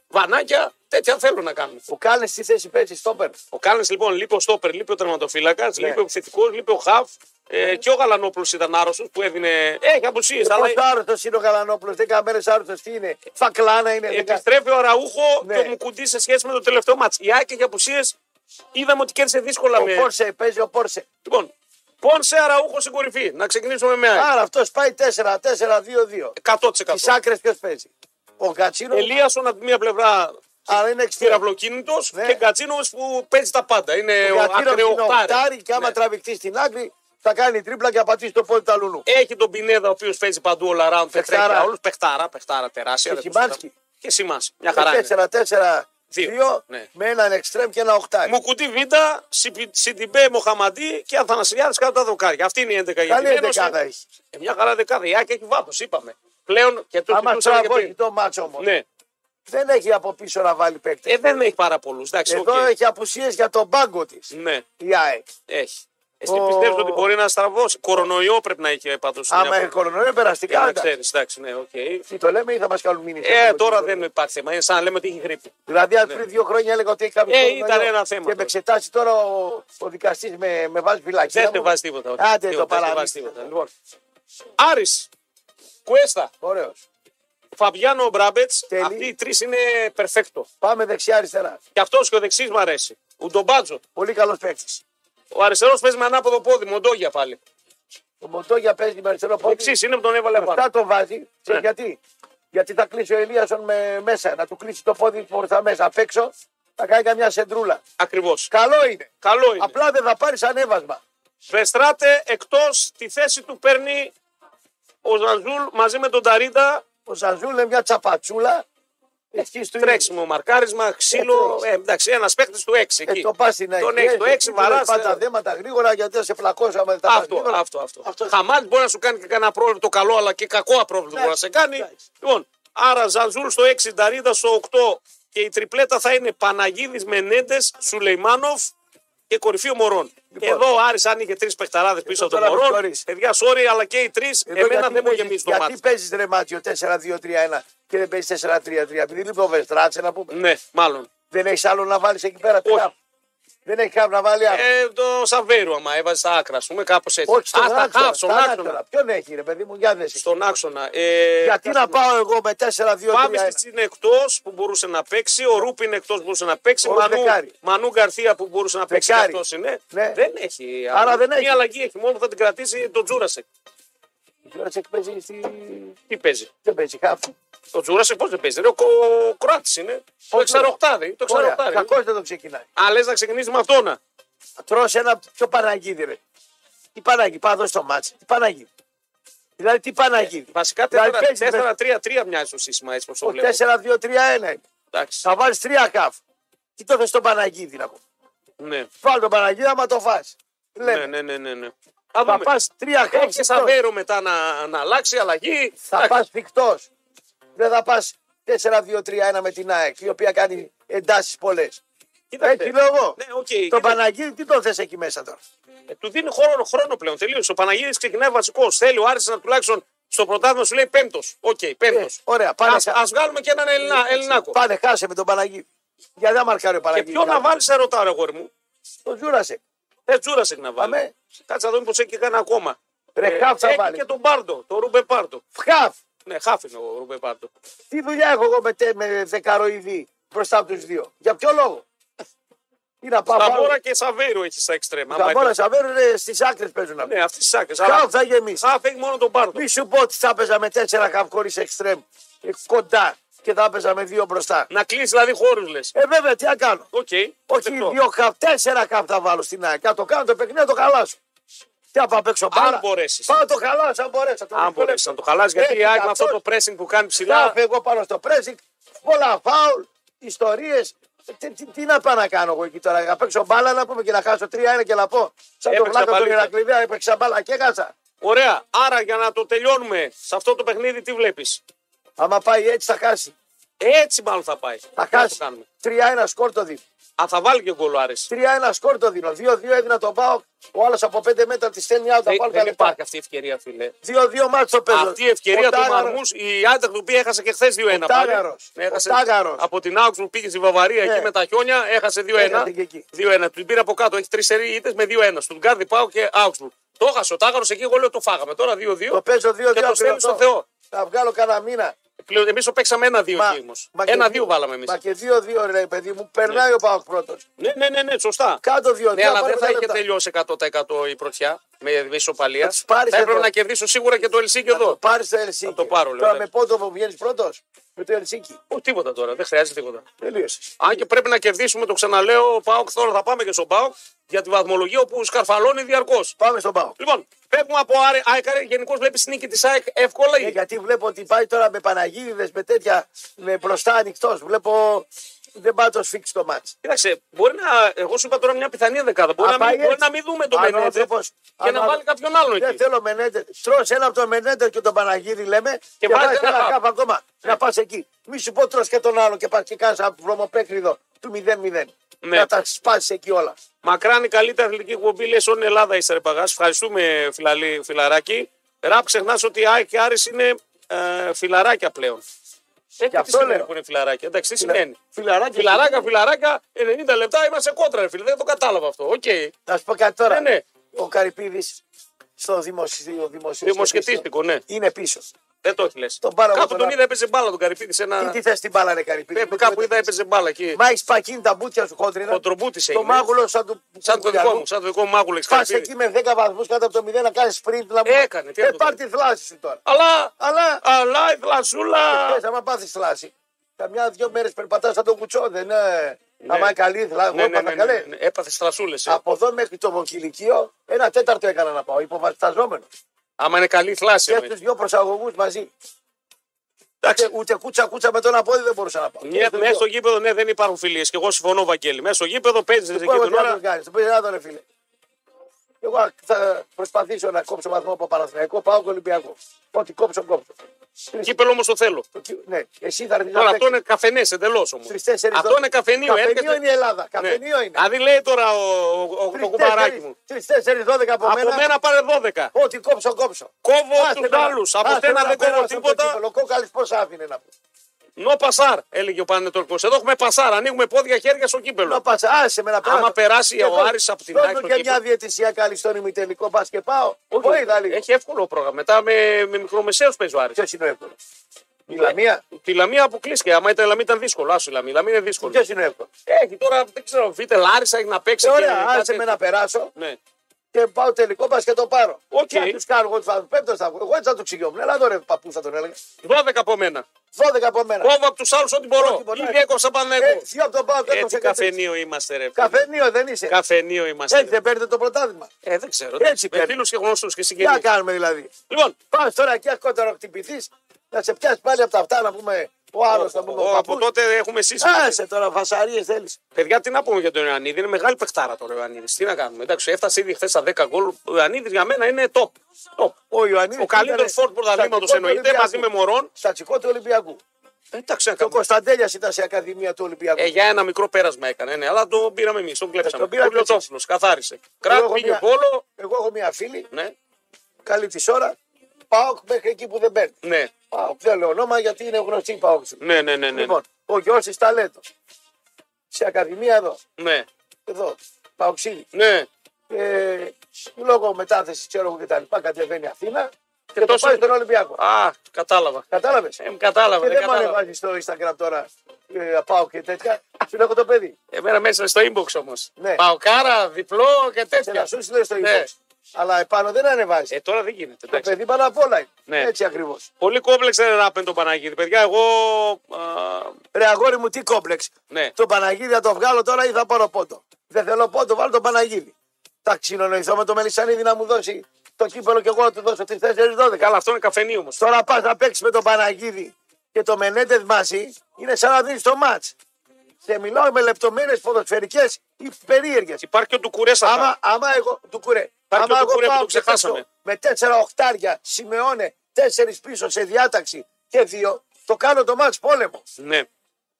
Speaker 1: βανάκια, τέτοια θέλω να κάνουμε.
Speaker 2: Ο Κάλεν στη θέση παίζει στόπερ.
Speaker 1: Ο Κάλλεν λοιπόν λείπει ο Στόπερ, λείπει ο τερματοφύλακας, λείπει ο επιθετικός, λείπει ο Χαφ. Ε, και ο Γαλανόπουλος ήταν άρρωστος που έδινε. Ε, Έχει απουσίε,
Speaker 2: Αλλά...
Speaker 1: αλλά
Speaker 2: Πόσο άρρωστος είναι ο Γαλανόπουλος, 10 μέρες άρρωστος τι είναι. Φακλάνα είναι. Δεκα...
Speaker 1: επιστρέφει ο Ραούχο
Speaker 2: Ναι.
Speaker 1: και μου κουντί σε σχέση με το τελευταίο μάτς. Η Άκη έχει απουσίε. Είδαμε ότι κέρδισε δύσκολα με.
Speaker 2: Ο Πόρσε παίζει ο Πόρσε.
Speaker 1: Λοιπόν, Πόνσε Αραούχο στην κορυφή. Να ξεκινήσουμε με ΑΕΚ.
Speaker 2: Άρα αυτός πάει 4-4-2-2.
Speaker 1: 100%.
Speaker 2: Τις άκρες ποιος παίζει. Ο Κατσίνο.
Speaker 1: Ε, Ελίασον από τη μία πλευρά
Speaker 2: Αλλά είναι εξτρεμ.
Speaker 1: πυραυλοκίνητος
Speaker 2: Ναι.
Speaker 1: και Γκατσίνος που παίζει τα πάντα. Είναι ο Ναι.
Speaker 2: Κατσίνο είναι
Speaker 1: ακρεοχτάρι.
Speaker 2: οχτάρι και άμα τραβηχτεί στην άκρη θα κάνει τρίπλα και απατήσει το πόδι του αλουνού.
Speaker 1: Έχει τον Πινέδα ο οποίος παίζει παντού όλα around.
Speaker 2: Παιχτάρα.
Speaker 1: Πεχτάρα. Όλου παιχτάρα, παιχτάρα τεράστια.
Speaker 2: Και
Speaker 1: δεν το συζητάμε.
Speaker 2: Σιμάνσκι.
Speaker 1: Και Σιμάνσκι. Μια χαρά. είναι.
Speaker 2: 4-4-2
Speaker 1: Δύο, ναι.
Speaker 2: με έναν εξτρεμ και ένα οχτάρι.
Speaker 1: Μουκουτί Β, Σιπι- Σιντιμπέ Μοχαμαντή και Αθανασιάδης κάτω τα δοκάρια. Αυτή είναι η 11 για
Speaker 2: Καλή
Speaker 1: την Ένωση.
Speaker 2: εντεκάδα έχεις.
Speaker 1: Ε, Μια χαρά δεκάδα. Η Άκη έχει βάθος, είπαμε. Πλέον και το
Speaker 2: Άμα
Speaker 1: συζητούσαμε και
Speaker 2: στραβώσει
Speaker 1: πριν.
Speaker 2: το μάτσο όμως.
Speaker 1: Ναι.
Speaker 2: Δεν έχει από πίσω να βάλει παίκτη.
Speaker 1: Ε, δεν έχει πάρα πολλούς. Εντάξει,
Speaker 2: Εδώ
Speaker 1: οκ.
Speaker 2: έχει απουσίες για τον πάγκο της.
Speaker 1: Ναι,
Speaker 2: Η ΑΕΚ.
Speaker 1: έχει. Εσύ
Speaker 2: Ο-
Speaker 1: πιστεύεις ότι μπορεί να στραβώσει. Κορονοϊό πρέπει να έχει πάντω.
Speaker 2: Άμα έχει κορονοϊό, περαστικά.
Speaker 1: να
Speaker 2: εντάξει.
Speaker 1: ξέρεις, εντάξει, ναι, οκ.
Speaker 2: Τι το λέμε ή θα μας κάνουν μήνυμα.
Speaker 1: Ε, τώρα δεν υπάρχει θέμα. Είναι σαν να λέμε ότι έχει γρήπη.
Speaker 2: Δηλαδή, αν πριν δύο χρόνια έλεγα ότι έχει κάποιο.
Speaker 1: Ε,
Speaker 2: κορονοϊό
Speaker 1: ήταν ένα θέμα
Speaker 2: Και
Speaker 1: τότε.
Speaker 2: με εξετάσει τώρα ο, ο δικαστής με, με βάζει φυλακή.
Speaker 1: Δεν σε βάζει τίποτα. όχι.
Speaker 2: Άντε
Speaker 1: Τίποτα,
Speaker 2: το
Speaker 1: δεν σε βάζει
Speaker 2: παράδειγμα.
Speaker 1: τίποτα. Λοιπόν. Άρης. Κουέστα.
Speaker 2: Ωραίος.
Speaker 1: Φαβιάνο Μπράμπετ.
Speaker 2: Τέλει.
Speaker 1: Αυτοί οι τρεις είναι perfecto.
Speaker 2: Πάμε δεξιά-αριστερά.
Speaker 1: Και αυτός και ο δεξή μου αρέσει. Ουντομπάτζο.
Speaker 2: Πολύ καλός παίκτης.
Speaker 1: Ο αριστερός παίζει με ανάποδο πόδι, μοντόγια πάλι.
Speaker 2: Ο Μοντόγια παίζει με αριστερό πόδι.
Speaker 1: Εξής είναι που τον έβαλε πάνω.
Speaker 2: Αυτά το βάζει. Ξέρεις
Speaker 1: Ναι.
Speaker 2: γιατί. Γιατί θα κλείσει ο Ελίασον με, μέσα. Να του κλείσει το πόδι που θα μέσα. Απ' έξω. Θα κάνει καμιά σεντρούλα.
Speaker 1: Ακριβώς.
Speaker 2: Καλό είναι.
Speaker 1: Καλό είναι.
Speaker 2: Απλά δεν θα πάρει ανέβασμα.
Speaker 1: Βεστράτε εκτός τη θέση του παίρνει ο Ζανζούλ μαζί με τον Ταρίντα.
Speaker 2: Ο Ζαζούλ είναι μια τσαπατσούλα. Εκεί στο
Speaker 1: Τρέξιμο, μαρκάρισμα, ξύλο.
Speaker 2: Ε,
Speaker 1: Ε, εντάξει, ένας παίχτη του 6
Speaker 2: Ε,
Speaker 1: εκεί.
Speaker 2: το πας στην
Speaker 1: Τον έχεις, το έξι, βαράς,
Speaker 2: Πά
Speaker 1: ε.
Speaker 2: τα δέματα γρήγορα γιατί θα σε πλακώσω άμα δεν τα πας
Speaker 1: αυτό,
Speaker 2: γρήγορα.
Speaker 1: αυτό, αυτό, Χαμάλ μπορεί να σου κάνει και κανένα πρόβλημα το καλό, αλλά και κακό απρόβλεπτο μπορεί να σε κάνει.
Speaker 2: εντάξει.
Speaker 1: Λοιπόν, άρα Ζανζούλ στο 6, Νταρίδα στο 8 και η τριπλέτα θα είναι Παναγίδης Μενέντες, Σουλεϊμάνοφ και κορυφή ο Μωρών.
Speaker 2: Λοιπόν.
Speaker 1: Εδώ ο Άρης αν είχε τρεις παιχταράδες πίσω από τον
Speaker 2: τώρα με
Speaker 1: Μωρόν.
Speaker 2: χωρίς.
Speaker 1: Παιδιά, sorry, αλλά και οι τρεις,
Speaker 2: Εδώ
Speaker 1: εμένα
Speaker 2: γιατί
Speaker 1: δεν μου
Speaker 2: παίζεις-
Speaker 1: γεμίζει το μάτι.
Speaker 2: Γιατί παίζεις ρε Μάτιο 4-2-3-1 και δεν παίζει 4-3-3. Επειδή λείπει ο Βεστράτσε να πούμε.
Speaker 1: Ναι, μάλλον.
Speaker 2: Δεν έχεις άλλο να βάλεις εκεί πέρα. τι
Speaker 1: Όχι.
Speaker 2: να- Δεν έχεις κάποιο να βάλει άλλο.
Speaker 1: Ε, το Σαβέριο, άμα έβαζες στα άκρα, α πούμε, κάπως έτσι.
Speaker 2: Ναι. Όχι στον
Speaker 1: Ας, στα
Speaker 2: άξονα.
Speaker 1: χαφ, στον
Speaker 2: στα
Speaker 1: άξονα.
Speaker 2: άξονα. Ποιον έχει ρε παιδί μου, για δες.
Speaker 1: Στον άξονα. Ε,
Speaker 2: Γιατί να πάω εγώ με 4-2-3-1.
Speaker 1: Πάβης είναι εκτός που μπορούσε να παίξει. Ο Ρούπ είναι εκτός που μπορούσε να παίξει.
Speaker 2: Ο
Speaker 1: Μανού,
Speaker 2: Δεκάρη.
Speaker 1: Μανού Γκαρθία που μπορούσε να παίξει.
Speaker 2: Δεκάρη.
Speaker 1: Αυτός είναι.
Speaker 2: Ναι.
Speaker 1: Δεν έχει.
Speaker 2: Άρα
Speaker 1: αλλαγή.
Speaker 2: δεν έχει.
Speaker 1: Μία αλλαγή έχει. Μόνο θα την κρατήσει τον Τζούρασεκ.
Speaker 2: Ο Τζούρασεκ παίζει στη.
Speaker 1: Τι παίζει.
Speaker 2: Δεν παίζει κάπου.
Speaker 1: Ο Τζούρασεκ πώς δεν παίζει. Ρε, ο Κο- ο Κροάτης είναι. Το
Speaker 2: Ωραία.
Speaker 1: εξαροκτάδι. Το εξαροκτάδι.
Speaker 2: Κακός δεν το ξεκινάει.
Speaker 1: Α, λες να ξεκινήσει με αυτόν. α.
Speaker 2: Τρως ένα πιο Παναγίδι, ρε. Τι Παναγίδι, πάω εδώ στο μάτσο. Τι Παναγίδι. Δηλαδή τι Παναγίδι.
Speaker 1: Ε, Βασικά
Speaker 2: Δηλαδή,
Speaker 1: τέσσερα-
Speaker 2: παίζεις με-
Speaker 1: 4-3-3 μοιάζει το σύστημα έτσι όπως το
Speaker 2: Ο
Speaker 1: βλέπω.
Speaker 2: 4-2-3-1.
Speaker 1: Εντάξει.
Speaker 2: Θα βάλεις τρία καφ. Τι το θες τον Παναγίδι να πω.
Speaker 1: Ναι.
Speaker 2: Βάλει τον Παναγίδι άμα το φας.
Speaker 1: Ναι,
Speaker 2: Λέμε.
Speaker 1: ναι, ναι, ναι, ναι. Θα
Speaker 2: Θα
Speaker 1: δούμε.
Speaker 2: πα τρία καφ.
Speaker 1: Έχει Σαβέρο μετά να, να αλλάξει αλλαγή.
Speaker 2: Θα πα φυκτό. Δεν θα πας 4-2-3-1 με την ΑΕΚ, η οποία κάνει εντάσεις πολλές.
Speaker 1: Κοίταξε.
Speaker 2: Έτσι λέω εγώ.
Speaker 1: Ναι, οκ.
Speaker 2: Τον
Speaker 1: κοίταξε.
Speaker 2: Παναγίδι τι τον θες εκεί μέσα τώρα.
Speaker 1: Ε, του δίνει χρόνο, χρόνο πλέον. Τελείωσε. Ο Παναγίδης ξεκινάει βασικός. Θέλει ο Άρης να τουλάχιστον στο πρωτάθλημα σου λέει πέμπτος. Οκ, πέμπτο.
Speaker 2: Ε, ωραία, Ε, πάνε
Speaker 1: Ας,
Speaker 2: κα-
Speaker 1: ας βγάλουμε και έναν Ελληνά, Ελληνάκο.
Speaker 2: Πάνε, χάσε με τον Παναγίδι. Για να μαρκάρει ο
Speaker 1: Και
Speaker 2: Παναγίδι.
Speaker 1: ποιο να βάλεις, σε ρωτάω, ρε γόρι μου.
Speaker 2: Το ζούρασε.
Speaker 1: Δεν τζούρασε να βάλει.
Speaker 2: Αμέ.
Speaker 1: Κάτσε να δούμε πώς έχει και κανένα ακόμα.
Speaker 2: Ρε,
Speaker 1: Ε,
Speaker 2: χαφ θα
Speaker 1: έχει
Speaker 2: βάλεις.
Speaker 1: και τον Πάρντο, τον Ρούμπε Πάρντο.
Speaker 2: Φχαφ.
Speaker 1: Ναι, χάφ είναι ο Ρούμπε Πάρντο.
Speaker 2: Τι δουλειά έχω εγώ με, τε- με δεκαροειδή μπροστά από τους δύο. Για ποιο λόγο. Τι να πάω.
Speaker 1: Σταμόρα και Σαβέρο έχεις στα εξτρέμα.
Speaker 2: Τα μόρα σαβέρουν στις άκρες παίζουν. να
Speaker 1: Ναι, αυτή τη άκρη.
Speaker 2: Χαφ θα γεμίσεις.
Speaker 1: Χάφ έχει μόνο τον Πάρντο.
Speaker 2: Μη σου πω ότι θα έπαιζα με τέσσερα χαφ χωρί εξτρέμ. Ε, Κοντά. Και θα έπαιζα με δύο μπροστά.
Speaker 1: Να κλείσεις δηλαδή χώρους λες.
Speaker 2: Ε, βέβαια, τι να κάνω.
Speaker 1: Οκ.
Speaker 2: Όχι,
Speaker 1: δεκτό.
Speaker 2: δύο χαφ, τέσσερα χαφ θα βάλω στην ΑΕΚ. Αν το κάνω το παιχνίδι, θα το χαλάσω. Τι να πάω παίξω μπάλα.
Speaker 1: μπορέσεις.
Speaker 2: Πάω το χαλάσω, αν μπορέσω. το
Speaker 1: Αν μπορέσεις να το χαλάσει, γιατί
Speaker 2: Έχει
Speaker 1: η ΑΕΚ με
Speaker 2: καθόλου.
Speaker 1: αυτό το pressing που κάνει ψηλά.
Speaker 2: Χαφ, εγώ πάνω στο πρέσικ. Πολλά φάουλ, ιστορίες. Τι, τι, τι, να πάω να κάνω εγώ εκεί τώρα. Να παίξω μπάλα να πούμε και να χάσω 3-1 και να πω. Σαν τον
Speaker 1: Έπαιξα
Speaker 2: Βλάκο τον
Speaker 1: μπαλίτσα.
Speaker 2: Ηρακλήδη, έπαιξα μπάλα και έχασα.
Speaker 1: Ωραία. Άρα για να το τελειώνουμε σε αυτό το παιχνίδι, τι βλέπεις.
Speaker 2: Άμα πάει έτσι θα χάσει.
Speaker 1: Έτσι μάλλον θα πάει.
Speaker 2: Θα
Speaker 1: Τι να το
Speaker 2: χάσει.
Speaker 1: κάνουμε.
Speaker 2: 3-1 σκορ το δίνω.
Speaker 1: Α, θα βάλει και γκολ ο Άρης.
Speaker 2: 3-1 σκορ το δίνω. 2-2 έδινα τον πάω. Ο άλλος από 5 μέτρα της στέλνει out.
Speaker 1: Ε, Δεν,
Speaker 2: από
Speaker 1: δεν
Speaker 2: άλλα λεπτά.
Speaker 1: υπάρχει αυτή η ευκαιρία, φίλε.
Speaker 2: 2-2 μάτσο το παίζω.
Speaker 1: Αυτή η ευκαιρία
Speaker 2: Ο
Speaker 1: του
Speaker 2: Τάγαρος-
Speaker 1: Μαρμούς, η Άνταχ του πήγε έχασε και χθες 2-1.
Speaker 2: Ο
Speaker 1: πάλι.
Speaker 2: Τάγαρος.
Speaker 1: Ναι, έχασε
Speaker 2: Ο Τάγαρος.
Speaker 1: Από την Άουξ που πήγε στη Βαβαρία
Speaker 2: Ναι.
Speaker 1: εκεί με τα χιόνια, έχασε 2-1.
Speaker 2: Έχασε και εκεί.
Speaker 1: 2-1. Του πήρε από κάτω, έχει τρεις σερίε με 2-1. Στουτγκάρδι πάω και Άουξμπουργκ. Το έχασε ο Τάγαρος εκεί, εγώ λέω το φάγαμε. Τώρα 2-2.
Speaker 2: Το παίζω 2-2
Speaker 1: Και το στέλνει
Speaker 2: ακριβώς.
Speaker 1: στο Θεό.
Speaker 2: Θα βγάλω κανένα μήνα.
Speaker 1: Εμείς το παίξαμε 1-2
Speaker 2: Μα-
Speaker 1: εκεί όμω.
Speaker 2: μα και
Speaker 1: 1-2
Speaker 2: δύο-
Speaker 1: βάλαμε εμείς.
Speaker 2: Μα και 2-2 ρε παιδί μου, περνάει ο Πάοκ πρώτος.
Speaker 1: Ναι, ναι, ναι, ναι, σωστά.
Speaker 2: Κάτω 2-2.
Speaker 1: Ναι, αλλά
Speaker 2: πάρε
Speaker 1: δεν θα
Speaker 2: τα
Speaker 1: είχε
Speaker 2: λεπτά.
Speaker 1: τελειώσει 100% η πρωτιά με με ισοπαλία.
Speaker 2: Θα τους πάρεις
Speaker 1: Θα έπρεπε
Speaker 2: εδώ.
Speaker 1: να κερδίσω σίγουρα και το Ελσίκη
Speaker 2: Το
Speaker 1: εδώ.
Speaker 2: πάρεις το Ελσίκη.
Speaker 1: το πάρω, λέω, ναι.
Speaker 2: Τώρα με
Speaker 1: εντάξει.
Speaker 2: πόντο που βγαίνεις πρώτος. Με το Ελσίκη.
Speaker 1: Ο, τίποτα τώρα, δεν χρειάζεται τίποτα.
Speaker 2: Τελείωσες.
Speaker 1: Αν και πρέπει να κερδίσουμε, το ξαναλέω, ο Πάοκ τώρα θα πάμε και στον Πάοκ για τη βαθμολογία όπου σκαρφαλώνει διαρκώς.
Speaker 2: Πάμε στον Πάοκ.
Speaker 1: Λοιπόν, φεύγουμε από Άρη, ΑΕΚ, Άρη, γενικώς βλέπεις νίκη της ΑΕΚ εύκολα.
Speaker 2: Ε,
Speaker 1: ή-
Speaker 2: γιατί βλέπω ότι πάει τώρα με Παναγίδε, με τέτοια. με μπροστά ανοιχτός. Βλέπω. Δεν πάει το σφίξει το μάτσο.
Speaker 1: Κοίταξε, μπορεί να. Εγώ σου είπα τώρα μια πιθανή δεκάδα. Μπορεί,
Speaker 2: Α,
Speaker 1: να μην,
Speaker 2: πάει
Speaker 1: μπορεί
Speaker 2: έτσι. ναι,
Speaker 1: να μην δούμε τον
Speaker 2: Αν ο
Speaker 1: Μενέντε
Speaker 2: άνθρωπος-
Speaker 1: και
Speaker 2: αν
Speaker 1: να
Speaker 2: ο-
Speaker 1: βάλει κάποιον άλλον
Speaker 2: ναι. Δεν
Speaker 1: εκεί.
Speaker 2: θέλω Μενέντερ. Τρώ ένα από τον Μενέντερ και τον Παναγίδη, λέμε. Και,
Speaker 1: βάζεις
Speaker 2: βάζεις
Speaker 1: ένα Ναι.
Speaker 2: ένα
Speaker 1: χαφ.
Speaker 2: κάπα ακόμα. Να πας εκεί. Μη σου πω τρώ και τον άλλο και πας και κάνεις ένα βρωμοπέκριδο του 0-0.
Speaker 1: Ναι.
Speaker 2: Να τα σπάσεις εκεί όλα.
Speaker 1: Μακράν η καλύτερη αθλητική εκπομπή, λες όλη η Ελλάδα είσαι ρε παγάς. Ευχαριστούμε, φιλαλή, φιλαράκι. Ραπ, ξεχνά ότι η ΑΕΚ και Άρης είναι ε, φιλαράκια πλέον. Ε, και
Speaker 2: αυτό
Speaker 1: αυτό λέω.
Speaker 2: λέω.
Speaker 1: Που είναι φιλαράκια. Εντάξει, τι
Speaker 2: Φιλα-
Speaker 1: σημαίνει.
Speaker 2: φιλαράκια.
Speaker 1: Φιλαράκια, φιλαράκια, 90 λεπτά είμαστε κόντρα, ρε φίλε. Δεν το κατάλαβα αυτό. Οκ.
Speaker 2: Να σου πω κάτι τώρα.
Speaker 1: Ναι, ναι.
Speaker 2: Ο Καρυπίδης στο δημοσιο... δημοσιοσκεπτικό
Speaker 1: Δημοσκεπτίστικο, ναι.
Speaker 2: είναι πίσω.
Speaker 1: Δεν το έχει λες.
Speaker 2: Τον πάρα εγώ
Speaker 1: Κάπου
Speaker 2: τον
Speaker 1: τον
Speaker 2: Άρη.
Speaker 1: είδα έπαιζε μπάλα τον Καρυπίδης σε
Speaker 2: Τι,
Speaker 1: ένα.
Speaker 2: τι θες την μπάλα, ρε Καρυπίδη.
Speaker 1: Ε, Κάπου είδα έπαιζε μπάλα εκεί.
Speaker 2: Μα έχεις πακίνει τα μπούτια σου χόντρινα.
Speaker 1: Χοντρομπούτης
Speaker 2: Το
Speaker 1: έγινε.
Speaker 2: μάγουλο σαν του.
Speaker 1: Σαν το δικό μου, σαν το δικό μου μάγουλο.
Speaker 2: Πα εκεί με 10 βαθμούς κάτω από το 0 να κάνεις sprint. Να... μου-
Speaker 1: Έκανε, τι
Speaker 2: Ε,
Speaker 1: να το
Speaker 2: πάρ'
Speaker 1: κάνει.
Speaker 2: τη θλάση σου τώρα.
Speaker 1: Αλλά.
Speaker 2: Αλλά
Speaker 1: Αλλά η βλασούλα.
Speaker 2: Πες, άμα πάθεις θλάση. Καμιά δυο μέρες περπατάς σαν τον κουτσό, δεν είναι. Ναι. Άμα καλή,
Speaker 1: Ναι,
Speaker 2: θα
Speaker 1: ναι,
Speaker 2: έπαθα
Speaker 1: ναι, ναι,
Speaker 2: καλέ.
Speaker 1: ναι, ναι. Έπαθες θρασούλε.
Speaker 2: Από εδώ μέχρι το Βοκυλικείο ένα τέταρτο έκανα να πάω. Υποβασταζόμενο.
Speaker 1: Άμα είναι καλή θλάση.
Speaker 2: Και
Speaker 1: εννοείς.
Speaker 2: τους δύο προσαγωγούς μαζί.
Speaker 1: Εντάξει.
Speaker 2: Ούτε, ούτε κούτσα κούτσα με τον πόδι δεν μπορούσα να πάω.
Speaker 1: Ναι, μέσα στο γήπεδο ναι, δεν υπάρχουν φιλίες. Και εγώ συμφωνώ, Βαγγέλη. Μέσα στο γήπεδο παίζεις εκεί
Speaker 2: γήπεδο
Speaker 1: την
Speaker 2: τώρα.
Speaker 1: ώρα.
Speaker 2: Κάνει. Το πες, «Άδω, ρε φίλε. Εγώ θα προσπαθήσω να κόψω βαθμό από Παναθηναϊκό, πάω και Ολυμπιακό. Ό,τι κόψω, κόψω.
Speaker 1: Κύπελο όμως το θέλω.
Speaker 2: Το κι- Ναι, εσύ θα έρθει να
Speaker 1: Τώρα αυτό
Speaker 2: παίξεις
Speaker 1: είναι καφενές εντελώς όμως.
Speaker 2: στις τέσσερις
Speaker 1: Αυτό
Speaker 2: το-
Speaker 1: είναι καφενείο.
Speaker 2: Καφενείο
Speaker 1: έρχεται-
Speaker 2: είναι η Ελλάδα.
Speaker 1: Ναι.
Speaker 2: Καφενείο είναι.
Speaker 1: Δηλαδή λέει τώρα ο, ο, ο, ο κουμπαράκι μου.
Speaker 2: Τρεις, τέσσερις, δώδεκα από,
Speaker 1: Από μένα πάρε 12.
Speaker 2: Ό,τι κόψω, κόψω.
Speaker 1: Κόβω
Speaker 2: Άστε
Speaker 1: του
Speaker 2: με να-
Speaker 1: άλλους. Από
Speaker 2: άστε
Speaker 1: σένα
Speaker 2: να
Speaker 1: δεν κόβω
Speaker 2: πέρασω το
Speaker 1: τίποτα.
Speaker 2: κύπελλο. Ο κόκαλης πώ άφηνε να πει.
Speaker 1: Νο πασάρ, έλεγε ο Πανετολικός. Εδώ έχουμε πασάρ. Ανοίγουμε πόδια χέρια στο
Speaker 2: Να
Speaker 1: κύπελο.
Speaker 2: πας, άσε με να πέρασω.
Speaker 1: Άμα περάσει
Speaker 2: Και
Speaker 1: ο
Speaker 2: δώ-
Speaker 1: Άρης από την
Speaker 2: δώσ'
Speaker 1: άκρη
Speaker 2: μου
Speaker 1: το
Speaker 2: και
Speaker 1: κύπελλο.
Speaker 2: μια διαιτησία καλή στον ημιτελικό, πα και πάω. Μπορεί να λίγο.
Speaker 1: Έχει εύκολο πρόγραμμα. Μετά με, με μικρομεσαίους παίζει ο Άρης.
Speaker 2: Ποιος είναι ο εύκολος. Η Λαμία.
Speaker 1: Τη λαμία αποκλείστηκε. Άμα ήταν η λαμία ήταν δύσκολο. Άσου η λαμία. Η λαμία είναι δύσκολο.
Speaker 2: Ποιος είναι ο εύκολος.
Speaker 1: Έχει τώρα, δεν ξέρω, φύτε Λάρισα έχει να παίξει.
Speaker 2: Ε,
Speaker 1: και
Speaker 2: Ωραία,
Speaker 1: κάτι
Speaker 2: άσε με
Speaker 1: τέτοιο.
Speaker 2: να περάσω
Speaker 1: Ναι.
Speaker 2: και πάω τελικό, πα και το πάρω.
Speaker 1: Οκ.
Speaker 2: Και αν τους κάνω, εγώ θα πέμπτος θα βγω. Εγώ έτσι θα τους ξυγιόμουν. Ελά, ρε παππού θα τον έλεγα.
Speaker 1: 12 από μένα.
Speaker 2: 12 από μένα.
Speaker 1: Κόβω από τους άλλους ό,τι μπορώ.
Speaker 2: Ό,τι μπορεί.
Speaker 1: Ήδη έκοψα πάνω εγώ.
Speaker 2: Έτσι από τον πάω. δεν
Speaker 1: Έτσι
Speaker 2: τον καφενείο.
Speaker 1: καφενείο είμαστε, ρε. φίλε.
Speaker 2: Καφενείο δεν είσαι.
Speaker 1: Καφενείο είμαστε.
Speaker 2: Έτσι
Speaker 1: ρε.
Speaker 2: δεν παίρνετε το πρωτάθλημα.
Speaker 1: Ε, δεν ξέρω.
Speaker 2: Έτσι
Speaker 1: με
Speaker 2: παίρνει.
Speaker 1: φίλους και γνωστούς και
Speaker 2: Τι να
Speaker 1: συγγενεί.
Speaker 2: κάνουμε δηλαδή.
Speaker 1: Λοιπόν,
Speaker 2: Πα τώρα και κότερο χτυπηθείς, να σε πιάσεις πάλι από τα αυτά να πούμε ο άλλο θα μου
Speaker 1: ο-
Speaker 2: το
Speaker 1: από τότε έχουμε εσεί.
Speaker 2: Άσε τώρα, βασαρίες θέλεις.
Speaker 1: Παιδιά, τι να πούμε για τον Ιωαννίδη. Είναι μεγάλη παιχτάρα τώρα ο Ιωαννίδη. Τι να κάνουμε. Εντάξει, έφτασε ήδη χθες στα 10 γκολ. Ο Ιωαννίδης για μένα είναι top. top.
Speaker 2: Ο Ιωαννίδης.
Speaker 1: Ο καλύτερος φόρτ πρωταθλήματο εννοείται μαζί με Μωρόν.
Speaker 2: Στατσικό του Ολυμπιακού.
Speaker 1: Ε, Εντάξει, να
Speaker 2: Και ο
Speaker 1: κάνουμε.
Speaker 2: Κωνσταντέλιας ήταν σε Ακαδημία του Ολυμπιακού.
Speaker 1: Ε, για ένα μικρό πέρασμα έκανε, ναι, αλλά το πήραμε εμείς, τον κλέψαμε.
Speaker 2: τον Ε, πήρατε
Speaker 1: Ο Λιωτόφιλο καθάρισε.
Speaker 2: Εγώ
Speaker 1: Κράτ
Speaker 2: έχω
Speaker 1: πήγε
Speaker 2: μια-
Speaker 1: πόλο.
Speaker 2: Εγώ έχω μια φίλη,
Speaker 1: Ναι,
Speaker 2: καλή της ώρα, Πάοκ μέχρι εκεί που δεν παίρνει.
Speaker 1: ναι,
Speaker 2: Πάοκ, δεν λέω όνομα γιατί είναι γνωστή η Πάοκ. σου.
Speaker 1: ναι, ναι. ναι, ναι.
Speaker 2: Λοιπόν, ο γιο τη ταλέντος. Σε Ακαδημία εδώ.
Speaker 1: ναι.
Speaker 2: Εδώ. Παοξίδη.
Speaker 1: ναι.
Speaker 2: ε, λόγω μετάθεσης ξέρω εγώ και τα λοιπά, κατεβαίνει Αθήνα και, το
Speaker 1: τόσο-
Speaker 2: πάει στον Ολυμπιακό.
Speaker 1: Α, κατάλαβα.
Speaker 2: Κατάλαβες.
Speaker 1: Ε, μ, κατάλαβα,
Speaker 2: και
Speaker 1: δεν
Speaker 2: δεν μου
Speaker 1: κατάλαβα.
Speaker 2: ανεβάζει στο Instagram τώρα ε, πάω και τέτοια. σου λέγω το παιδί.
Speaker 1: Εμένα μέσα στο inbox όμως.
Speaker 2: Ναι.
Speaker 1: Παοκάρα, διπλό και
Speaker 2: Σε
Speaker 1: τέτοια.
Speaker 2: να σου λέει στο
Speaker 1: Ναι.
Speaker 2: inbox. Αλλά επάνω δεν ανεβάζει.
Speaker 1: Ε, τώρα δεν γίνεται.
Speaker 2: το
Speaker 1: Εντάξει.
Speaker 2: παιδί πάνω απ' όλα είναι.
Speaker 1: Ναι.
Speaker 2: Έτσι ακριβώς.
Speaker 1: Πολύ κόμπλεξ δεν ράπεν τον Παναγίδη. Παιδιά, εγώ. α,
Speaker 2: Ρε αγόρι μου, τι κόμπλεξ.
Speaker 1: ναι.
Speaker 2: Το Παναγίδι θα το βγάλω τώρα ή θα πάρω πόντο. Δεν θέλω πόντο, βάλω τον Παναγίδι. Θα ξυνονοηθώ με το Μελισανίδη να μου δώσει το κύπελο και εγώ να του δώσω τι 4-12.
Speaker 1: Καλά, αυτό είναι καφενείο όμως.
Speaker 2: Τώρα πας να παίξεις με τον Παναγίδη και το Μενέντεθ μαζί, είναι σαν να δει το ματ. Σε μιλάω με λεπτομέρειες ποδοσφαιρικές ή περίεργες.
Speaker 1: Υπάρχει και ο Τουκουρέ αυτά.
Speaker 2: Άμα, άμα εγώ. Του κουρέ.
Speaker 1: Πάρ' και
Speaker 2: Άμα
Speaker 1: τον
Speaker 2: εγώ
Speaker 1: Κουρέ που
Speaker 2: πάω
Speaker 1: τον
Speaker 2: και
Speaker 1: ξεχάσαμε.
Speaker 2: παίξω με τέσσερα οχτάρια, σημειώνε τέσσερις πίσω σε διάταξη και δύο, το κάνω το ματ πόλεμο.
Speaker 1: Ναι.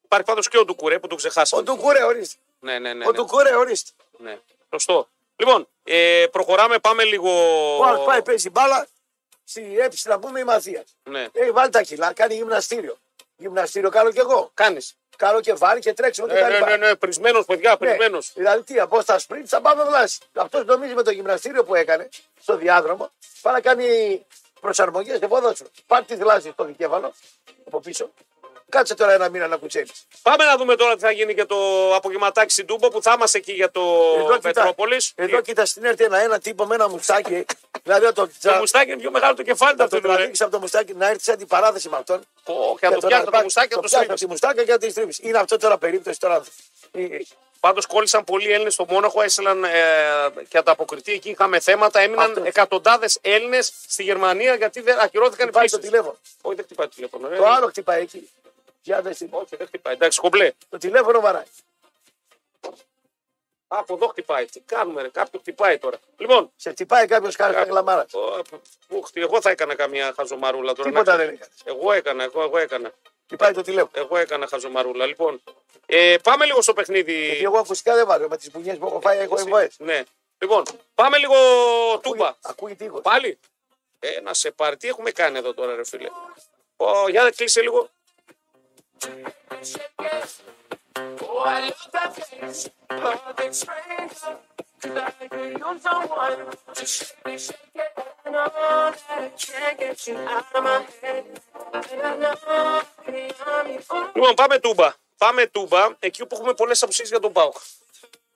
Speaker 1: Υπάρχει πάντως και ο Τουκουρέ που τον
Speaker 2: Ο
Speaker 1: ξεχάσαμε.
Speaker 2: του κουρέ, ορίστε.
Speaker 1: Ναι, ναι, ναι.
Speaker 2: Ο
Speaker 1: ναι.
Speaker 2: του κουρέ, ορίστε.
Speaker 1: Ναι. Σωστό. Λοιπόν, ε, προχωράμε, πάμε λίγο.
Speaker 2: Ο Αλ πάει παίζει μπάλα στη έψη να πούμε η Μαθίας.
Speaker 1: Ναι.
Speaker 2: Έχει βάλει τα κιλά, κάνει γυμναστήριο. Γυμναστήριο κάνω κι εγώ.
Speaker 1: Κάνεις.
Speaker 2: Κάνω και βάρη και τρέξιμο και
Speaker 1: Ναι,
Speaker 2: τα
Speaker 1: ναι,
Speaker 2: λοιπά.
Speaker 1: ναι, ναι, πρισμένος, παιδιά,
Speaker 2: Ε, Ναι.
Speaker 1: πρισμένος.
Speaker 2: Δηλαδή τι, από στα σπριντ θα πάμε βλάση. Αυτός νομίζει με το γυμναστήριο που έκανε στο διάδρομο, πάει να κάνει προσαρμογές και ποδόσφαιρο. Πάρ τη θλάση στο δικέφαλο από πίσω. Κάτσε τώρα ένα μήνα να κουτσέλει.
Speaker 1: Πάμε να δούμε τώρα τι θα γίνει και το απογευματάκι στην Τούμπο που θα είμαστε εκεί για το Ε, Πετρόπολη.
Speaker 2: εδώ κοίτα στην έρθει ένα, ένα τύπο με ένα μουστάκι. δηλαδή να το,
Speaker 1: Το
Speaker 2: τσα-
Speaker 1: μουστάκι είναι πιο μεγάλο το κεφάλι του
Speaker 2: να
Speaker 1: αυτού.
Speaker 2: το τραβήξεις από το μουστάκι, να έρθεις σε αντιπαράθεση με αυτόν.
Speaker 1: Και να το πιάσει από το
Speaker 2: αρπάξει.
Speaker 1: μουστάκι, να το
Speaker 2: πιάσει από
Speaker 1: στρίβει.
Speaker 2: τη μουστάκα και να τη στρίβει. Είναι αυτό τώρα περίπτωση τώρα.
Speaker 1: Πάντως κόλλησαν πολλοί Έλληνες στο Μόναχο, έστειλαν ε, και ανταποκριτή εκεί. Είχαμε θέματα. Έμειναν
Speaker 2: Αυτός.
Speaker 1: εκατοντάδες Έλληνες στη Γερμανία γιατί δεν ακυρώθηκαν οι
Speaker 2: Πάει το
Speaker 1: πτήσεις.
Speaker 2: τηλέφωνο.
Speaker 1: Όχι, δεν χτυπάει το τηλέφωνο. ε.
Speaker 2: Το άλλο χτυπάει εκεί. Για δες τι.
Speaker 1: Όχι, δεν χτυπάει. Εντάξει, κομπλέ.
Speaker 2: Το τηλέφωνο βαράει.
Speaker 1: Α, Από εδώ χτυπάει. Τι κάνουμε, ρε, κάποιο χτυπάει τώρα. Λοιπόν,
Speaker 2: Σε χτυπάει κάποιος
Speaker 1: Ε,
Speaker 2: κάνει γλαμάρα.
Speaker 1: ο, ουχ, τι, εγώ θα έκανα καμία χαζομαρούλα τώρα.
Speaker 2: Τίποτα
Speaker 1: να
Speaker 2: δεν
Speaker 1: ξέρεις.
Speaker 2: έκανε.
Speaker 1: Εγώ έκανα, εγώ, εγώ έκανα.
Speaker 2: Χτυπάει το τηλέφωνο.
Speaker 1: Εγώ έκανα χαζομαρούλα. Λοιπόν, ε, πάμε λίγο στο
Speaker 2: Γιατί
Speaker 1: παιχνίδι.
Speaker 2: εγώ ακουστικά δεν βάζω. Με τις μπουνιές που έχω φάει, έχω εμβοέ.
Speaker 1: Ναι. Λοιπόν, πάμε λίγο τούμπα.
Speaker 2: Ακούει τείχος.
Speaker 1: Πάλι. Ε, να σε πάρει. Τι έχουμε κάνει εδώ τώρα, ρε φίλε. Ω, για να κλείσει λίγο. Λοιπόν, πάμε τούμπα. Πάμε τούμπα, εκεί που έχουμε πολλές απουσίες για τον Πάουκ.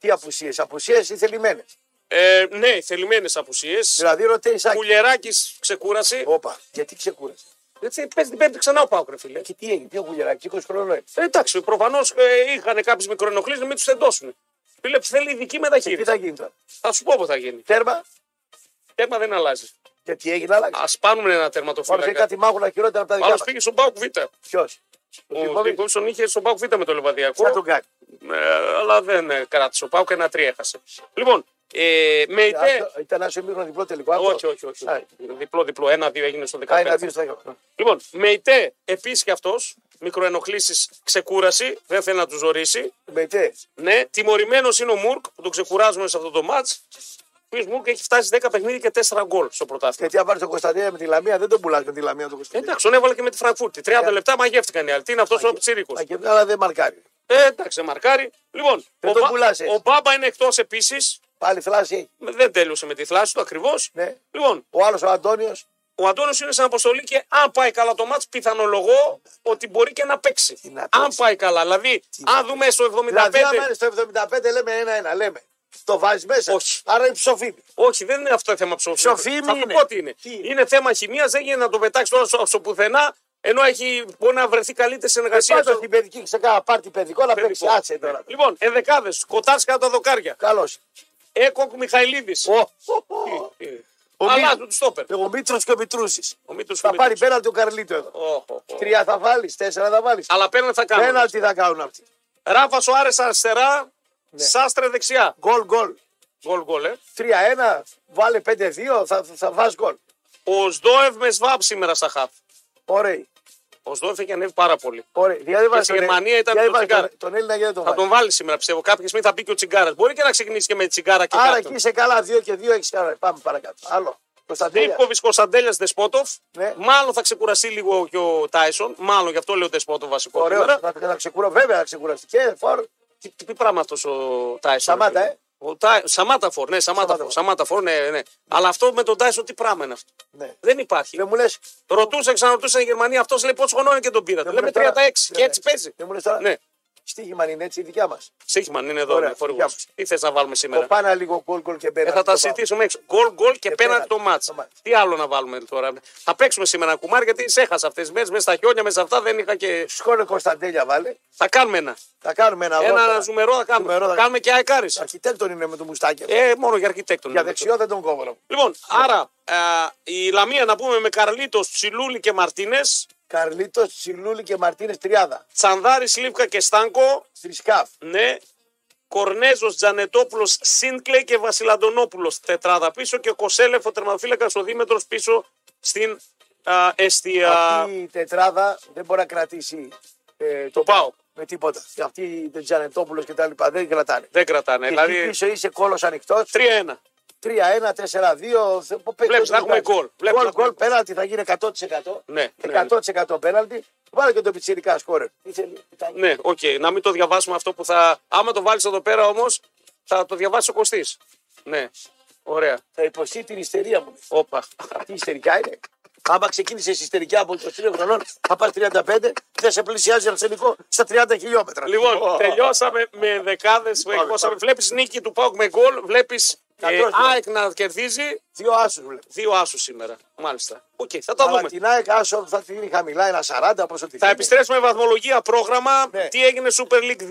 Speaker 2: Τι απουσίες. Απουσίες ή θελημένες.
Speaker 1: Ε, ναι, θελημένες απουσίες.
Speaker 2: Δηλαδή ρωτέει άκη.
Speaker 1: Κουλιεράκη ξεκούραση.
Speaker 2: Όπα. Γιατί ξεκούρασε.
Speaker 1: Έτσι, παίζει την Πέμπτη ξανά ο Πάοκ, ρε φίλε.
Speaker 2: Και τι έγινε, τι γουλιαράκι, 20 χρονών.
Speaker 1: Ε, εντάξει, προφανώς ε, είχαν κάποιες μικροενοχλήσεις να μην τους τεντώσουν. Φίλε, θέλει ειδική
Speaker 2: Τι
Speaker 1: μεταχείριση.
Speaker 2: θα γίνει τώρα.
Speaker 1: Θα σου πω πώ θα γίνει.
Speaker 2: Τέρμα,
Speaker 1: Τέρμα δεν αλλάζει.
Speaker 2: γιατί έγινε, άλλαξε.
Speaker 1: Ας πάρουμε ένα
Speaker 2: Πάμε σε
Speaker 1: τερματοφύλακα.
Speaker 2: κάτι μάγουλα χειρότερα από τα δικά
Speaker 1: Άλλος
Speaker 2: μας.
Speaker 1: πήγε στον Πάοκ Β.
Speaker 2: Ποιος.
Speaker 1: Ο Δίκοψον είχε στον Πάοκ Β με το Λεβαδιακό.
Speaker 2: Θα τον κάνει.
Speaker 1: Ε, αλλά δεν ε, κράτησε. Ο Πάοκ ένα τρία έχασε. Λοιπόν, ε, με ητέ.
Speaker 2: Αυτό Ήταν άσο μήχρονο διπλό τελικό. αυτό.
Speaker 1: Όχι, όχι, όχι.
Speaker 2: Α,
Speaker 1: Διπλό-διπλό. Ένα-δύο έγινε στο
Speaker 2: Α, ένα
Speaker 1: 15.
Speaker 2: δύο στο χέρι.
Speaker 1: Λοιπόν, με ητέ επίσης και αυτός. Μικροενοχλήσεις, ξεκούραση. Δεν θέλει να τους ζωρίσει.
Speaker 2: Με τι.
Speaker 1: Ναι, τιμωρημένος είναι ο Μουρκ που τον ξεκουράζουμε σε αυτό το μάτ. Ο οποίος Μουρκ έχει φτάσει 10 παιχνίδια και 4 γκολ στο πρωτάθλημα.
Speaker 2: Γιατί αν πάρεις τον Κωνσταντίνα με τη Λαμία, δεν τον πουλάς με τη Λαμία
Speaker 1: Ε,
Speaker 2: τον Κωνσταντίνα.
Speaker 1: Εντάξει, τον έβαλε και με τη Φραγκφούρτη. 30 λεπτά μαγεύτηκαν οι άλλοι. Τι είναι αυτός ο Τσίρικο.
Speaker 2: Α, και- Αλλά δεν μαρκάρει.
Speaker 1: Ε, εντάξει, μαρκάρι. Λοιπόν,
Speaker 2: Δεν
Speaker 1: ο,
Speaker 2: τον
Speaker 1: Μπα-
Speaker 2: πουλάς, έτσι.
Speaker 1: ο Μπάμπα είναι εκτός επίσης.
Speaker 2: Πάλι θλάση.
Speaker 1: Δεν τέλειωσε με τη θλάση του ακριβώς.
Speaker 2: Ναι.
Speaker 1: Λοιπόν,
Speaker 2: Ο άλλος ο Αντώνιος.
Speaker 1: ο Αντώνιος είναι σαν αποστολή και αν πάει καλά το μάτς πιθανολογώ ότι μπορεί και να παίξει.
Speaker 2: Τι να
Speaker 1: αν
Speaker 2: παίξει.
Speaker 1: πάει καλά. Δηλαδή,
Speaker 2: να
Speaker 1: αν δούμε στο 75.
Speaker 2: Δηλαδή, αν είναι στο 75, λέμε ένα-ένα. Λέμε. Το βάζεις μέσα.
Speaker 1: Όχι.
Speaker 2: Άρα είναι ψοφίμη.
Speaker 1: Όχι, δεν είναι αυτό θέμα ψοφίμη.
Speaker 2: Ψοφίμη
Speaker 1: Θα σου
Speaker 2: είναι.
Speaker 1: πω τι είναι.
Speaker 2: Τι είναι.
Speaker 1: Είναι θέμα χημίας, δεν γίνεται να το πετάξεις τώρα στο, στο πουθενά, ενώ έχει, μπορεί να βρεθεί καλύτερη συνεργασία.
Speaker 2: Πάντω
Speaker 1: στο
Speaker 2: την παιδική ξεκάθαρα πάρει παιδικό να παίξει.
Speaker 1: παιδικό.
Speaker 2: Άτσε τώρα.
Speaker 1: Λοιπόν, ενδεκάδες, κοτάρ κάτω τα δοκάρια.
Speaker 2: Καλώς.
Speaker 1: Έκοκ Μιχαηλίδης.
Speaker 2: Ο
Speaker 1: Αλλάζουν
Speaker 2: Μι-
Speaker 1: του στόπερ.
Speaker 2: Ο Μήτρος και ο Μητρούσης.
Speaker 1: Ο Μήτρος
Speaker 2: Θα
Speaker 1: και ο
Speaker 2: πάρει
Speaker 1: Μητρούση.
Speaker 2: πέναλτι ο Καρλίτο εδώ.
Speaker 1: Ω, ω, ω.
Speaker 2: Τρία θα βάλεις, τέσσερα θα βάλεις.
Speaker 1: Αλλά πέναν θα κάνουν.
Speaker 2: Πέναλτι θα κάνουν αυτοί.
Speaker 1: Ράφα Σοάρε αριστερά,
Speaker 2: Ναι.
Speaker 1: Σάστρε δεξιά.
Speaker 2: Γκολ, γκολ.
Speaker 1: Γκολ γκολ, ε.
Speaker 2: 3-1, βάλε 5-2, θα, θα βάζει γκολ.
Speaker 1: Ο Σδόευ με σβάμπ σήμερα στα χαφ.
Speaker 2: Ωραίοι.
Speaker 1: Ο Σδόευ έχει ανέβει πάρα πολύ.
Speaker 2: Ωραία. Δηλαδή
Speaker 1: Και στη Γερμανία ήταν το
Speaker 2: τον,
Speaker 1: τσιγάρο.
Speaker 2: τον, τον Έλληνα γιατί δεν τον
Speaker 1: Θα
Speaker 2: βάλει.
Speaker 1: τον βάλει σήμερα πιστεύω. Κάποια στιγμή θα μπει και ο Τσιγκάρας. Μπορεί και να ξεκινήσει και με τσιγκάρα και
Speaker 2: Άρα
Speaker 1: κάτι.
Speaker 2: εκεί είσαι καλά, 2 και 2 έχεις καλά. Πάμε παρακάτω. Άλλο. Κωνσταντέλια.
Speaker 1: Δίπκοβιτ Κωνσταντέλιας Δεσπότοφ.
Speaker 2: Ναι.
Speaker 1: Μάλλον θα ξεκουραστεί λίγο και ο Τάισον. Μάλλον γι' αυτό λέω Δεσπότοφ βασικό.
Speaker 2: Ωραίος.
Speaker 1: σήμερα.
Speaker 2: Θα, θα ξεκουρώ, βέβαια να ξεκουραστεί. Και φορ.
Speaker 1: Τι, τι πράγμα αυτός ο Τάισον.
Speaker 2: Σαμάτα, ε.
Speaker 1: Ο Τάι... Σαμάτα φορ, ναι, Σαμάτα φορ.
Speaker 2: Σαμάτα
Speaker 1: Σαμάτα φορ, ναι, ναι. Αλλά αυτό με τον Τάισον τι πράγμα είναι αυτό.
Speaker 2: Ναι.
Speaker 1: Δεν υπάρχει.
Speaker 2: Δεν μου λες.
Speaker 1: Ρωτούσε, ξαναρωτούσε η Γερμανία, αυτός λέει πόσο χρονών είναι και τον πήρατε.
Speaker 2: Δεν
Speaker 1: Λέμε
Speaker 2: μου λες
Speaker 1: 36
Speaker 2: τώρα.
Speaker 1: και έτσι
Speaker 2: Ναι.
Speaker 1: παίζει.
Speaker 2: Δεν μου λες τώρα.
Speaker 1: Ναι,
Speaker 2: Στίχημα είναι έτσι η δικιά μας.
Speaker 1: Σίχμαν είναι εδώ.
Speaker 2: Ωραία,
Speaker 1: είναι χορηγός.
Speaker 2: για μας.
Speaker 1: Τι θες να βάλουμε σήμερα.
Speaker 2: Κοπάνα λίγο γκολ, γκολ και
Speaker 1: Ε,
Speaker 2: μπέρα.
Speaker 1: θα τα συζητήσουμε έξω. Γκολ, γκολ και πέναντι
Speaker 2: πέναντι
Speaker 1: το μάτ.
Speaker 2: το μάτς.
Speaker 1: Τι άλλο να βάλουμε τώρα. Θα παίξουμε σήμερα ένα κουμάρι γιατί σε έχασα αυτές τις μέρες. Μέσα στα χιόνια, μέσα αυτά δεν είχα και.
Speaker 2: Σκόρε Κωνσταντέλια βάλε.
Speaker 1: Θα κάνουμε ένα.
Speaker 2: Θα κάνουμε ένα
Speaker 1: Ένα
Speaker 2: δώρο.
Speaker 1: ζουμερό θα κάνουμε.
Speaker 2: Ζουμερό θα-
Speaker 1: Κάνουμε και αεκάρι.
Speaker 2: Αρχιτέκτον είναι με το μουστάκι.
Speaker 1: Ε, μόνο για αρχιτέκτον.
Speaker 2: Για
Speaker 1: είναι αυτό.
Speaker 2: δεξιό δεν τον κόβω.
Speaker 1: Λοιπόν, άρα α, η Λαμία να πούμε με Καρλίτος, Τσιλούλη και Μαρτίνες.
Speaker 2: Καρλίτο, Τσιλούλη και Μαρτίνες Τριάδα.
Speaker 1: Τσανδάρης, Σλίβκα και Στάνκο.
Speaker 2: Θρησκάφ.
Speaker 1: Ναι. Κορνέζος, Τζανετόπουλος, Σίνκλε και Βασιλαντονόπουλος. Τετράδα πίσω και ο Κοσέλεφ, ο τερματοφύλακα, ο Δήμετρος πίσω στην α, αιστεία.
Speaker 2: Αυτή η τετράδα δεν μπορεί να κρατήσει ε, το
Speaker 1: ΠΑΟΚ.
Speaker 2: Με τίποτα. Και Αυτοί οι Τζανετόπουλος και τα λοιπά δεν κρατάνε.
Speaker 1: Δεν κρατάνε.
Speaker 2: Και εκεί
Speaker 1: δηλαδή
Speaker 2: πίσω είσαι κόλος ανοιχτός.
Speaker 1: 3-1.
Speaker 2: 3-1, 4-2.
Speaker 1: Βλέπεις, θα έχουμε γκολ. Βλέπεις, θα
Speaker 2: Γκολ,
Speaker 1: έχουμε
Speaker 2: γκολ, πέναλτι θα γίνει 100%.
Speaker 1: Ναι, ναι.
Speaker 2: 100% πέναλτι. Βάλε και τον πιτσιρικά σκόρε.
Speaker 1: Ναι, οκ. Να μην το διαβάσουμε αυτό που θα. Άμα το βάλεις εδώ πέρα όμως, θα το διαβάσει ο Κωστής. Ναι. Ωραία.
Speaker 2: Θα υποστεί την ιστερία μου.
Speaker 1: Όπα.
Speaker 2: Αυτή η ιστερικά είναι. Άμα ξεκίνησε ιστερικά από 23 χρονών, θα πας 35, θα σε πλησιάζει αρσενικό στα 30 χιλιόμετρα.
Speaker 1: Λοιπόν,
Speaker 2: Ω,
Speaker 1: τελειώσαμε με δεκάδες.
Speaker 2: πάμε.
Speaker 1: Βλέπεις νίκη του Πάουκ με γκολ. Βλέπεις ε,
Speaker 2: Καλώς, ναι.
Speaker 1: ΑΕΚ να κερδίζει.
Speaker 2: Δύο άσους βλέπω.
Speaker 1: Δύο άσους σήμερα. Μάλιστα. Οκ, θα τα
Speaker 2: Αλλά
Speaker 1: δούμε.
Speaker 2: την ΑΕΚ άσο θα την είναι χαμηλά, ένα 40 πόσο τη
Speaker 1: Θα
Speaker 2: δίνει.
Speaker 1: επιστρέψουμε με βαθμολογία πρόγραμμα.
Speaker 2: Ναι.
Speaker 1: Τι έγινε Super League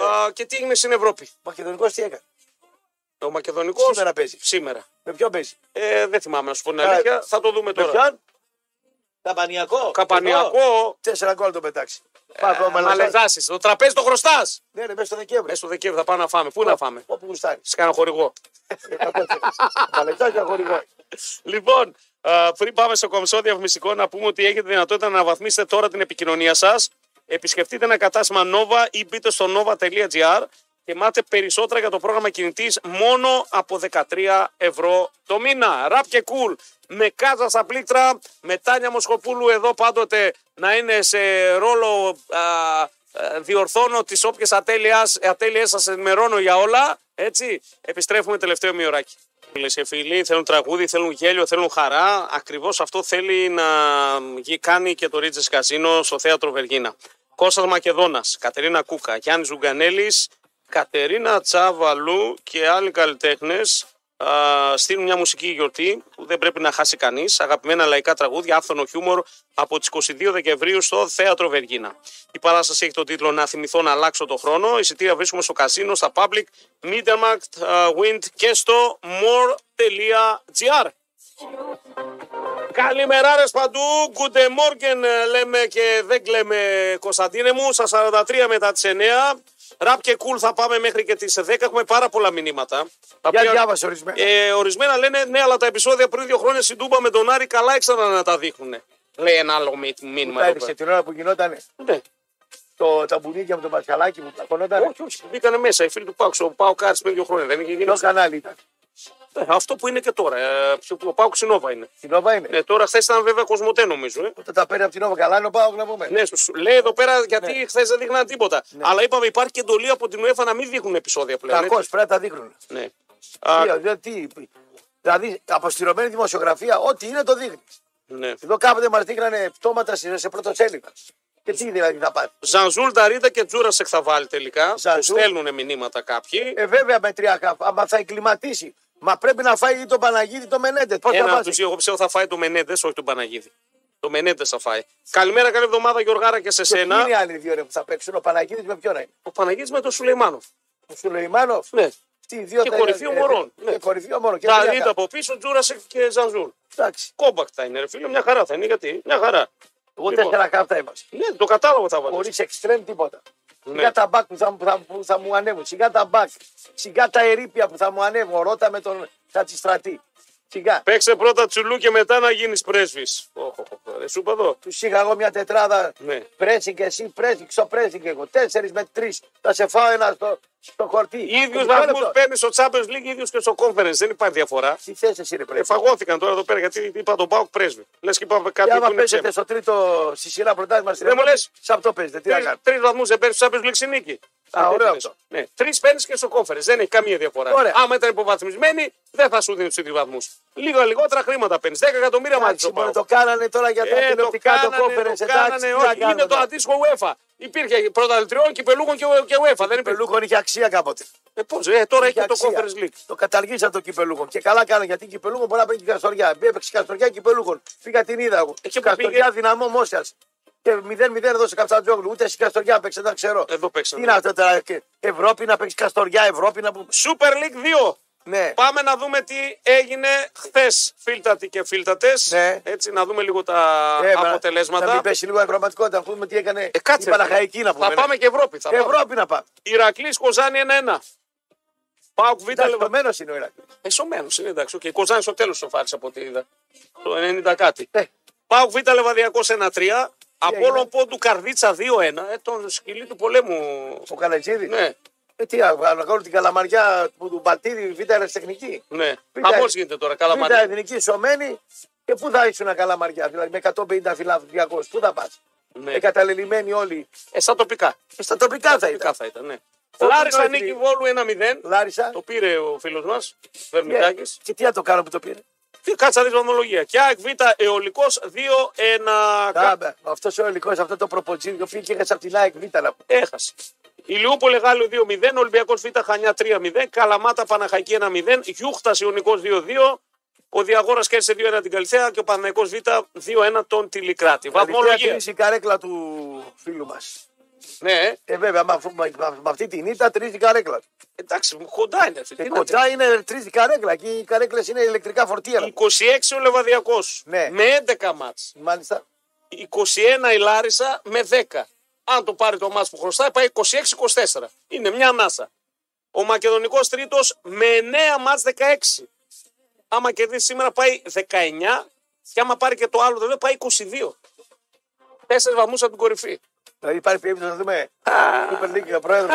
Speaker 1: 2 α, και τι έγινε στην Ευρώπη.
Speaker 2: Ο Μακεδονικός τι έκανε.
Speaker 1: Ο Μακεδονικός.
Speaker 2: Σήμερα παίζει.
Speaker 1: Σήμερα.
Speaker 2: Με ποιον παίζει.
Speaker 1: Ε, δεν θυμάμαι να σου πω την
Speaker 2: Α,
Speaker 1: αλήθεια. Θα το δούμε
Speaker 2: Με
Speaker 1: τώρα.
Speaker 2: ποιον. Καπανιακό.
Speaker 1: Καπανιακό.
Speaker 2: Τέσσερα γκολ το πετάξει.
Speaker 1: Ε,
Speaker 2: Πάμε ο Μαλαζάς.
Speaker 1: Μαλεζάσει. Το τραπέζι το χρωστάς.
Speaker 2: Ναι, ναι, μέσα στο Δεκέμβρη.
Speaker 1: Μέσα στο Δεκέμβρη θα πάμε να φάμε. Πού να φάμε.
Speaker 2: Όπου Ε, γουστάρεις.
Speaker 1: Σε κανένα χορηγό.
Speaker 2: Μαλαζά και αγωνικό.
Speaker 1: Λοιπόν, α, πριν πάμε στο κομψό διαφημιστικό, να πούμε ότι έχετε δυνατότητα να αναβαθμίσετε τώρα την επικοινωνία σας. Επισκεφτείτε ένα κατάστημα Nova ή μπείτε στο nova.gr και μάθετε περισσότερα για το πρόγραμμα κινητής μόνο από 13 ευρώ το μήνα. Ραπ και cool με κάζα στα πλήκτρα, με Τάνια Μοσχοπούλου εδώ πάντοτε να είναι σε ρόλο α, ε, διορθώνω τις όποιες ατέλειες, ατέλειες σας ενημερώνω για όλα. Έτσι, επιστρέφουμε τελευταίο μειωράκι. Φίλες και φίλοι, θέλουν τραγούδι, θέλουν γέλιο, θέλουν χαρά. Ακριβώς αυτό θέλει να γι- κάνει και το Ρίτζες Καζίνο στο θέατρο Βεργίνα. Κώστας Μακεδόνας, Κατερίνα Κούκα, Γιάννης Ζουγκανέλης, Κατερίνα Τσάβαλου και άλλοι καλλιτέχνες Α, στείλουν μια μουσική γιορτή που δεν πρέπει να χάσει κανείς. Αγαπημένα λαϊκά τραγούδια, άφθονο χιούμορ από τις 22 Δεκεμβρίου στο Θέατρο Βεργίνα. Η παράσταση έχει τον τίτλο Να θυμηθώ να αλλάξω το χρόνο. Εισιτήρια βρίσκουμε στο Κασίνο, στα Public, Metermarkt, α, Wind και στο more.gr. Καλημέρα ρε παντού, good morning ε, λέμε και δεν κλαίμε Κωνσταντίνε μου, στα 43 μετά τις 9. Ραπ και cool θα πάμε μέχρι και τις 10, έχουμε πάρα πολλά μηνύματα. Τα
Speaker 2: Για
Speaker 1: οποία-
Speaker 2: διάβασε ορισμένα.
Speaker 1: ε, ορισμένα λένε ναι, αλλά τα επεισόδια πριν δύο χρόνια στην Τούμπα με τον Άρη καλά ήξεραν να τα δείχνουν. Λέει ένα άλλο μη- μήνυμα.
Speaker 2: Τα
Speaker 1: εδώ
Speaker 2: έδειξε
Speaker 1: πέρα.
Speaker 2: την ώρα που γινόταν
Speaker 1: Ναι,
Speaker 2: το τσαμπουνίκι με το πατσαλάκι που πλακωνόταν.
Speaker 1: όχι, όχι. Μπήκανε μέσα οι φίλοι του Πάουξ. Ο Πάουξ Άρης πριν δύο χρόνια δεν είχε γίνει.
Speaker 2: Ποιο κανάλι ήταν.
Speaker 1: Ε, Αυτό που είναι και τώρα. Ε, ποιο- ο Πάουξ η Νόβα είναι.
Speaker 2: Στην Όβα είναι.
Speaker 1: Ε, τώρα χθες ήταν βέβαια Κοσμοτέ νομίζω. Ε.
Speaker 2: Όταν τα παίρνει από την Όβα, καλά είναι ο Πάοκ να πούμε.
Speaker 1: Ναι, σου- σου λέει εδώ πέρα γιατί
Speaker 2: Ναι.
Speaker 1: χθες δεν δείχναν τίποτα. Αλλά είπαμε υπάρχει και εντολή από την UEFA να μην δείχνουν επεισόδια πλέον.
Speaker 2: Κακώς πρέπει να τα δείχνουν.
Speaker 1: έτσι. Ναι. Α,
Speaker 2: Τι, δε- τι, δηλαδή, αποστηρωμένη δημοσιογραφία, ό,τι είναι το δείχνει.
Speaker 1: ναι.
Speaker 2: Εδώ κάποτε μας δείχνανε πτώματα σε, σε πρώτο σέλιδα. Και τι δηλαδή θα πάρει.
Speaker 1: Ζανζούλ, Νταρίτα και Τζούρασεκ θα βάλει τελικά. Που
Speaker 2: Ζανζούλ.
Speaker 1: στέλνουν μηνύματα κάποιοι.
Speaker 2: Ε, βέβαια με τρία καφ, άμα θα εγκληματίσει. Μα πρέπει να φάει ή τον Παναγίδη ή τον Μενέντες. Πώς θα
Speaker 1: Ένα από του
Speaker 2: βάζει.
Speaker 1: δύο, εγώ πιστεύω θα φάει το Μενέντες, όχι τον Παναγίδη. Το Μενέντες θα φάει. Καλημέρα, καλή εβδομάδα, Γιωργάρα και σε
Speaker 2: Και ποιοι
Speaker 1: σένα.
Speaker 2: είναι οι άλλοι δύο ρε, που θα παίξουν. Ο Παναγίδης με ποιον να είναι.
Speaker 1: Ο Παναγίδης με τον Σουλεϊμάνο.
Speaker 2: Ο Σουλεϊμάνο.
Speaker 1: Ναι.
Speaker 2: Αυτοί οι δύο
Speaker 1: Και
Speaker 2: θα είναι,
Speaker 1: κορυφή ο
Speaker 2: ε,
Speaker 1: Μωρών.
Speaker 2: ε,
Speaker 1: Ναι.
Speaker 2: Και κορυφή ο Μωρών. Και τρία
Speaker 1: Ταρίτα
Speaker 2: καφ.
Speaker 1: από πίσω, Τζούρασεκ και Ζανζούλ.
Speaker 2: Εντάξει.
Speaker 1: Κόμπακτ θα είναι, ρε φίλε, μια χαρά θα είναι. Γιατί, μια χαρά.
Speaker 2: Εγώ
Speaker 1: Λοιπόν.
Speaker 2: τέσσερα κάρτα είμαστε.
Speaker 1: Ναι, το κατάλαβα θα βάλω.
Speaker 2: Χωρίς εξτρέμ τίποτα.
Speaker 1: Ναι.
Speaker 2: Σιγά τα μπακ που θα, μου- θα, που θα μου ανέβουν. Σιγά τα μπακ. Σιγά τα ερήπια που θα μου ανέβουν. Ρώτα με τον Τσατζιστρατή. Σιγά.
Speaker 1: Παίξε πρώτα τσουλού και μετά να γίνεις πρέσβης. Σου είπα εδώ.
Speaker 2: Τους είχα εγώ μια τετράδα.
Speaker 1: Ναι.
Speaker 2: Πρέσι και εσύ, πρέσι, ξοπρέσι και εγώ. Τέσσερις με τρεις. Θα σε φάω ένα στο, στο χορτί.
Speaker 1: ίδιου
Speaker 2: Μισό
Speaker 1: βαθμούς
Speaker 2: λεπτό.
Speaker 1: παίρνεις στο Champions League, ίδιους και στο Conference. Δεν υπάρχει διαφορά.
Speaker 2: Τι θες εσύ, ρε
Speaker 1: Ε,
Speaker 2: πρέσι.
Speaker 1: φαγώθηκαν τώρα εδώ πέρα γιατί είπα τον Πάοκ πρέσβη. Λες και είπαμε
Speaker 2: Και
Speaker 1: κάτι που
Speaker 2: άμα
Speaker 1: είναι
Speaker 2: παίζετε
Speaker 1: ψέμα.
Speaker 2: στο τρίτο στη σειρά πρωτάθλημα στην
Speaker 1: Δεν μου
Speaker 2: Ευρώπη,
Speaker 1: λες.
Speaker 2: σε αυτό παίζετε. Τι να κάνω.
Speaker 1: Τρεις βαθμούς δεν παίρνει του Champions League στη νίκη.
Speaker 2: Α, ωραίο αυτό.
Speaker 1: Ναι. Τρεις παίρνεις και στο κόφερε. Δεν έχει καμία διαφορά.
Speaker 2: Ωραία.
Speaker 1: Άμα ήταν υποβαθμισμένοι, δεν θα σου δίνει τους ίδιους βαθμούς. Λίγο λιγότερα χρήματα παίρνεις. 10 εκατομμύρια μαζί
Speaker 2: Εντάξει,
Speaker 1: σου
Speaker 2: μόνο
Speaker 1: πάω.
Speaker 2: το κάνανε τώρα για τα
Speaker 1: Ε, το
Speaker 2: τηλεοπτικά το
Speaker 1: κάνανε,
Speaker 2: κόφερε.
Speaker 1: το κάνανε, όχι, είναι το αντίστοιχο UEFA. Υπήρχε πρωταθλητριών, κυπελούχων και, και UEFA. Δεν υπήρχε.
Speaker 2: Κυπελούχον είχε αξία κάποτε.
Speaker 1: Ε, πώς, ε, τώρα έχει
Speaker 2: Είχε
Speaker 1: και το
Speaker 2: αξία.
Speaker 1: Conference League.
Speaker 2: Το καταργήσαν το κυπελούχον. Και καλά κάνανε γιατί κυπελούχον μπορεί να παίρνει και καστοριά. Ε, Έπαιξε καστοριά κυπελούχον. Πήγα την είδα εγώ.
Speaker 1: Εκεί Ε, που
Speaker 2: Καστοριά
Speaker 1: πήγε-
Speaker 2: δυναμό μόσιας. Και 0-0 έδωσε καψατζόγλου. Ούτε εσύ καστοριά παίξε, δεν ξέρω.
Speaker 1: Εδώ παίξανε.
Speaker 2: Τι είναι αυτό τώρα. και Ευρώπη να παίξει καστοριά, Ευρώπη να. που-
Speaker 1: Super League 2.
Speaker 2: Ναι.
Speaker 1: Πάμε να δούμε τι έγινε χθες, φίλτατοι και φίλτατες.
Speaker 2: Ναι.
Speaker 1: Έτσι, να δούμε λίγο τα
Speaker 2: Ε, μα- Να
Speaker 1: αποτελέσματα.
Speaker 2: μην πέσει λίγο η γραμματικότητα. Να πούμε τι έκανε.
Speaker 1: Ε, κάτσε.
Speaker 2: η Παναχαϊκή να πούμε.
Speaker 1: θα πάμε και Ευρώπη. Θα
Speaker 2: ναι.
Speaker 1: πάμε.
Speaker 2: Ευρώπη να πάμε.
Speaker 1: Ηρακλής Κοζάνη 1-1. Πάουκ Β. Λεβα...
Speaker 2: Δεδομένο είναι ο Ηράκλειο.
Speaker 1: Εσωμένο είναι εντάξει. Και η Κοζάνη στο τέλος σου φάρισε από ό,τι είδα. Το 90 κάτι.
Speaker 2: Ε,
Speaker 1: Πάουκ Β. Λεβαδιακός 1-3. Απόλων
Speaker 2: έγινε?
Speaker 1: Πόντου Καρδίτσα 2-1. Ε, τον σκυλί του πολέμου.
Speaker 2: Ο Καλατζίδη.
Speaker 1: Ναι,
Speaker 2: Ε, τι, α, να κάνω την καλαμαριά που του Μπαλτίδη β' αεραστεχνική.
Speaker 1: ναι.
Speaker 2: Β'
Speaker 1: Χαμός
Speaker 2: αε-
Speaker 1: γίνεται τώρα.
Speaker 2: Β'
Speaker 1: Καλαμάρι.
Speaker 2: εθνική σωμένη και πού θα ήσουν καλαμαριά, δηλαδή με 150 φιλάθλου 200, πού θα πας.
Speaker 1: Ναι.
Speaker 2: Εγκαταλελειμμένοι όλοι.
Speaker 1: Ε, στα τοπικά.
Speaker 2: Ε, Στα τοπικά θα
Speaker 1: Τοπικά
Speaker 2: ήταν.
Speaker 1: θα ήταν. Ναι.
Speaker 2: Ο
Speaker 1: Λάρισα
Speaker 2: Πινόκι.
Speaker 1: νίκη Βόλου 1-0.
Speaker 2: Λάρισα.
Speaker 1: Το πήρε ο φίλος μας,
Speaker 2: Ε,
Speaker 1: Βερμιτάκη.
Speaker 2: Και τι να το κάνω που το πήρε.
Speaker 1: Τι κάτσα δει βαθμολογία. Και ΑΕΚ Β αιωλικό 2-1. Κα-
Speaker 2: Αυτός ο υλικό, αυτό το προποτζίδιο φύγει και έχασε από την ΑΕΚ Β. να πούμε.
Speaker 1: Έχασε. Ηλιούπολη Γάλλιο 2-0, Ολυμπιακός Β Χανιά 3-0, Καλαμάτα Παναχακή 1-0, Γιούχτας Ιωνικός 2-2, ο Διαγόρας κέρδισε 2-1 την Καλυθέα και ο Παναγικό Β 2-1 τον Τιλικράτη.
Speaker 2: Αλήθεια,
Speaker 1: Βαθμολογία.
Speaker 2: τρίζει Δηλαδή, η καρέκλα του φίλου μας.
Speaker 1: Ναι,
Speaker 2: Ε, βέβαια, με, αφού- με- με- με αυτή την ήττα τρίζει η καρέκλα. του.
Speaker 1: εντάξει, κοντά είναι αυτή.
Speaker 2: Και
Speaker 1: Τι να
Speaker 2: κοντά είναι τρίζει η καρέκλα. Και οι καρέκλες είναι ηλεκτρικά φορτία. να
Speaker 1: τρέχει. 26 ο Λεβαδιακός
Speaker 2: Ναι.
Speaker 1: με 11 μάτς.
Speaker 2: πούμε. Μάλιστα.
Speaker 1: 21 η Λάρισα με 10. Αν το πάρει το μάτς που χρωστάει πάει 26-24. Είναι μια ανάσα. Ο Μακεδονικός τρίτος με 9 μάτς 16. Άμα κερδίσει σήμερα πάει 19 και άμα πάρει και το άλλο δεν πάει 22. Τέσσερις βαθμούς από την κορυφή.
Speaker 2: Δηλαδή υπάρχει περίπτωση να δούμε. Σούπερ League πρόεδρο.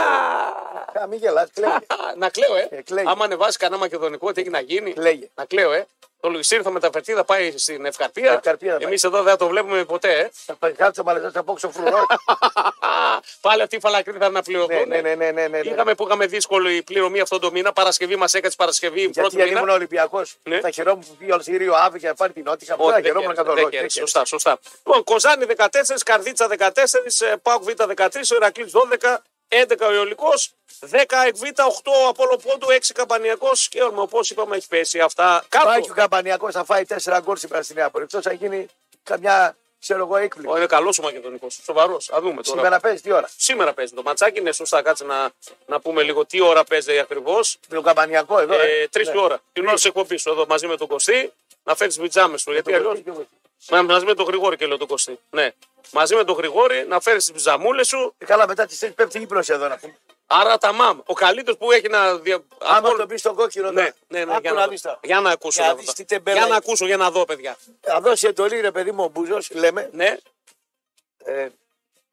Speaker 2: Α, μην γελάς, κλέβει.
Speaker 1: να κλαίω, ε.
Speaker 2: Ε, κλαίει.
Speaker 1: άμα ανεβάσει κανένα Μακεδονικό, τι έχει να γίνει.
Speaker 2: Λέγε.
Speaker 1: Να κλαίω, ε. Το Λουισίρ θα μεταφερθεί, θα πάει στην Ευκαρπία.
Speaker 2: Ευκαρπία θα πάει.
Speaker 1: Εμείς εδώ δεν θα το βλέπουμε ποτέ, ε.
Speaker 2: Θα πάει κάτσε μαλαζά από φρουρό.
Speaker 1: Πάλι αυτή η φαλακρή θα
Speaker 2: Ναι,
Speaker 1: αναπληρωθούν. ε.
Speaker 2: ναι, ναι, ναι, ναι, ναι.
Speaker 1: Είχαμε που είχαμε δύσκολη πληρωμή αυτό το μήνα. Παρασκευή μας έκανε Παρασκευή πρώτη
Speaker 2: Γιατί αν ήμουν
Speaker 1: μήνα.
Speaker 2: Ολυμπιακός,
Speaker 1: Ναι.
Speaker 2: θα χαιρόμουν που πήγε ο Αλσίριο Άβη και να πάρει την Νότια.
Speaker 1: Όχι,
Speaker 2: Πού θα
Speaker 1: δεν
Speaker 2: χαιρόμουν
Speaker 1: κέρδισε,
Speaker 2: κατά
Speaker 1: δεν
Speaker 2: τον
Speaker 1: κέρδισε. Σωστά, ε, σωστά. Λοιπόν, Κοζάνη 14, Καρδίτσα 14, Πάουκ Β 13, ο Ηρακλή 12, 11 ο Ιωλικό, 10 ΕΚΒ, 8 Απόλο Πόντου, 6 Καμπανιακός και όρμα. Όπως είπαμε, έχει πέσει αυτά
Speaker 2: Πάει και ο
Speaker 1: κάτω.
Speaker 2: Καμπανιακός θα φάει 4 γκολ σήμερα στην Νέα Εκτό αν γίνει καμιά ξέρω εγώ έκπληξη.
Speaker 1: Ο, είναι καλός ο Μακεδονικός. Σοβαρός. Α δούμε τώρα.
Speaker 2: Σήμερα παίζει τι ώρα.
Speaker 1: Σήμερα παίζει το ματσάκι. Είναι σωστά, κάτσε να, να πούμε λίγο τι ώρα παίζει ακριβώς.
Speaker 2: Με τον Καμπανιακός εδώ.
Speaker 1: Ε,
Speaker 2: ε.
Speaker 1: Τρεις
Speaker 2: Ναι.
Speaker 1: η ώρα. Την ώρα σε έχω πίσω εδώ μαζί με τον Κωστή. Να φέρεις τι πιτζάμε σου. Γιατί αλλιώς.
Speaker 2: Και εγώ.
Speaker 1: Μαζί με τον Γρηγόρη και λέω τον Κωστή. Ναι. Μαζί με τον Γρηγόρη να φέρεις τις πιτζαμούλε σου.
Speaker 2: Ε, Καλά, μετά τις 3 πέμπτη ύπνος εδώ να πούμε.
Speaker 1: Άρα τα μάμ. Ο καλύτερος που έχει να. Δια...
Speaker 2: Άμα
Speaker 1: από-
Speaker 2: το πεις στον κόκκινο,
Speaker 1: Ναι,
Speaker 2: τώρα.
Speaker 1: ναι, ναι,
Speaker 2: Άκου
Speaker 1: για,
Speaker 2: να
Speaker 1: να,
Speaker 2: δεις
Speaker 1: δω.
Speaker 2: τα.
Speaker 1: για να ακούσω.
Speaker 2: Για
Speaker 1: να
Speaker 2: δεις
Speaker 1: δω.
Speaker 2: τι τεμπέλα
Speaker 1: για να
Speaker 2: είναι.
Speaker 1: ακούσω, για να δω, παιδιά.
Speaker 2: Θα δώσει εντολή, ρε παιδί μου, ο Μπούζο, λέμε.
Speaker 1: Ναι,
Speaker 2: Ε,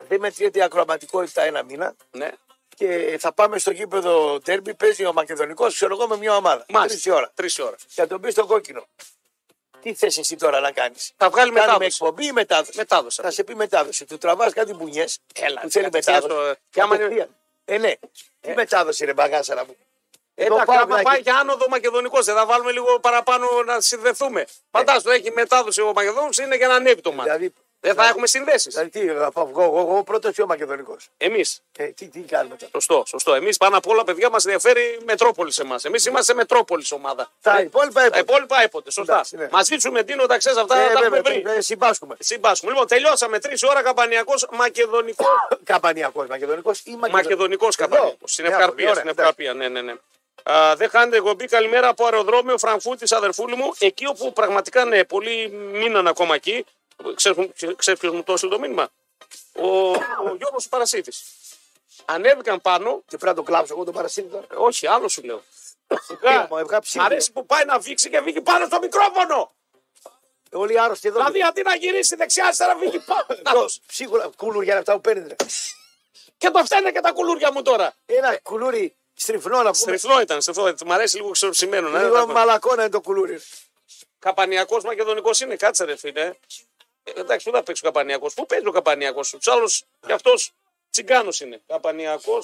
Speaker 2: δεν μετριέται η ακροαματικότητα ένα μήνα
Speaker 1: ναι.
Speaker 2: και θα πάμε στο γήπεδο τέρμπι. Παίζει ο Μακεδονικός, ξέρω εγώ, με μια ομάδα. Τρεις η ώρα.
Speaker 1: Τρεις ώρα.
Speaker 2: Και θα τον πει στον κόκκινο. Τι θες εσύ τώρα να κάνεις.
Speaker 1: Θα βγάλει
Speaker 2: Κάνουμε
Speaker 1: μετάδοση.
Speaker 2: εκπομπή ή μετάδοση.
Speaker 1: Μετάδοση.
Speaker 2: Θα σε πει μετάδοση. Του τραβάς κάτι μπουνιές.
Speaker 1: Έλα,
Speaker 2: Του θέλει
Speaker 1: κατευθείαν
Speaker 2: μετάδοση.
Speaker 1: στο- και άμα είναι-
Speaker 2: Κατευθείαν. Ε, ναι. Τι μετάδοση ρε μπαγάσαρα μου.
Speaker 1: Ε,
Speaker 2: Εδώ
Speaker 1: τα
Speaker 2: πάω,
Speaker 1: κράμα
Speaker 2: Βλάκη.
Speaker 1: πάει για άνοδο μακεδονικός. Δεν θα βάλουμε λίγο παραπάνω να
Speaker 2: Ε.
Speaker 1: συνδεθούμε. Φαντάζομαι έχει μετάδοση ο Μακεδόνο είναι για να ανέβει το μάτι.
Speaker 2: Δηλαδή,
Speaker 1: Δεν θα έχουμε συνδέσεις.
Speaker 2: δηλαδή τι, θα πάω εγώ, εγώ, εγώ πρώτος ή ο Μακεδονικός.
Speaker 1: Εμείς.
Speaker 2: Ε, τι, τι κάνουμε τώρα.
Speaker 1: Σωστό, σωστό. Εμείς πάνω απ' όλα, παιδιά, μας ενδιαφέρει Μετρόπολη σε εμάς. Εμείς είμαστε Μετρόπολης ομάδα.
Speaker 2: Τα
Speaker 1: Ε,
Speaker 2: υπόλοιπα
Speaker 1: τα
Speaker 2: έπρεπε.
Speaker 1: υπόλοιπα έποτε. Σωστά.
Speaker 2: Εντάξει, ναι.
Speaker 1: Μαζί σου με Ντίνο, τα ξέρεις αυτά,
Speaker 2: Ε,
Speaker 1: τα έχουμε
Speaker 2: βέβαια,
Speaker 1: βρει.
Speaker 2: ε, συμπάσχουμε.
Speaker 1: Συμπάσχουμε. Λοιπόν, τελειώσαμε. Τρεις ώρα καμπανιακός μακεδονικός.
Speaker 2: Καμπανιακός, Μακεδονικός ή Μακεδονικός.
Speaker 1: Μακεδονικός καμπανιακός. Στην
Speaker 2: Μπράβο,
Speaker 1: Ευκαρπία.
Speaker 2: ωραία,
Speaker 1: Στην
Speaker 2: εντάξει.
Speaker 1: Ευκαρπία, ναι, ναι, ναι. Α, δεν χάνετε εγώ μπει. Καλημέρα από αεροδρόμιο Φραγκφούρτης, αδερφούλη μου. Εκεί όπου πραγματικά ναι, πολλοί μείναν ακόμα εκεί. Ξέρει ποιο μου το έστειλε το μήνυμα. Ο, ο Γιώργος Παρασίτης. Ανέβηκαν πάνω.
Speaker 2: Και πρέπει να το κλάψω εγώ το παρασύρθω.
Speaker 1: Όχι, άλλο σου λέω.
Speaker 2: Πήγα, μου έβγα ψήλιο.
Speaker 1: Ε, Αρέσει που πάει να βγει και βγει πάνω στο μικρόφωνο.
Speaker 2: Όλοι άρρωστοι εδώ.
Speaker 1: Δηλαδή αντί να γυρίσει δεξιά-αριστερά, βγει πάνω. Να
Speaker 2: Το
Speaker 1: δώσει.
Speaker 2: ψίχουλα, κουλούρια είναι αυτά που παίρνει. ρε.
Speaker 1: Και το φταίνε και τα κουλούρια μου τώρα.
Speaker 2: Ένα κουλούρι στριφνό να πούμε.
Speaker 1: Στριφνό ήταν, στριφνό. Μ' αρέσει λίγο ξεροψημένο. Ναι,
Speaker 2: Λίγο μαλακόνα είναι το κουλούρι.
Speaker 1: Καπανιακός Μακεδονικός είναι, κάτσε ρε φίλε. Ε, εντάξει, πού θα παίξει ο Καπανιακός. Πού παίζει ο Καπανιακός. Τους άλλους κι αυτός τσιγκάνος είναι. Καπανιακός.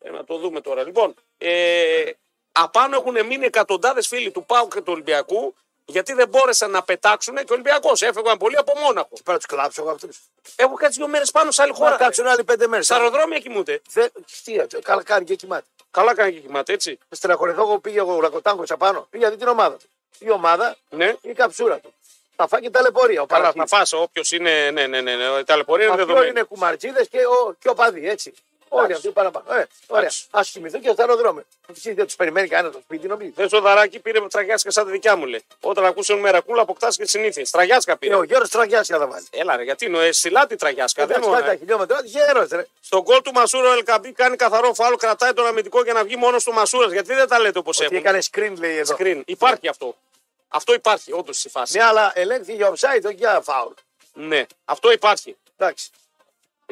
Speaker 1: Ε, να το δούμε τώρα. Λοιπόν, ε, απάνω έχουν μείνει εκατοντάδες φίλοι του Πάου και του Ολυμπιακού γιατί δεν μπόρεσαν να πετάξουν και ο Ολυμπιακός. Έφευγαν πολλοί από Μόναχο.
Speaker 2: Πρέπει να του κλάψω εγώ αυτούς.
Speaker 1: Έχω κάτσει δύο μέρες πάνω σε άλλη χώρα.
Speaker 2: Τώρα
Speaker 1: ρε.
Speaker 2: κάτσουν άλλοι πέντε μέρες.
Speaker 1: Στα αεροδρόμια κοιμούνται.
Speaker 2: Δεν. Τι, ε, καλά κάνει και κοιμάται.
Speaker 1: Καλά κάνει και κοιμάται, έτσι.
Speaker 2: Στεναχωρηθώ εγώ πήγε ο Ρακοτάνκο απάνω. Πήγε να δει την ομάδα του. Η ομάδα
Speaker 1: Ναι.
Speaker 2: είναι η καψούρα του. Θα φάει και ταλαιπωρία. Ο
Speaker 1: Καλά, θα
Speaker 2: Παρασύρης.
Speaker 1: φάσω. Όποιος είναι. Ναι, ναι, ναι. ναι. Η ταλαιπωρία είναι
Speaker 2: Αυτοί
Speaker 1: δεδομένη.
Speaker 2: όλοι είναι κουμαρτζίδες και, ο- και ο παδί, έτσι. Όλοι αυτοί παραπάνω. Ε, ωραία.
Speaker 1: Εντάξει.
Speaker 2: Ας κοιμηθούν και στο αεροδρόμιο. Εσύ δεν τους περιμένει κανένα το σπίτι, νομίζω.
Speaker 1: Δεν σοδαράκι πήρε τραγιάσκα σαν τη δικιά μου λέει. Όταν ακούσε μερακούλα αποκτάς και συνήθειες. Τραγιάσκα
Speaker 2: Ε,
Speaker 1: πήρε.
Speaker 2: ο Γιώργος Τραγιάσια θα βάλει.
Speaker 1: Έλα ρε, γιατί νοέ, σιλά τη τραγιάσκα. Δεν
Speaker 2: Εντάξει,
Speaker 1: μόνο,
Speaker 2: βάλει τα
Speaker 1: ε.
Speaker 2: χιλιόμετρα, γέρος ρε.
Speaker 1: Στον κόλ του Μασούρο ο Ελκαμπή κάνει καθαρό φάουλ, κρατάει τον αμυντικό για να βγει μόνος του Μασούρας. Γιατί δεν τα λέτε όπως
Speaker 2: Τι
Speaker 1: έχουν.
Speaker 2: έκανε screen, λέει εδώ.
Speaker 1: Screen. Υπάρχει αυτό. Αυτό υπάρχει, όντως στη φάση.
Speaker 2: Ναι, αλλά ελέγχθηκε για offside, όχι για foul.
Speaker 1: Ναι, αυτό υπάρχει.
Speaker 2: Εντάξει.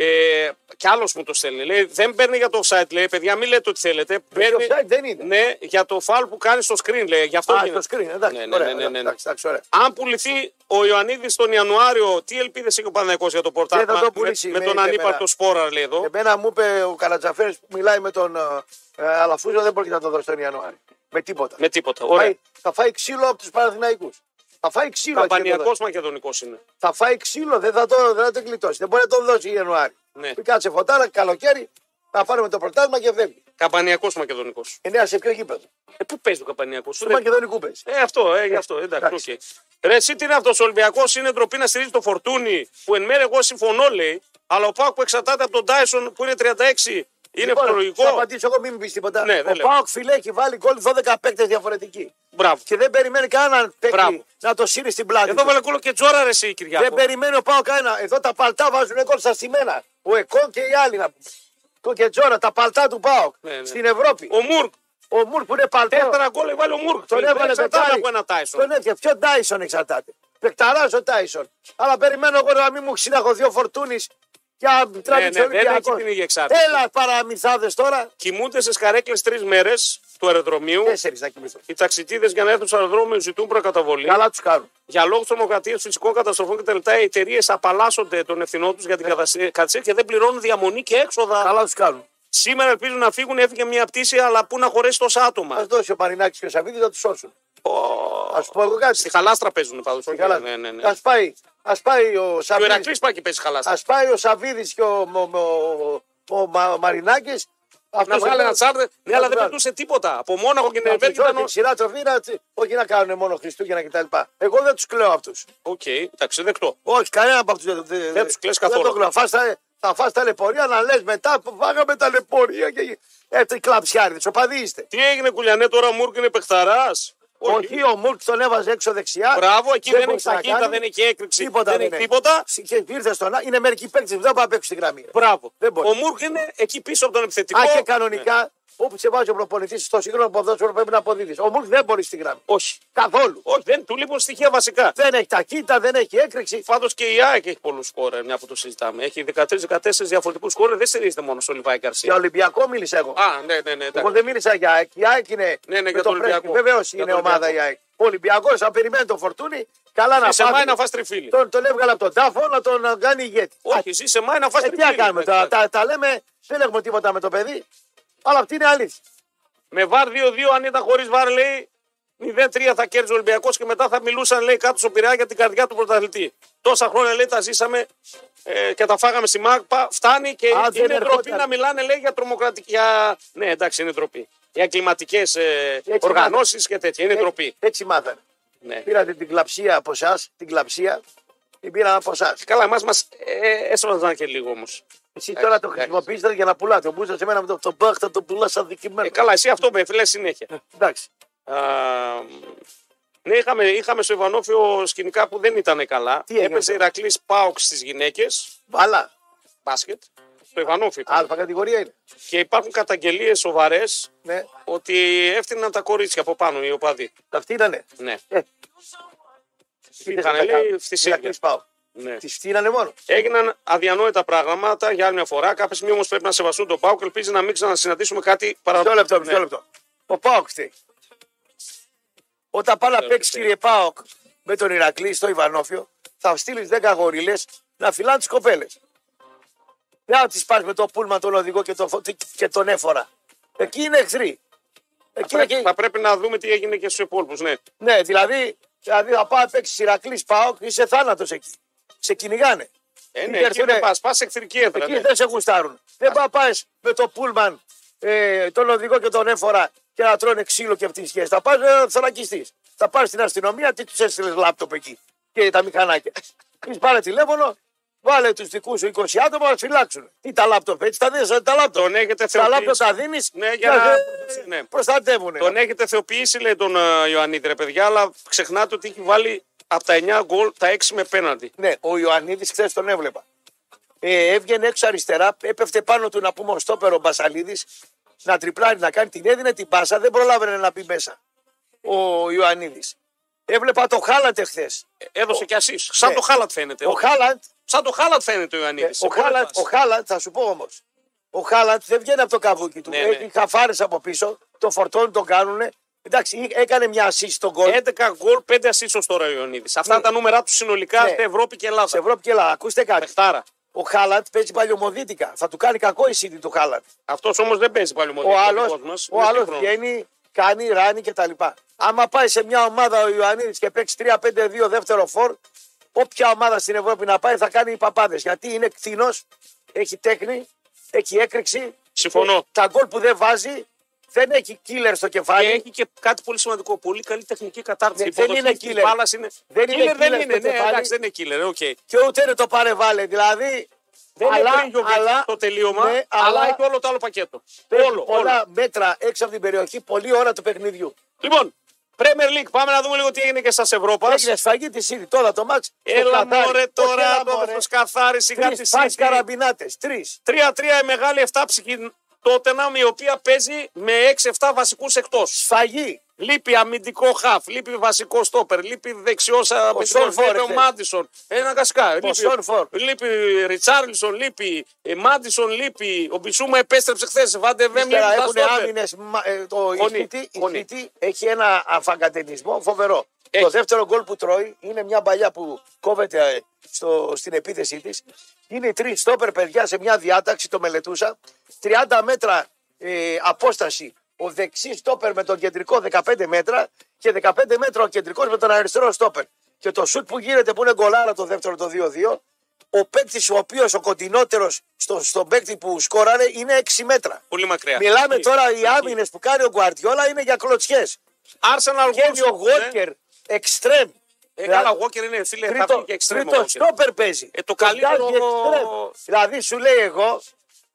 Speaker 1: Ε, κι άλλος μου το στέλνει. Λέει, δεν παίρνει για το offside, λέει. Παιδιά, μην λέτε ότι θέλετε. Παίρνει
Speaker 2: offside δεν είναι.
Speaker 1: Ναι, για το φάουλ που κάνει στο screen, λέει. Γι' αυτό
Speaker 2: Α,
Speaker 1: γίνεται.
Speaker 2: το screen, εντάξει.
Speaker 1: Ναι, ναι,
Speaker 2: ωραία,
Speaker 1: ναι, ναι, ναι, ναι.
Speaker 2: εντάξει, εντάξει, ωραία.
Speaker 1: Αν πουληθεί ο Ιωαννίδης τον Ιανουάριο, τι ελπίδες έχει ο Παναγικό για το πορτάκι
Speaker 2: Δεν θα το πουλήσει,
Speaker 1: με, με
Speaker 2: λέει Ε,
Speaker 1: τον
Speaker 2: και
Speaker 1: ανύπαρτο
Speaker 2: εμένα.
Speaker 1: σπόρα, λέει εδώ.
Speaker 2: Εμένα μου είπε ο Καλατζαφέρη που μιλάει με τον ε, ε, Αλαφούζο δεν πρόκειται να το δώσει τον Ιανουάριο. Με τίποτα.
Speaker 1: Με τίποτα.
Speaker 2: θα,
Speaker 1: Ωραία.
Speaker 2: φάει, θα φάει ξύλο από τους Παναθηναϊκούς. Θα φάει ξύλο. έτσι δεν το
Speaker 1: Καμπανιακό
Speaker 2: δώσει.
Speaker 1: Μακεδονικός είναι.
Speaker 2: Θα φάει ξύλο, δεν θα το, δεν θα το γλιτώσει. Δεν μπορεί να τον δώσει Ιανουάριο.
Speaker 1: Ναι.
Speaker 2: Πει κάτσε φωτάρα, καλοκαίρι, θα πάρουμε το πρωτάθλημα και φεύγει.
Speaker 1: Καμπανιακός Μακεδονικός.
Speaker 2: Εννέα σε ποιο γήπεδο.
Speaker 1: Ε, πού παίζεις το Καμπανιακό.
Speaker 2: Του Μακεδονικού παίζεις.
Speaker 1: Ε, αυτό, ε, γι' αυτό. Εντάξει, οκ.
Speaker 2: εντάξει.
Speaker 1: Ρε, εσύ τι είναι αυτός. Ο Ολυμπιακός είναι ντροπή να στηρίζει το φορτούνι που εν μέρει εγώ συμφωνώ, λέει. Αλλά ο Πάκου εξαρτάται από τον Τάισον που είναι 36. Είναι
Speaker 2: Λοιπόν, Θα
Speaker 1: φωτολογικό.
Speaker 2: απαντήσω εγώ, μην μου πεις τίποτα.
Speaker 1: Ναι, δεν
Speaker 2: ο
Speaker 1: λέω.
Speaker 2: Πάοκ φιλέ έχει βάλει γκολ 12 παίκτες διαφορετικοί.
Speaker 1: Μπράβο.
Speaker 2: Και δεν περιμένει κανέναν
Speaker 1: Μπράβο.
Speaker 2: παίκτη να το σύρει στην πλάτη.
Speaker 1: Εδώ
Speaker 2: τους.
Speaker 1: βάλε κόλλο και τζόρα, ρε, εσύ,
Speaker 2: Δεν
Speaker 1: Κυριάκο.
Speaker 2: περιμένει ο Πάοκ κανένα. Εδώ τα παλτά βάζουν γκολ στα στημένα. Ο Εκόν και οι άλλοι να πούμε. Το και Τζόρα, τα παλτά του Πάοκ
Speaker 1: Ναι, ναι.
Speaker 2: στην Ευρώπη.
Speaker 1: Ο Μουρκ.
Speaker 2: Ο, Μουρ που είναι παλτό.
Speaker 1: Τέσσερα γκολ έβαλε ο Μουρκ.
Speaker 2: Ε, Τον
Speaker 1: φίλε.
Speaker 2: έβαλε
Speaker 1: Εξαρτάται
Speaker 2: δεκάρι.
Speaker 1: από ένα Τάισον.
Speaker 2: Τον έφυγε. Ποιο Τάισον εξαρτάται. Πεκταράς ο Τάισον. Αλλά περιμένω εγώ να μην μου ξυναγωθεί ο Φορτούνης για να
Speaker 1: ναι,
Speaker 2: τράβηξε ο
Speaker 1: δεν έχει
Speaker 2: Ολυμπιακός.
Speaker 1: την ίδια εξάρτηση.
Speaker 2: Έλα παραμυθάδες τώρα.
Speaker 1: Κοιμούνται σε σκαρέκλες τρεις μέρες του αεροδρομίου.
Speaker 2: Τέσσερις να κοιμηθούν.
Speaker 1: Οι ταξιτίδε για να έρθουν στο αεροδρόμιο ζητούν προκαταβολή.
Speaker 2: Ε, Καλά τους κάνουν.
Speaker 1: Για λόγους τρομοκρατίας, φυσικών καταστροφών κτλ. Οι εταιρείες απαλλάσσονται των ευθυνών τους για την κατασ- καθυστέρηση και δεν πληρώνουν διαμονή και έξοδα.
Speaker 2: Καλά τους κάνουν.
Speaker 1: Σήμερα ελπίζουν να φύγουν, έφυγε μια πτήση, αλλά πού να χωρέσει τόσα
Speaker 2: Α
Speaker 1: άτομα.
Speaker 2: δώσει ο Πανινάκη και ο Σαββίδης να τους σώσουν.
Speaker 1: Ω,
Speaker 2: Ας πω εγώ
Speaker 1: Στη
Speaker 2: κάτι.
Speaker 1: χαλάστρα παίζουν πάντως.
Speaker 2: Καλά.
Speaker 1: Ναι, ναι, ναι.
Speaker 2: Ας πάει, ας πάει ο
Speaker 1: Και ο
Speaker 2: Σαββίδης.
Speaker 1: Ηρακλής πάει και παίζει χαλάστρα.
Speaker 2: Ας πάει ο Σαββίδης και ο, ο, ο, ο Μα, Μαρινάκης.
Speaker 1: Να βγάλει ένα τσάρτερ. Ναι, αλλά δεν πετούσε τίποτα. Από Μόναχο και Νερβέργη ήταν. ο-
Speaker 2: Σειρά τροφίνα, όχι να κάνουν μόνο Χριστούγεννα κτλ. Εγώ δεν τους κλαίω αυτούς.
Speaker 1: Οκ, εντάξει, δεκτό.
Speaker 2: Όχι, κανένα από αυτούς δεν,
Speaker 1: τους κλαις καθόλου.
Speaker 2: Δεν το κλαίω. Φας τα- θα φας ταλαιπωρία να λες μετά που φάγαμε ταλαιπωρία και έτσι οι κλαψιάριδες. Οπαδοί είστε.
Speaker 1: Τι έγινε, Κουλιανέ, τώρα ο Μούρκ είναι παιχταράς.
Speaker 2: Όχι, ο Μούρκ τον έβαζε έξω δεξιά.
Speaker 1: Μπράβο, εκεί δεν έχει
Speaker 2: μπορούσε να
Speaker 1: ταχύτητα,
Speaker 2: κάνει.
Speaker 1: δεν έχει έκρηξη.
Speaker 2: Τίποτα
Speaker 1: δεν
Speaker 2: δεν
Speaker 1: έχει
Speaker 2: έχει.
Speaker 1: τίποτα.
Speaker 2: Και ήρθε στον Ά- Είναι μερικοί παίκτες που δεν πάνε να παίξουν στη γραμμή.
Speaker 1: Μπράβο.
Speaker 2: Δεν μπορεί.
Speaker 1: Ο Μούρκ είναι εκεί πίσω από τον επιθετικό. Ναι.
Speaker 2: Α, και κανονικά, όπου σε βάζει ο προπονητής στο σύγχρονο ποδόσφαιρο πρέπει να αποδίδεις. Ο Μουρκ δεν μπορεί στη γραμμή.
Speaker 1: Όχι.
Speaker 2: Καθόλου.
Speaker 1: Όχι, δεν του λείπουν στοιχεία βασικά.
Speaker 2: Δεν έχει ταχύτητα, δεν έχει έκρηξη.
Speaker 1: Πάντως και η ΑΕΚ έχει πολλούς σκόρε, μια που το συζητάμε. Έχει 13-14 διαφορετικού σκόρε, δεν στηρίζεται μόνο στο Λιβάη Καρσία.
Speaker 2: Για Ολυμπιακό μίλησα εγώ.
Speaker 1: Α, ναι, ναι, ναι.
Speaker 2: Εγώ
Speaker 1: εντάξει.
Speaker 2: δεν μίλησα για ΑΕΚ. Η ΑΕΚ είναι.
Speaker 1: Ναι, ναι, για τον Ολυμπιακό.
Speaker 2: Βεβαίως
Speaker 1: Για
Speaker 2: είναι
Speaker 1: τον
Speaker 2: ομάδα η
Speaker 1: Ολυμπιακό.
Speaker 2: ΑΕΚ. Ο Ολυμπιακός, αν περιμένει τον φορτούνι, καλά να
Speaker 1: Ε, σε μάει
Speaker 2: πάει.
Speaker 1: να φας τριφύλι.
Speaker 2: Τον, τον έβγαλε από τον τάφο να τον ε, κάνει ηγέτη. Α,
Speaker 1: Όχι, εσύ σε μάει να φας
Speaker 2: ε, τι να
Speaker 1: τριφύλι.
Speaker 2: κάνουμε τώρα. Τα, τα λέμε, δεν έχουμε τίποτα με το παιδί. Αλλά αυτή είναι αλήθεια.
Speaker 1: Με βάρ 2-2, αν ήταν χωρίς βάρ, λέει 0-3 θα κέρδιζε ο Ολυμπιακός και μετά θα μιλούσαν, λέει, κάτω στο Πειραιά για την καρδιά του πρωταθλητή. Τόσα χρόνια, λέει, τα ζήσαμε ε, και τα φάγαμε στη ΜΑΚΠΑ. Φτάνει και
Speaker 2: Α, δεν
Speaker 1: είναι ντροπή
Speaker 2: ερχόταν.
Speaker 1: να μιλάνε, λέει, για τρομοκρατική. Για... Ναι, εντάξει, είναι ντροπή. Για κλιματικές ε,
Speaker 2: μάλλον.
Speaker 1: οργανώσεις και τέτοια. Είναι
Speaker 2: Έτσι,
Speaker 1: ντροπή.
Speaker 2: έτσι μάθανε.
Speaker 1: Ναι.
Speaker 2: Πήρατε την κλαψία από εσά, την κλαψία, την πήραν από εσάς.
Speaker 1: Καλά, εμάς μας ε, έσβαζαν και λίγο όμως.
Speaker 2: Εσύ τώρα το
Speaker 1: εντάξει.
Speaker 2: χρησιμοποιήσατε για να πουλάτε. Ο Μπούζα σε μένα με το, το μπαχ θα το πουλάς σαν δικημένο.
Speaker 1: Ε, καλά, εσύ αυτό με λε συνέχεια.
Speaker 2: Εντάξει.
Speaker 1: Α, ναι, είχαμε, είχαμε στο Ιβανόφιο σκηνικά που δεν ήταν καλά.
Speaker 2: Τι έγινε
Speaker 1: Έπαιζε
Speaker 2: τώρα?
Speaker 1: Ηρακλής Πάοξ στις γυναίκες,
Speaker 2: Αλλά
Speaker 1: μπάσκετ, στο Ιβανόφιο. ήταν.
Speaker 2: α κατηγορία είναι.
Speaker 1: Και υπάρχουν καταγγελίες σοβαρές
Speaker 2: Ναι.
Speaker 1: ότι έφτιαναν τα κορίτσια από πάνω οι οπαδοί.
Speaker 2: Αυτή ήτανε.
Speaker 1: Ναι.
Speaker 2: Ε,
Speaker 1: Είχαν λέει φθησίδια.
Speaker 2: πάω.
Speaker 1: Ναι.
Speaker 2: Τη φτύνανε μόνο.
Speaker 1: Έγιναν αδιανόητα πράγματα για άλλη μια φορά. Κάποια στιγμή όμως πρέπει να σεβαστούν τον Πάοκ. Ελπίζει να μην ξανασυναντήσουμε κάτι Ναι.
Speaker 2: Μισό
Speaker 1: παραπάνω.
Speaker 2: λεπτό, μισό λεπτό. Ο Πάοκ τι. Όταν πάει να
Speaker 1: Μισό λεπτό.
Speaker 2: παίξει κύριε Πάοκ με τον Ηρακλή στο Ιβανόφιο, θα στείλεις 10 γορίλε να φυλάνε τις κοπέλες. Δεν θα τις πάρεις με το πούλμα, τον οδηγό και, το, φω- και τον έφορα. Εκεί είναι εχθροί. Εκεί, εκεί,
Speaker 1: Θα πρέπει να δούμε τι έγινε και στους υπόλοιπους. Ναι.
Speaker 2: Ναι, δηλαδή, δηλαδή θα πάει να παίξει Ηρακλή Πάοκ, είσαι θάνατος εκεί. Σε κυνηγάνε.
Speaker 1: Ε, ναι,
Speaker 2: Εκεί
Speaker 1: εκεί δεν
Speaker 2: έρχονται-
Speaker 1: πας, πας σε εχθρική έδρα.
Speaker 2: Εκεί
Speaker 1: ναι.
Speaker 2: δεν σε γουστάρουν. Δεν πάει πάει με το πούλμαν, ε, τον οδηγό και τον έφορα και να τρώνε ξύλο και πτυσιέ. Θα πα να θωρακιστεί. Θα πα στην αστυνομία, τι τους έστειλες λάπτοπ εκεί και τα μηχανάκια. Τη πάρε τηλέφωνο, βάλε τους δικούς σου 20 άτομα να τους φυλάξουν. Τι τα λάπτοπ έτσι, τα δίνεις τα λάπτοπ.
Speaker 1: Τον έχετε
Speaker 2: Τα λάπτοπ
Speaker 1: θεοποιήσει.
Speaker 2: τα δίνεις
Speaker 1: Ναι, για να- ναι.
Speaker 2: προστατεύουν.
Speaker 1: Τον έχετε θεοποιήσει, λέει τον ε, Ιωαννίδη, ρε παιδιά, αλλά ξεχνάτε ότι έχει βάλει από τα 9 γκολ τα 6 με πέναντι.
Speaker 2: Ναι, ο Ιωαννίδης χθες τον έβλεπα. Ε, έβγαινε έξω αριστερά, έπεφτε πάνω του να πούμε ο στόπερο ο Μπασαλίδης να τριπλάρει, να κάνει την έδινε την πάσα, δεν προλάβαινε να μπει μέσα ο Ιωαννίδης. Έβλεπα το Χάλαντ εχθές.
Speaker 1: Ε, Έδωσε κι ασύ. Σαν
Speaker 2: ναι.
Speaker 1: το Χάλατ φαίνεται. ε.
Speaker 2: Ο Χάλαντ,
Speaker 1: Σαν το Χάλατ φαίνεται ο Ιωαννίδης.
Speaker 2: ο Χάλαντ, ο Χάλαντ, θα σου πω όμως. Ο Χάλαντ δεν βγαίνει από το καβούκι του.
Speaker 1: Ναι, ναι.
Speaker 2: Έχει χαφάρες από πίσω, το φορτώνουν, τον κάνουνε. Εντάξει, έκανε μια ασή στον κόλπο.
Speaker 1: 11 γκολ, 5 ασύ ως τώρα ο Ιωαννίδης. Αυτά είναι τα νούμερα του συνολικά
Speaker 2: Ναι.
Speaker 1: στην Ευρώπη και Ελλάδα.
Speaker 2: Σε Ευρώπη και Ελλάδα, ακούστε κάτι.
Speaker 1: Πεχτάρα.
Speaker 2: Ο Χάλαντ παίζει παλιωμοδίτικα. Θα του κάνει κακό η σύντη του Χάλαντ.
Speaker 1: Αυτός όμως δεν παίζει πάλι μόνο.
Speaker 2: ο άλλος ο άλλος βγαίνει, κάνει ράνι κτλ. Άμα πάει σε μια ομάδα ο Ιωαννίδης και παίξει 3-5-2 δεύτερο φορ, όποια ομάδα στην Ευρώπη να πάει θα κάνει οι παπάδες. Γιατί είναι κτηνός, έχει τέχνη, έχει έκρηξη.
Speaker 1: Συμφωνώ.
Speaker 2: Ε, Τα γκολ που δεν βάζει δεν έχει κίλερ στο
Speaker 1: Και
Speaker 2: κεφάλι.
Speaker 1: έχει και κάτι πολύ σημαντικό. Πολύ καλή τεχνική κατάρτιση.
Speaker 2: Ναι,
Speaker 1: Η υποδοχή
Speaker 2: δεν είναι
Speaker 1: της
Speaker 2: killer.
Speaker 1: μπάλας είναι-
Speaker 2: Δεν είναι
Speaker 1: Killer δεν
Speaker 2: killer
Speaker 1: είναι.
Speaker 2: στο
Speaker 1: Ναι,
Speaker 2: κεφάλι.
Speaker 1: εντάξει, δεν είναι killer. οκ.
Speaker 2: Και ούτε είναι το παρεβάλλε. Δηλαδή.
Speaker 1: Δεν είναι πριν το τελείωμα,
Speaker 2: ναι,
Speaker 1: αλλά, έχει όλο το άλλο πακέτο.
Speaker 2: παίζει
Speaker 1: Όλο,
Speaker 2: πολλά
Speaker 1: όλο.
Speaker 2: μέτρα έξω από την περιοχή, πολλή ώρα του παιχνιδιού.
Speaker 1: Λοιπόν, Premier League, πάμε να δούμε λίγο τι έγινε και στα Ευρώπας.
Speaker 2: Έγινε σφαγή τη Σίδη τώρα το μάτς. στο
Speaker 1: Έλα
Speaker 2: Κατάρι.
Speaker 1: μωρέ
Speaker 2: Όχι,
Speaker 1: τώρα,
Speaker 2: έλα,
Speaker 1: το
Speaker 2: μωρέ.
Speaker 1: σκαθάρι σιγά τη
Speaker 2: Τρει φάσεις καραμπινάτες. Τρεις.
Speaker 1: 3-3 η μεγάλη 7 ψυχή Τότεναμ, η οποία παίζει με 6-7 βασικούς εκτός.
Speaker 2: Σφαγή.
Speaker 1: Λείπει αμυντικό χαφ, λείπει βασικό στόπερ, λείπει δεξιός αμυντικό
Speaker 2: Σον Φόρ
Speaker 1: λείπει ο
Speaker 2: εχθές.
Speaker 1: Μάντισον. Ένα κασκά.
Speaker 2: Σον Φόρ.
Speaker 1: Λείπει, λείπει Ριτσάρλισον, λείπει ε, Μάντισον, λείπει. Ο Μπισούμα επέστρεψε χθες. Βαντεβέμ,
Speaker 2: Ύστερα
Speaker 1: λείπει. τα
Speaker 2: έχουν
Speaker 1: στόπερ.
Speaker 2: άμυνες. ε, Το
Speaker 1: Κονή,
Speaker 2: Ιχτήτη-
Speaker 1: κονή.
Speaker 2: Ιχτήτη έχει ένα αφαγκατενισμό φοβερό.
Speaker 1: Έχει.
Speaker 2: Το δεύτερο γκολ που τρώει είναι μια παλιά που κόβεται ε, στο, στην επίθεσή της. Είναι οι τρεις στόπερ παιδιά σε μια διάταξη, το μελετούσα. 30 μέτρα ε, απόσταση ο δεξί στόπερ με τον κεντρικό 15 μέτρα και 15 μέτρα ο κεντρικός με τον αριστερό στόπερ. Και το σουτ που γίνεται που είναι γκολάρα το δεύτερο το 2-2 ο παίκτης ο οποίος ο κοντινότερος στο, στον παίκτη που σκόραρε είναι 6 μέτρα.
Speaker 1: Πολύ μακριά.
Speaker 2: Μιλάμε τώρα οι άμυνες που κάνει ο Γκουαρτιόλα είναι για κλωτσιές.
Speaker 1: Άρσεναλ
Speaker 2: Βγαίνει ο
Speaker 1: ναι.
Speaker 2: Γόκερ, εξτρέμ.
Speaker 1: Ε, καλά, ο Walker είναι φίλε, θα βγει και εξτρέμ ο
Speaker 2: τρίτο
Speaker 1: Walker.
Speaker 2: στόπερ παίζει.
Speaker 1: Ε, το
Speaker 2: Τον
Speaker 1: καλύτερο-
Speaker 2: βγάζει εξτρέμ. Δηλαδή σου λέει εγώ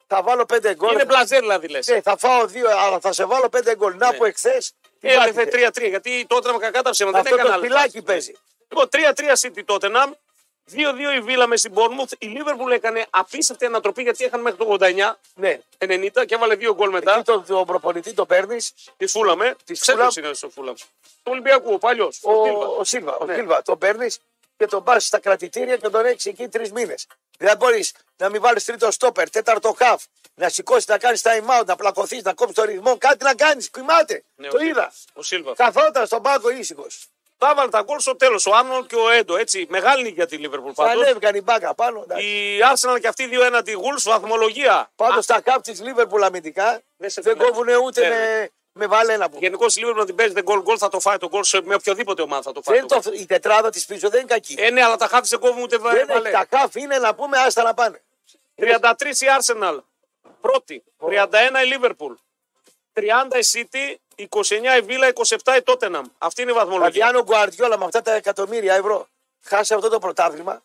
Speaker 2: θα βάλω 5 γκολ.
Speaker 1: Είναι μπλαζέρ δηλαδή λες.
Speaker 2: Ναι, θα φάω δύο, αλλά θα σε βάλω πέντε γκολ.
Speaker 1: Ναι.
Speaker 2: Να που εχθέ.
Speaker 1: Έλθε 3-3 γιατί τότε με κακά τα ψέματα Ε, δεν
Speaker 2: Αυτό
Speaker 1: έκανε
Speaker 2: το
Speaker 1: άλλο.
Speaker 2: σπιλάκι παίζει.
Speaker 1: Λοιπόν, 3-3 City τότε να. 2-2 η Βίλα με στην Bournemouth. Η Liverpool έκανε απίστευτη ανατροπή γιατί είχαν μέχρι το 89.
Speaker 2: Ναι.
Speaker 1: 90 και έβαλε δύο γκολ μετά.
Speaker 2: Εκεί τον, τον προπονητή το παίρνεις.
Speaker 1: Τη φούλαμε. Τη ξέφυγε
Speaker 2: Fulham.
Speaker 1: είναι στο φούλαμε. Του Ολυμπιακού, ο παλιός.
Speaker 2: Ο,
Speaker 1: Ο Σίλβα.
Speaker 2: ο Σίλβα. Ο
Speaker 1: Ναι.
Speaker 2: Σίλβα τον παίρνεις και τον πας στα κρατητήρια και τον έχεις εκεί τρεις μήνες. Δεν μπορείς να μην βάλεις τρίτο στόπερ, τέταρτο χαφ, να σηκώσεις να κάνεις time out, να πλακωθείς, να κόψεις το ρυθμό, κάτι να κάνεις. Κοιμάται.
Speaker 1: Ναι,
Speaker 2: το
Speaker 1: ο Σίλβα.
Speaker 2: είδα.
Speaker 1: Ο Σίλβα.
Speaker 2: Καθόταν στον πάγκο ήσυχος.
Speaker 1: Τα έβαλε τα γκολ στο τέλος. Ο Άρνολ και ο Έντο. Έτσι. Μεγάλη νίκη για τη Liverpool πάντως.
Speaker 2: Ανέβηκαν οι μπάκα πάνω. εντάξει.
Speaker 1: Η Arsenal και αυτή 2-1 τη Wolves, βαθμολογία.
Speaker 2: Πάνω στα χαφ της Λίβερπουλ αμυντικά
Speaker 1: Δεν σε
Speaker 2: δεν
Speaker 1: βλέπω.
Speaker 2: κόβουν ούτε
Speaker 1: Ναι,
Speaker 2: με, με βαλένα που.
Speaker 1: Γενικώς η Liverpool να την παίζει γκολ γκολ θα το φάει το γκολ σε- με οποιοδήποτε ομάδα θα το φάει.
Speaker 2: Δεν
Speaker 1: το... γκολ.
Speaker 2: το, η τετράδα της πίσω δεν είναι κακή.
Speaker 1: Ε, ναι, αλλά τα χάφη σε κόβουν ούτε
Speaker 2: δεν
Speaker 1: βαρύ.
Speaker 2: έχει τα χαφ είναι να πούμε άστα να πάνε.
Speaker 1: 33 η Arsenal. Πρώτη. 31 η Liverpool. 30 η City. 29 η Villa, 27 η Tottenham. Αυτή είναι η
Speaker 2: Δηλαδή
Speaker 1: βαθμολογία.
Speaker 2: αν ο Γκουαρδιόλα με αυτά τα εκατομμύρια ευρώ χάσει αυτό το πρωτάθλημα,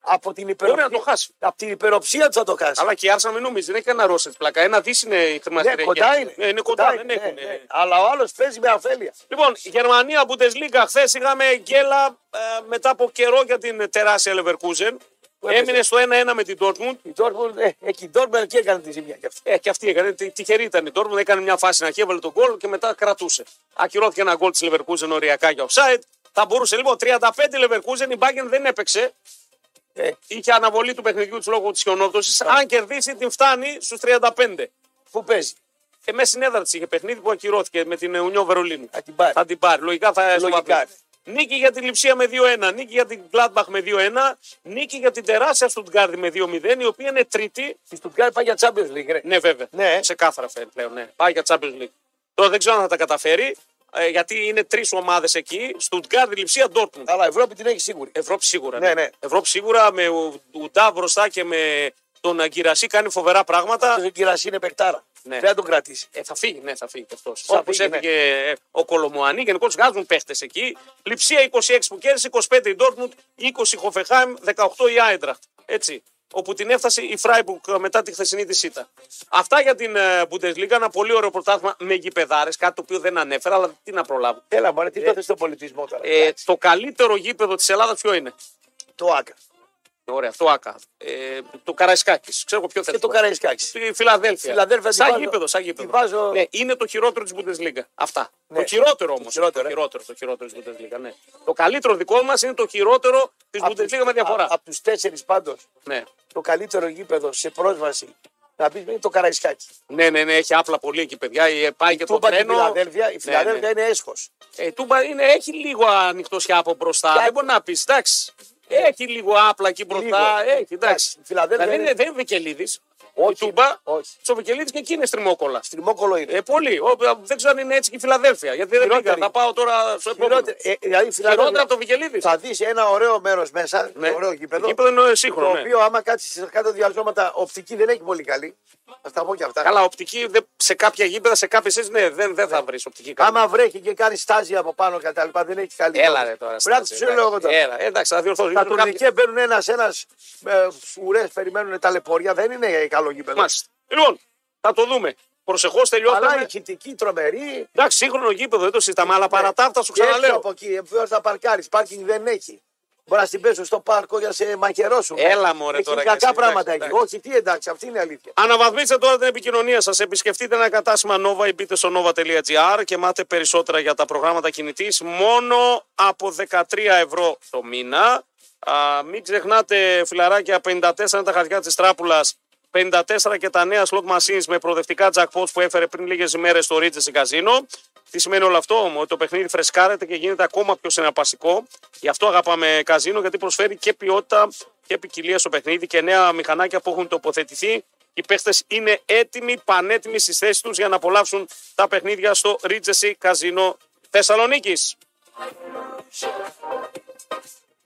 Speaker 2: από την
Speaker 1: Μπορεί να
Speaker 2: υπεροψία,
Speaker 1: το χάσει.
Speaker 2: από την υπεροψία του θα το χάσει.
Speaker 1: Αλλά και η Arsenal μην νομίζει, δεν έχει κανένα ρόσετ πλάκα. Ένα δις είναι η χρηματιστήρια.
Speaker 2: ναι, κοντά είναι.
Speaker 1: Ε, είναι κοντά, δεν
Speaker 2: είναι,
Speaker 1: έχουν.
Speaker 2: ναι, ναι. Αλλά ο άλλος παίζει με αφέλεια.
Speaker 1: Λοιπόν, Γερμανία, Bundesliga. Χθες είχαμε γκέλα ε, μετά από καιρό για την τεράστια Leverkusen.
Speaker 2: έπαιζε.
Speaker 1: Έμεινε στο 1-1 με την Dortmund.
Speaker 2: Η Dortmund, ε, εκεί η Dortmund και έκανε τη ζημιά κι αυτή.
Speaker 1: Ε, και αυτή έκανε. Τι- Τυχερή ήταν η Dortmund. Έκανε μια φάση να αρχή, έβαλε τον γκολ και μετά κρατούσε. Ακυρώθηκε ένα γκολ της Leverkusen οριακά για offside. Θα μπορούσε λοιπόν 35 Leverkusen. Η Bayern δεν έπαιξε.
Speaker 2: Ε,
Speaker 1: Είχε αναβολή του παιχνιδιού της λόγω της χιονόπτωσης. Αν κερδίσει, την φτάνει στους 35.
Speaker 2: πού παίζει.
Speaker 1: Ε, με συνέδραξη είχε παιχνίδι που ακυρώθηκε με την Ουνιό Βερολίνου.
Speaker 2: Θα την πάρει.
Speaker 1: Θα την πάρει. Λογικά θα
Speaker 2: Λογικά.
Speaker 1: Λογικά. Νίκη για την Λιψία με 2-1. Νίκη για την Gladbach με 2-1. Νίκη για την τεράστια Στουτγκάρδη με 2-0, η οποία είναι τρίτη.
Speaker 2: Στη Στουτγκάρ πάει για Champions League. Ρε.
Speaker 1: Ναι, βέβαια.
Speaker 2: Ναι.
Speaker 1: Ξεκάθαρα φαίνεται πλέον. Ναι. Πάει για Champions League. Τώρα δεν ξέρω αν θα τα καταφέρει, ε, γιατί είναι τρεις ομάδες εκεί. Στουτγκάρδη, Λιψία, Ντόρκμουντ.
Speaker 2: Αλλά η Ευρώπη την έχει σίγουρη.
Speaker 1: Ευρώπη σίγουρα.
Speaker 2: Ναι, ναι.
Speaker 1: Ευρώπη σίγουρα με ο- Ουντά μπροστά και με τον Αγκυρασί κάνει φοβερά πράγματα.
Speaker 2: Ο Κυρασί είναι παικτάρα.
Speaker 1: Ναι.
Speaker 2: Δεν θα τον κρατήσει.
Speaker 1: Ε, θα φύγει, ναι, θα φύγει και αυτός. Όπω
Speaker 2: φύγει, ναι.
Speaker 1: έφυγε ε, ο Κολομουανί, γενικώς βγάζουν παίχτες εκεί. Λιψία 26 που κέρδισε, 25 η Ντόρκμουντ, 20 η Χοφεχάιμ, 18 η Άιντραχτ. Έτσι. Όπου την έφτασε η Φράιμπουργκ ε, μετά τη χθεσινή της ΣΥΤΑ. Αυτά για την ε, Bundesliga. Ένα πολύ ωραίο πρωτάθλημα με γηπεδάρες, κάτι το οποίο δεν ανέφερα, αλλά τι να προλάβω.
Speaker 2: Έλα, μωρέ, τι τότε στον πολιτισμό τώρα.
Speaker 1: Ε, το καλύτερο γήπεδο της Ελλάδας ποιο είναι.
Speaker 2: το Άκα.
Speaker 1: Ωραία, το ΑΚΑ. Ε, το Καραϊσκάκης. Ξέρω ποιο θέλει.
Speaker 2: Και το Καραϊσκάκη.
Speaker 1: Στη Φιλαδέλφια.
Speaker 2: Φιλαδέλφια
Speaker 1: σαν
Speaker 2: τη βάζω-
Speaker 1: γήπεδο, σαν γήπεδο.
Speaker 2: τη βάζω-
Speaker 1: Ναι, είναι το χειρότερο της Bundesliga. Αυτά.
Speaker 2: Ναι.
Speaker 1: Το χειρότερο όμως. Το
Speaker 2: χειρότερο,
Speaker 1: χειρότερο,
Speaker 2: ε.
Speaker 1: το χειρότερο, το χειρότερο της Bundesliga. Ναι. Το καλύτερο δικό μας είναι το χειρότερο τη Bundesliga με διαφορά.
Speaker 2: Από τους τέσσερις πάντως
Speaker 1: ναι.
Speaker 2: το καλύτερο γήπεδο σε πρόσβαση να πεις είναι το Καραϊσκάκι.
Speaker 1: ναι, ναι, ναι, έχει άπλα πολύ εκεί, παιδιά. Ε, Πάει και το
Speaker 2: Τούμπα την
Speaker 1: τρένο.
Speaker 2: Φιλαδέλφια. Η Φιλαδέλφια
Speaker 1: Ναι, ναι.
Speaker 2: είναι έσχος.
Speaker 1: Ε, η Τούμπα είναι, έχει λίγο ανοιχτό από μπροστά.
Speaker 2: Εντάξει.
Speaker 1: Δεν μπορεί να πεις, εντάξει. Έχει λίγο άπλα εκεί μπροστά.
Speaker 2: Ναι. Λίγο.
Speaker 1: Έχει, εντάξει.
Speaker 2: Η Φιλαδέλφια
Speaker 1: Δηλαδή,
Speaker 2: είναι-
Speaker 1: είναι- δεν είναι Βικελίδης.
Speaker 2: Όχι,
Speaker 1: Η Τούμπα.
Speaker 2: όχι.
Speaker 1: Τσοβικελίδης και εκεί είναι στριμόκολα.
Speaker 2: Τριμόκολο είναι.
Speaker 1: Ε, πολύ. Ο, δεν ξέρω αν είναι έτσι και η Φιλαδέλφια. Γιατί δεν
Speaker 2: Χειρότερη.
Speaker 1: πήγα. Θα πάω τώρα στο επόμενο.
Speaker 2: Χειρότερη-
Speaker 1: Χειρότερα,
Speaker 2: ε, δηλαδή η Φιλαδέλφια.
Speaker 1: από τον Βικελίδη.
Speaker 2: Θα δεις ένα ωραίο μέρος μέσα,
Speaker 1: Ναι.
Speaker 2: ένα ωραίο γήπεδο.
Speaker 1: Το γήπεδο είναι
Speaker 2: Το
Speaker 1: σύγχρονο. ναι.
Speaker 2: οποίο άμα κάτσεις κάτω διαζώματα, οπτική δεν έχει πολύ καλή. Θα τα πω και αυτά.
Speaker 1: Καλά, οπτική δεν- σε κάποια γήπεδα, σε κάποιες έτσι ναι, δεν, δεν θα βρεις οπτική. καλή.
Speaker 2: Άμα βρέχει και κάνει στάση από πάνω και τα λοιπά, δεν έχει καλή.
Speaker 1: Έλα ρε τώρα.
Speaker 2: Πρέπει να
Speaker 1: στάση,
Speaker 2: τους λέω εγώ
Speaker 1: εντάξει.
Speaker 2: τώρα.
Speaker 1: Έλα, ε, εντάξει, θα διορθώσω.
Speaker 2: Τα
Speaker 1: Ίσως κάποιοι-
Speaker 2: τουρνικέ μπαίνουν ένα-ένα, ε, ουρές περιμένουν τα λεπορία, δεν είναι καλό γήπεδο.
Speaker 1: Μάλιστα. Λοιπόν, θα το δούμε. Προσεχώς
Speaker 2: Αλλά
Speaker 1: τελειώσαμε.
Speaker 2: η χητική τρομερή.
Speaker 1: Εντάξει, σύγχρονο γήπεδο, δεν το συζητάμε, αλλά παρατά αυτά σου
Speaker 2: Ναι. Και έξω
Speaker 1: ξαναλέω.
Speaker 2: Από εκεί, ποιο θα παρκάρεις, πάρκινγκ δεν έχει. Μπορείς να την πέσουν στο πάρκο για να σε μαχαιρώσουν.
Speaker 1: Έλα, μωρέ,
Speaker 2: Έχει
Speaker 1: τώρα, και
Speaker 2: Κακά
Speaker 1: εσύ,
Speaker 2: πράγματα
Speaker 1: εντάξει,
Speaker 2: εκεί. Όχι, τι εντάξει, αυτή είναι η αλήθεια.
Speaker 1: Αναβαθμίστε τώρα την επικοινωνία σας. Επισκεφτείτε ένα κατάστημα Nova ή μπείτε στο nova.gr και μάθετε περισσότερα για τα προγράμματα κινητής μόνο από 13 ευρώ το μήνα. Α, μην ξεχνάτε, φιλαράκια, 54 είναι τα χαρτιά της τράπουλας. 54 και τα νέα slot machines με προοδευτικά jackpots που έφερε πριν λίγες ημέρες στο Ridges στην Καζίνο. Τι σημαίνει όλο αυτό, ότι το παιχνίδι φρεσκάρεται και γίνεται ακόμα πιο συναρπαστικό. Γι' αυτό αγαπάμε Καζίνο, γιατί προσφέρει και ποιότητα και ποικιλία στο παιχνίδι και νέα μηχανάκια που έχουν τοποθετηθεί. Οι παίχτες είναι έτοιμοι, πανέτοιμοι στις θέσεις τους για να απολαύσουν τα παιχνίδια στο Ridges Casino Θεσσαλονίκη.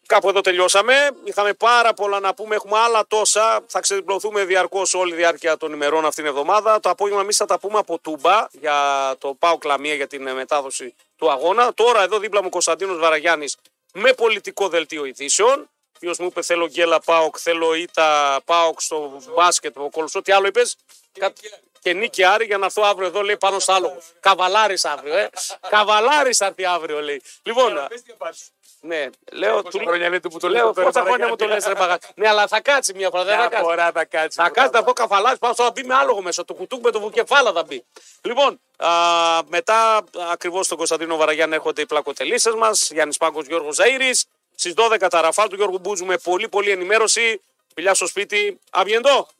Speaker 1: Κάπου εδώ τελειώσαμε. Είχαμε πάρα πολλά να πούμε. Έχουμε άλλα τόσα. Θα ξεδιπλωθούμε διαρκώς όλη τη διάρκεια των ημερών αυτήν την εβδομάδα. Το απόγευμα εμείς θα τα πούμε από Τούμπα για το Πάο Κλαμία για την ε, μετάδοση του αγώνα. Τώρα εδώ δίπλα μου Κωνσταντίνος Βαραγιάννης με πολιτικό δελτίο ειδήσεων. Ο οποίο μου είπε θέλω γκέλα Πάοκ, θέλω ήττα Πάοκ στο μπάσκετ, ο κολοσσό. Τι άλλο είπες. Και νίκη Άρη για να έρθω αύριο εδώ, λέει πάνω στ' Καβαλάρι αύριο, ε. Καβαλάρι θα έρθει αύριο, λέει. Λοιπόν, ναι, λέω του.
Speaker 3: χρόνια λέτε που το λέτε
Speaker 1: Λέω
Speaker 3: τώρα,
Speaker 1: πόσα χρόνια
Speaker 3: Βαραγιάννη.
Speaker 1: μου το λες, ρε Παγάτη. Ναι, αλλά θα κάτσει μια φορά, δεν θα
Speaker 3: Μια
Speaker 1: κάτσει.
Speaker 3: φορά θα κάτσει.
Speaker 1: Θα κάτσει, θα δω καφαλάκι, πάω θα μπει με άλογο μέσα. Το κουτούκ με το βουκεφάλα θα μπει. Λοιπόν, α, μετά ακριβώς στον Κωνσταντίνο Βαραγιάννη έρχονται οι πλακοτελήσει μας. Γιάννης Πάγκος Γιώργος Ζαήρη. Στι 12 τα ραφάλ του Γιώργου Μπούτζου με πολύ πολύ ενημέρωση. Φιλιά στο σπίτι. Αβιεντό!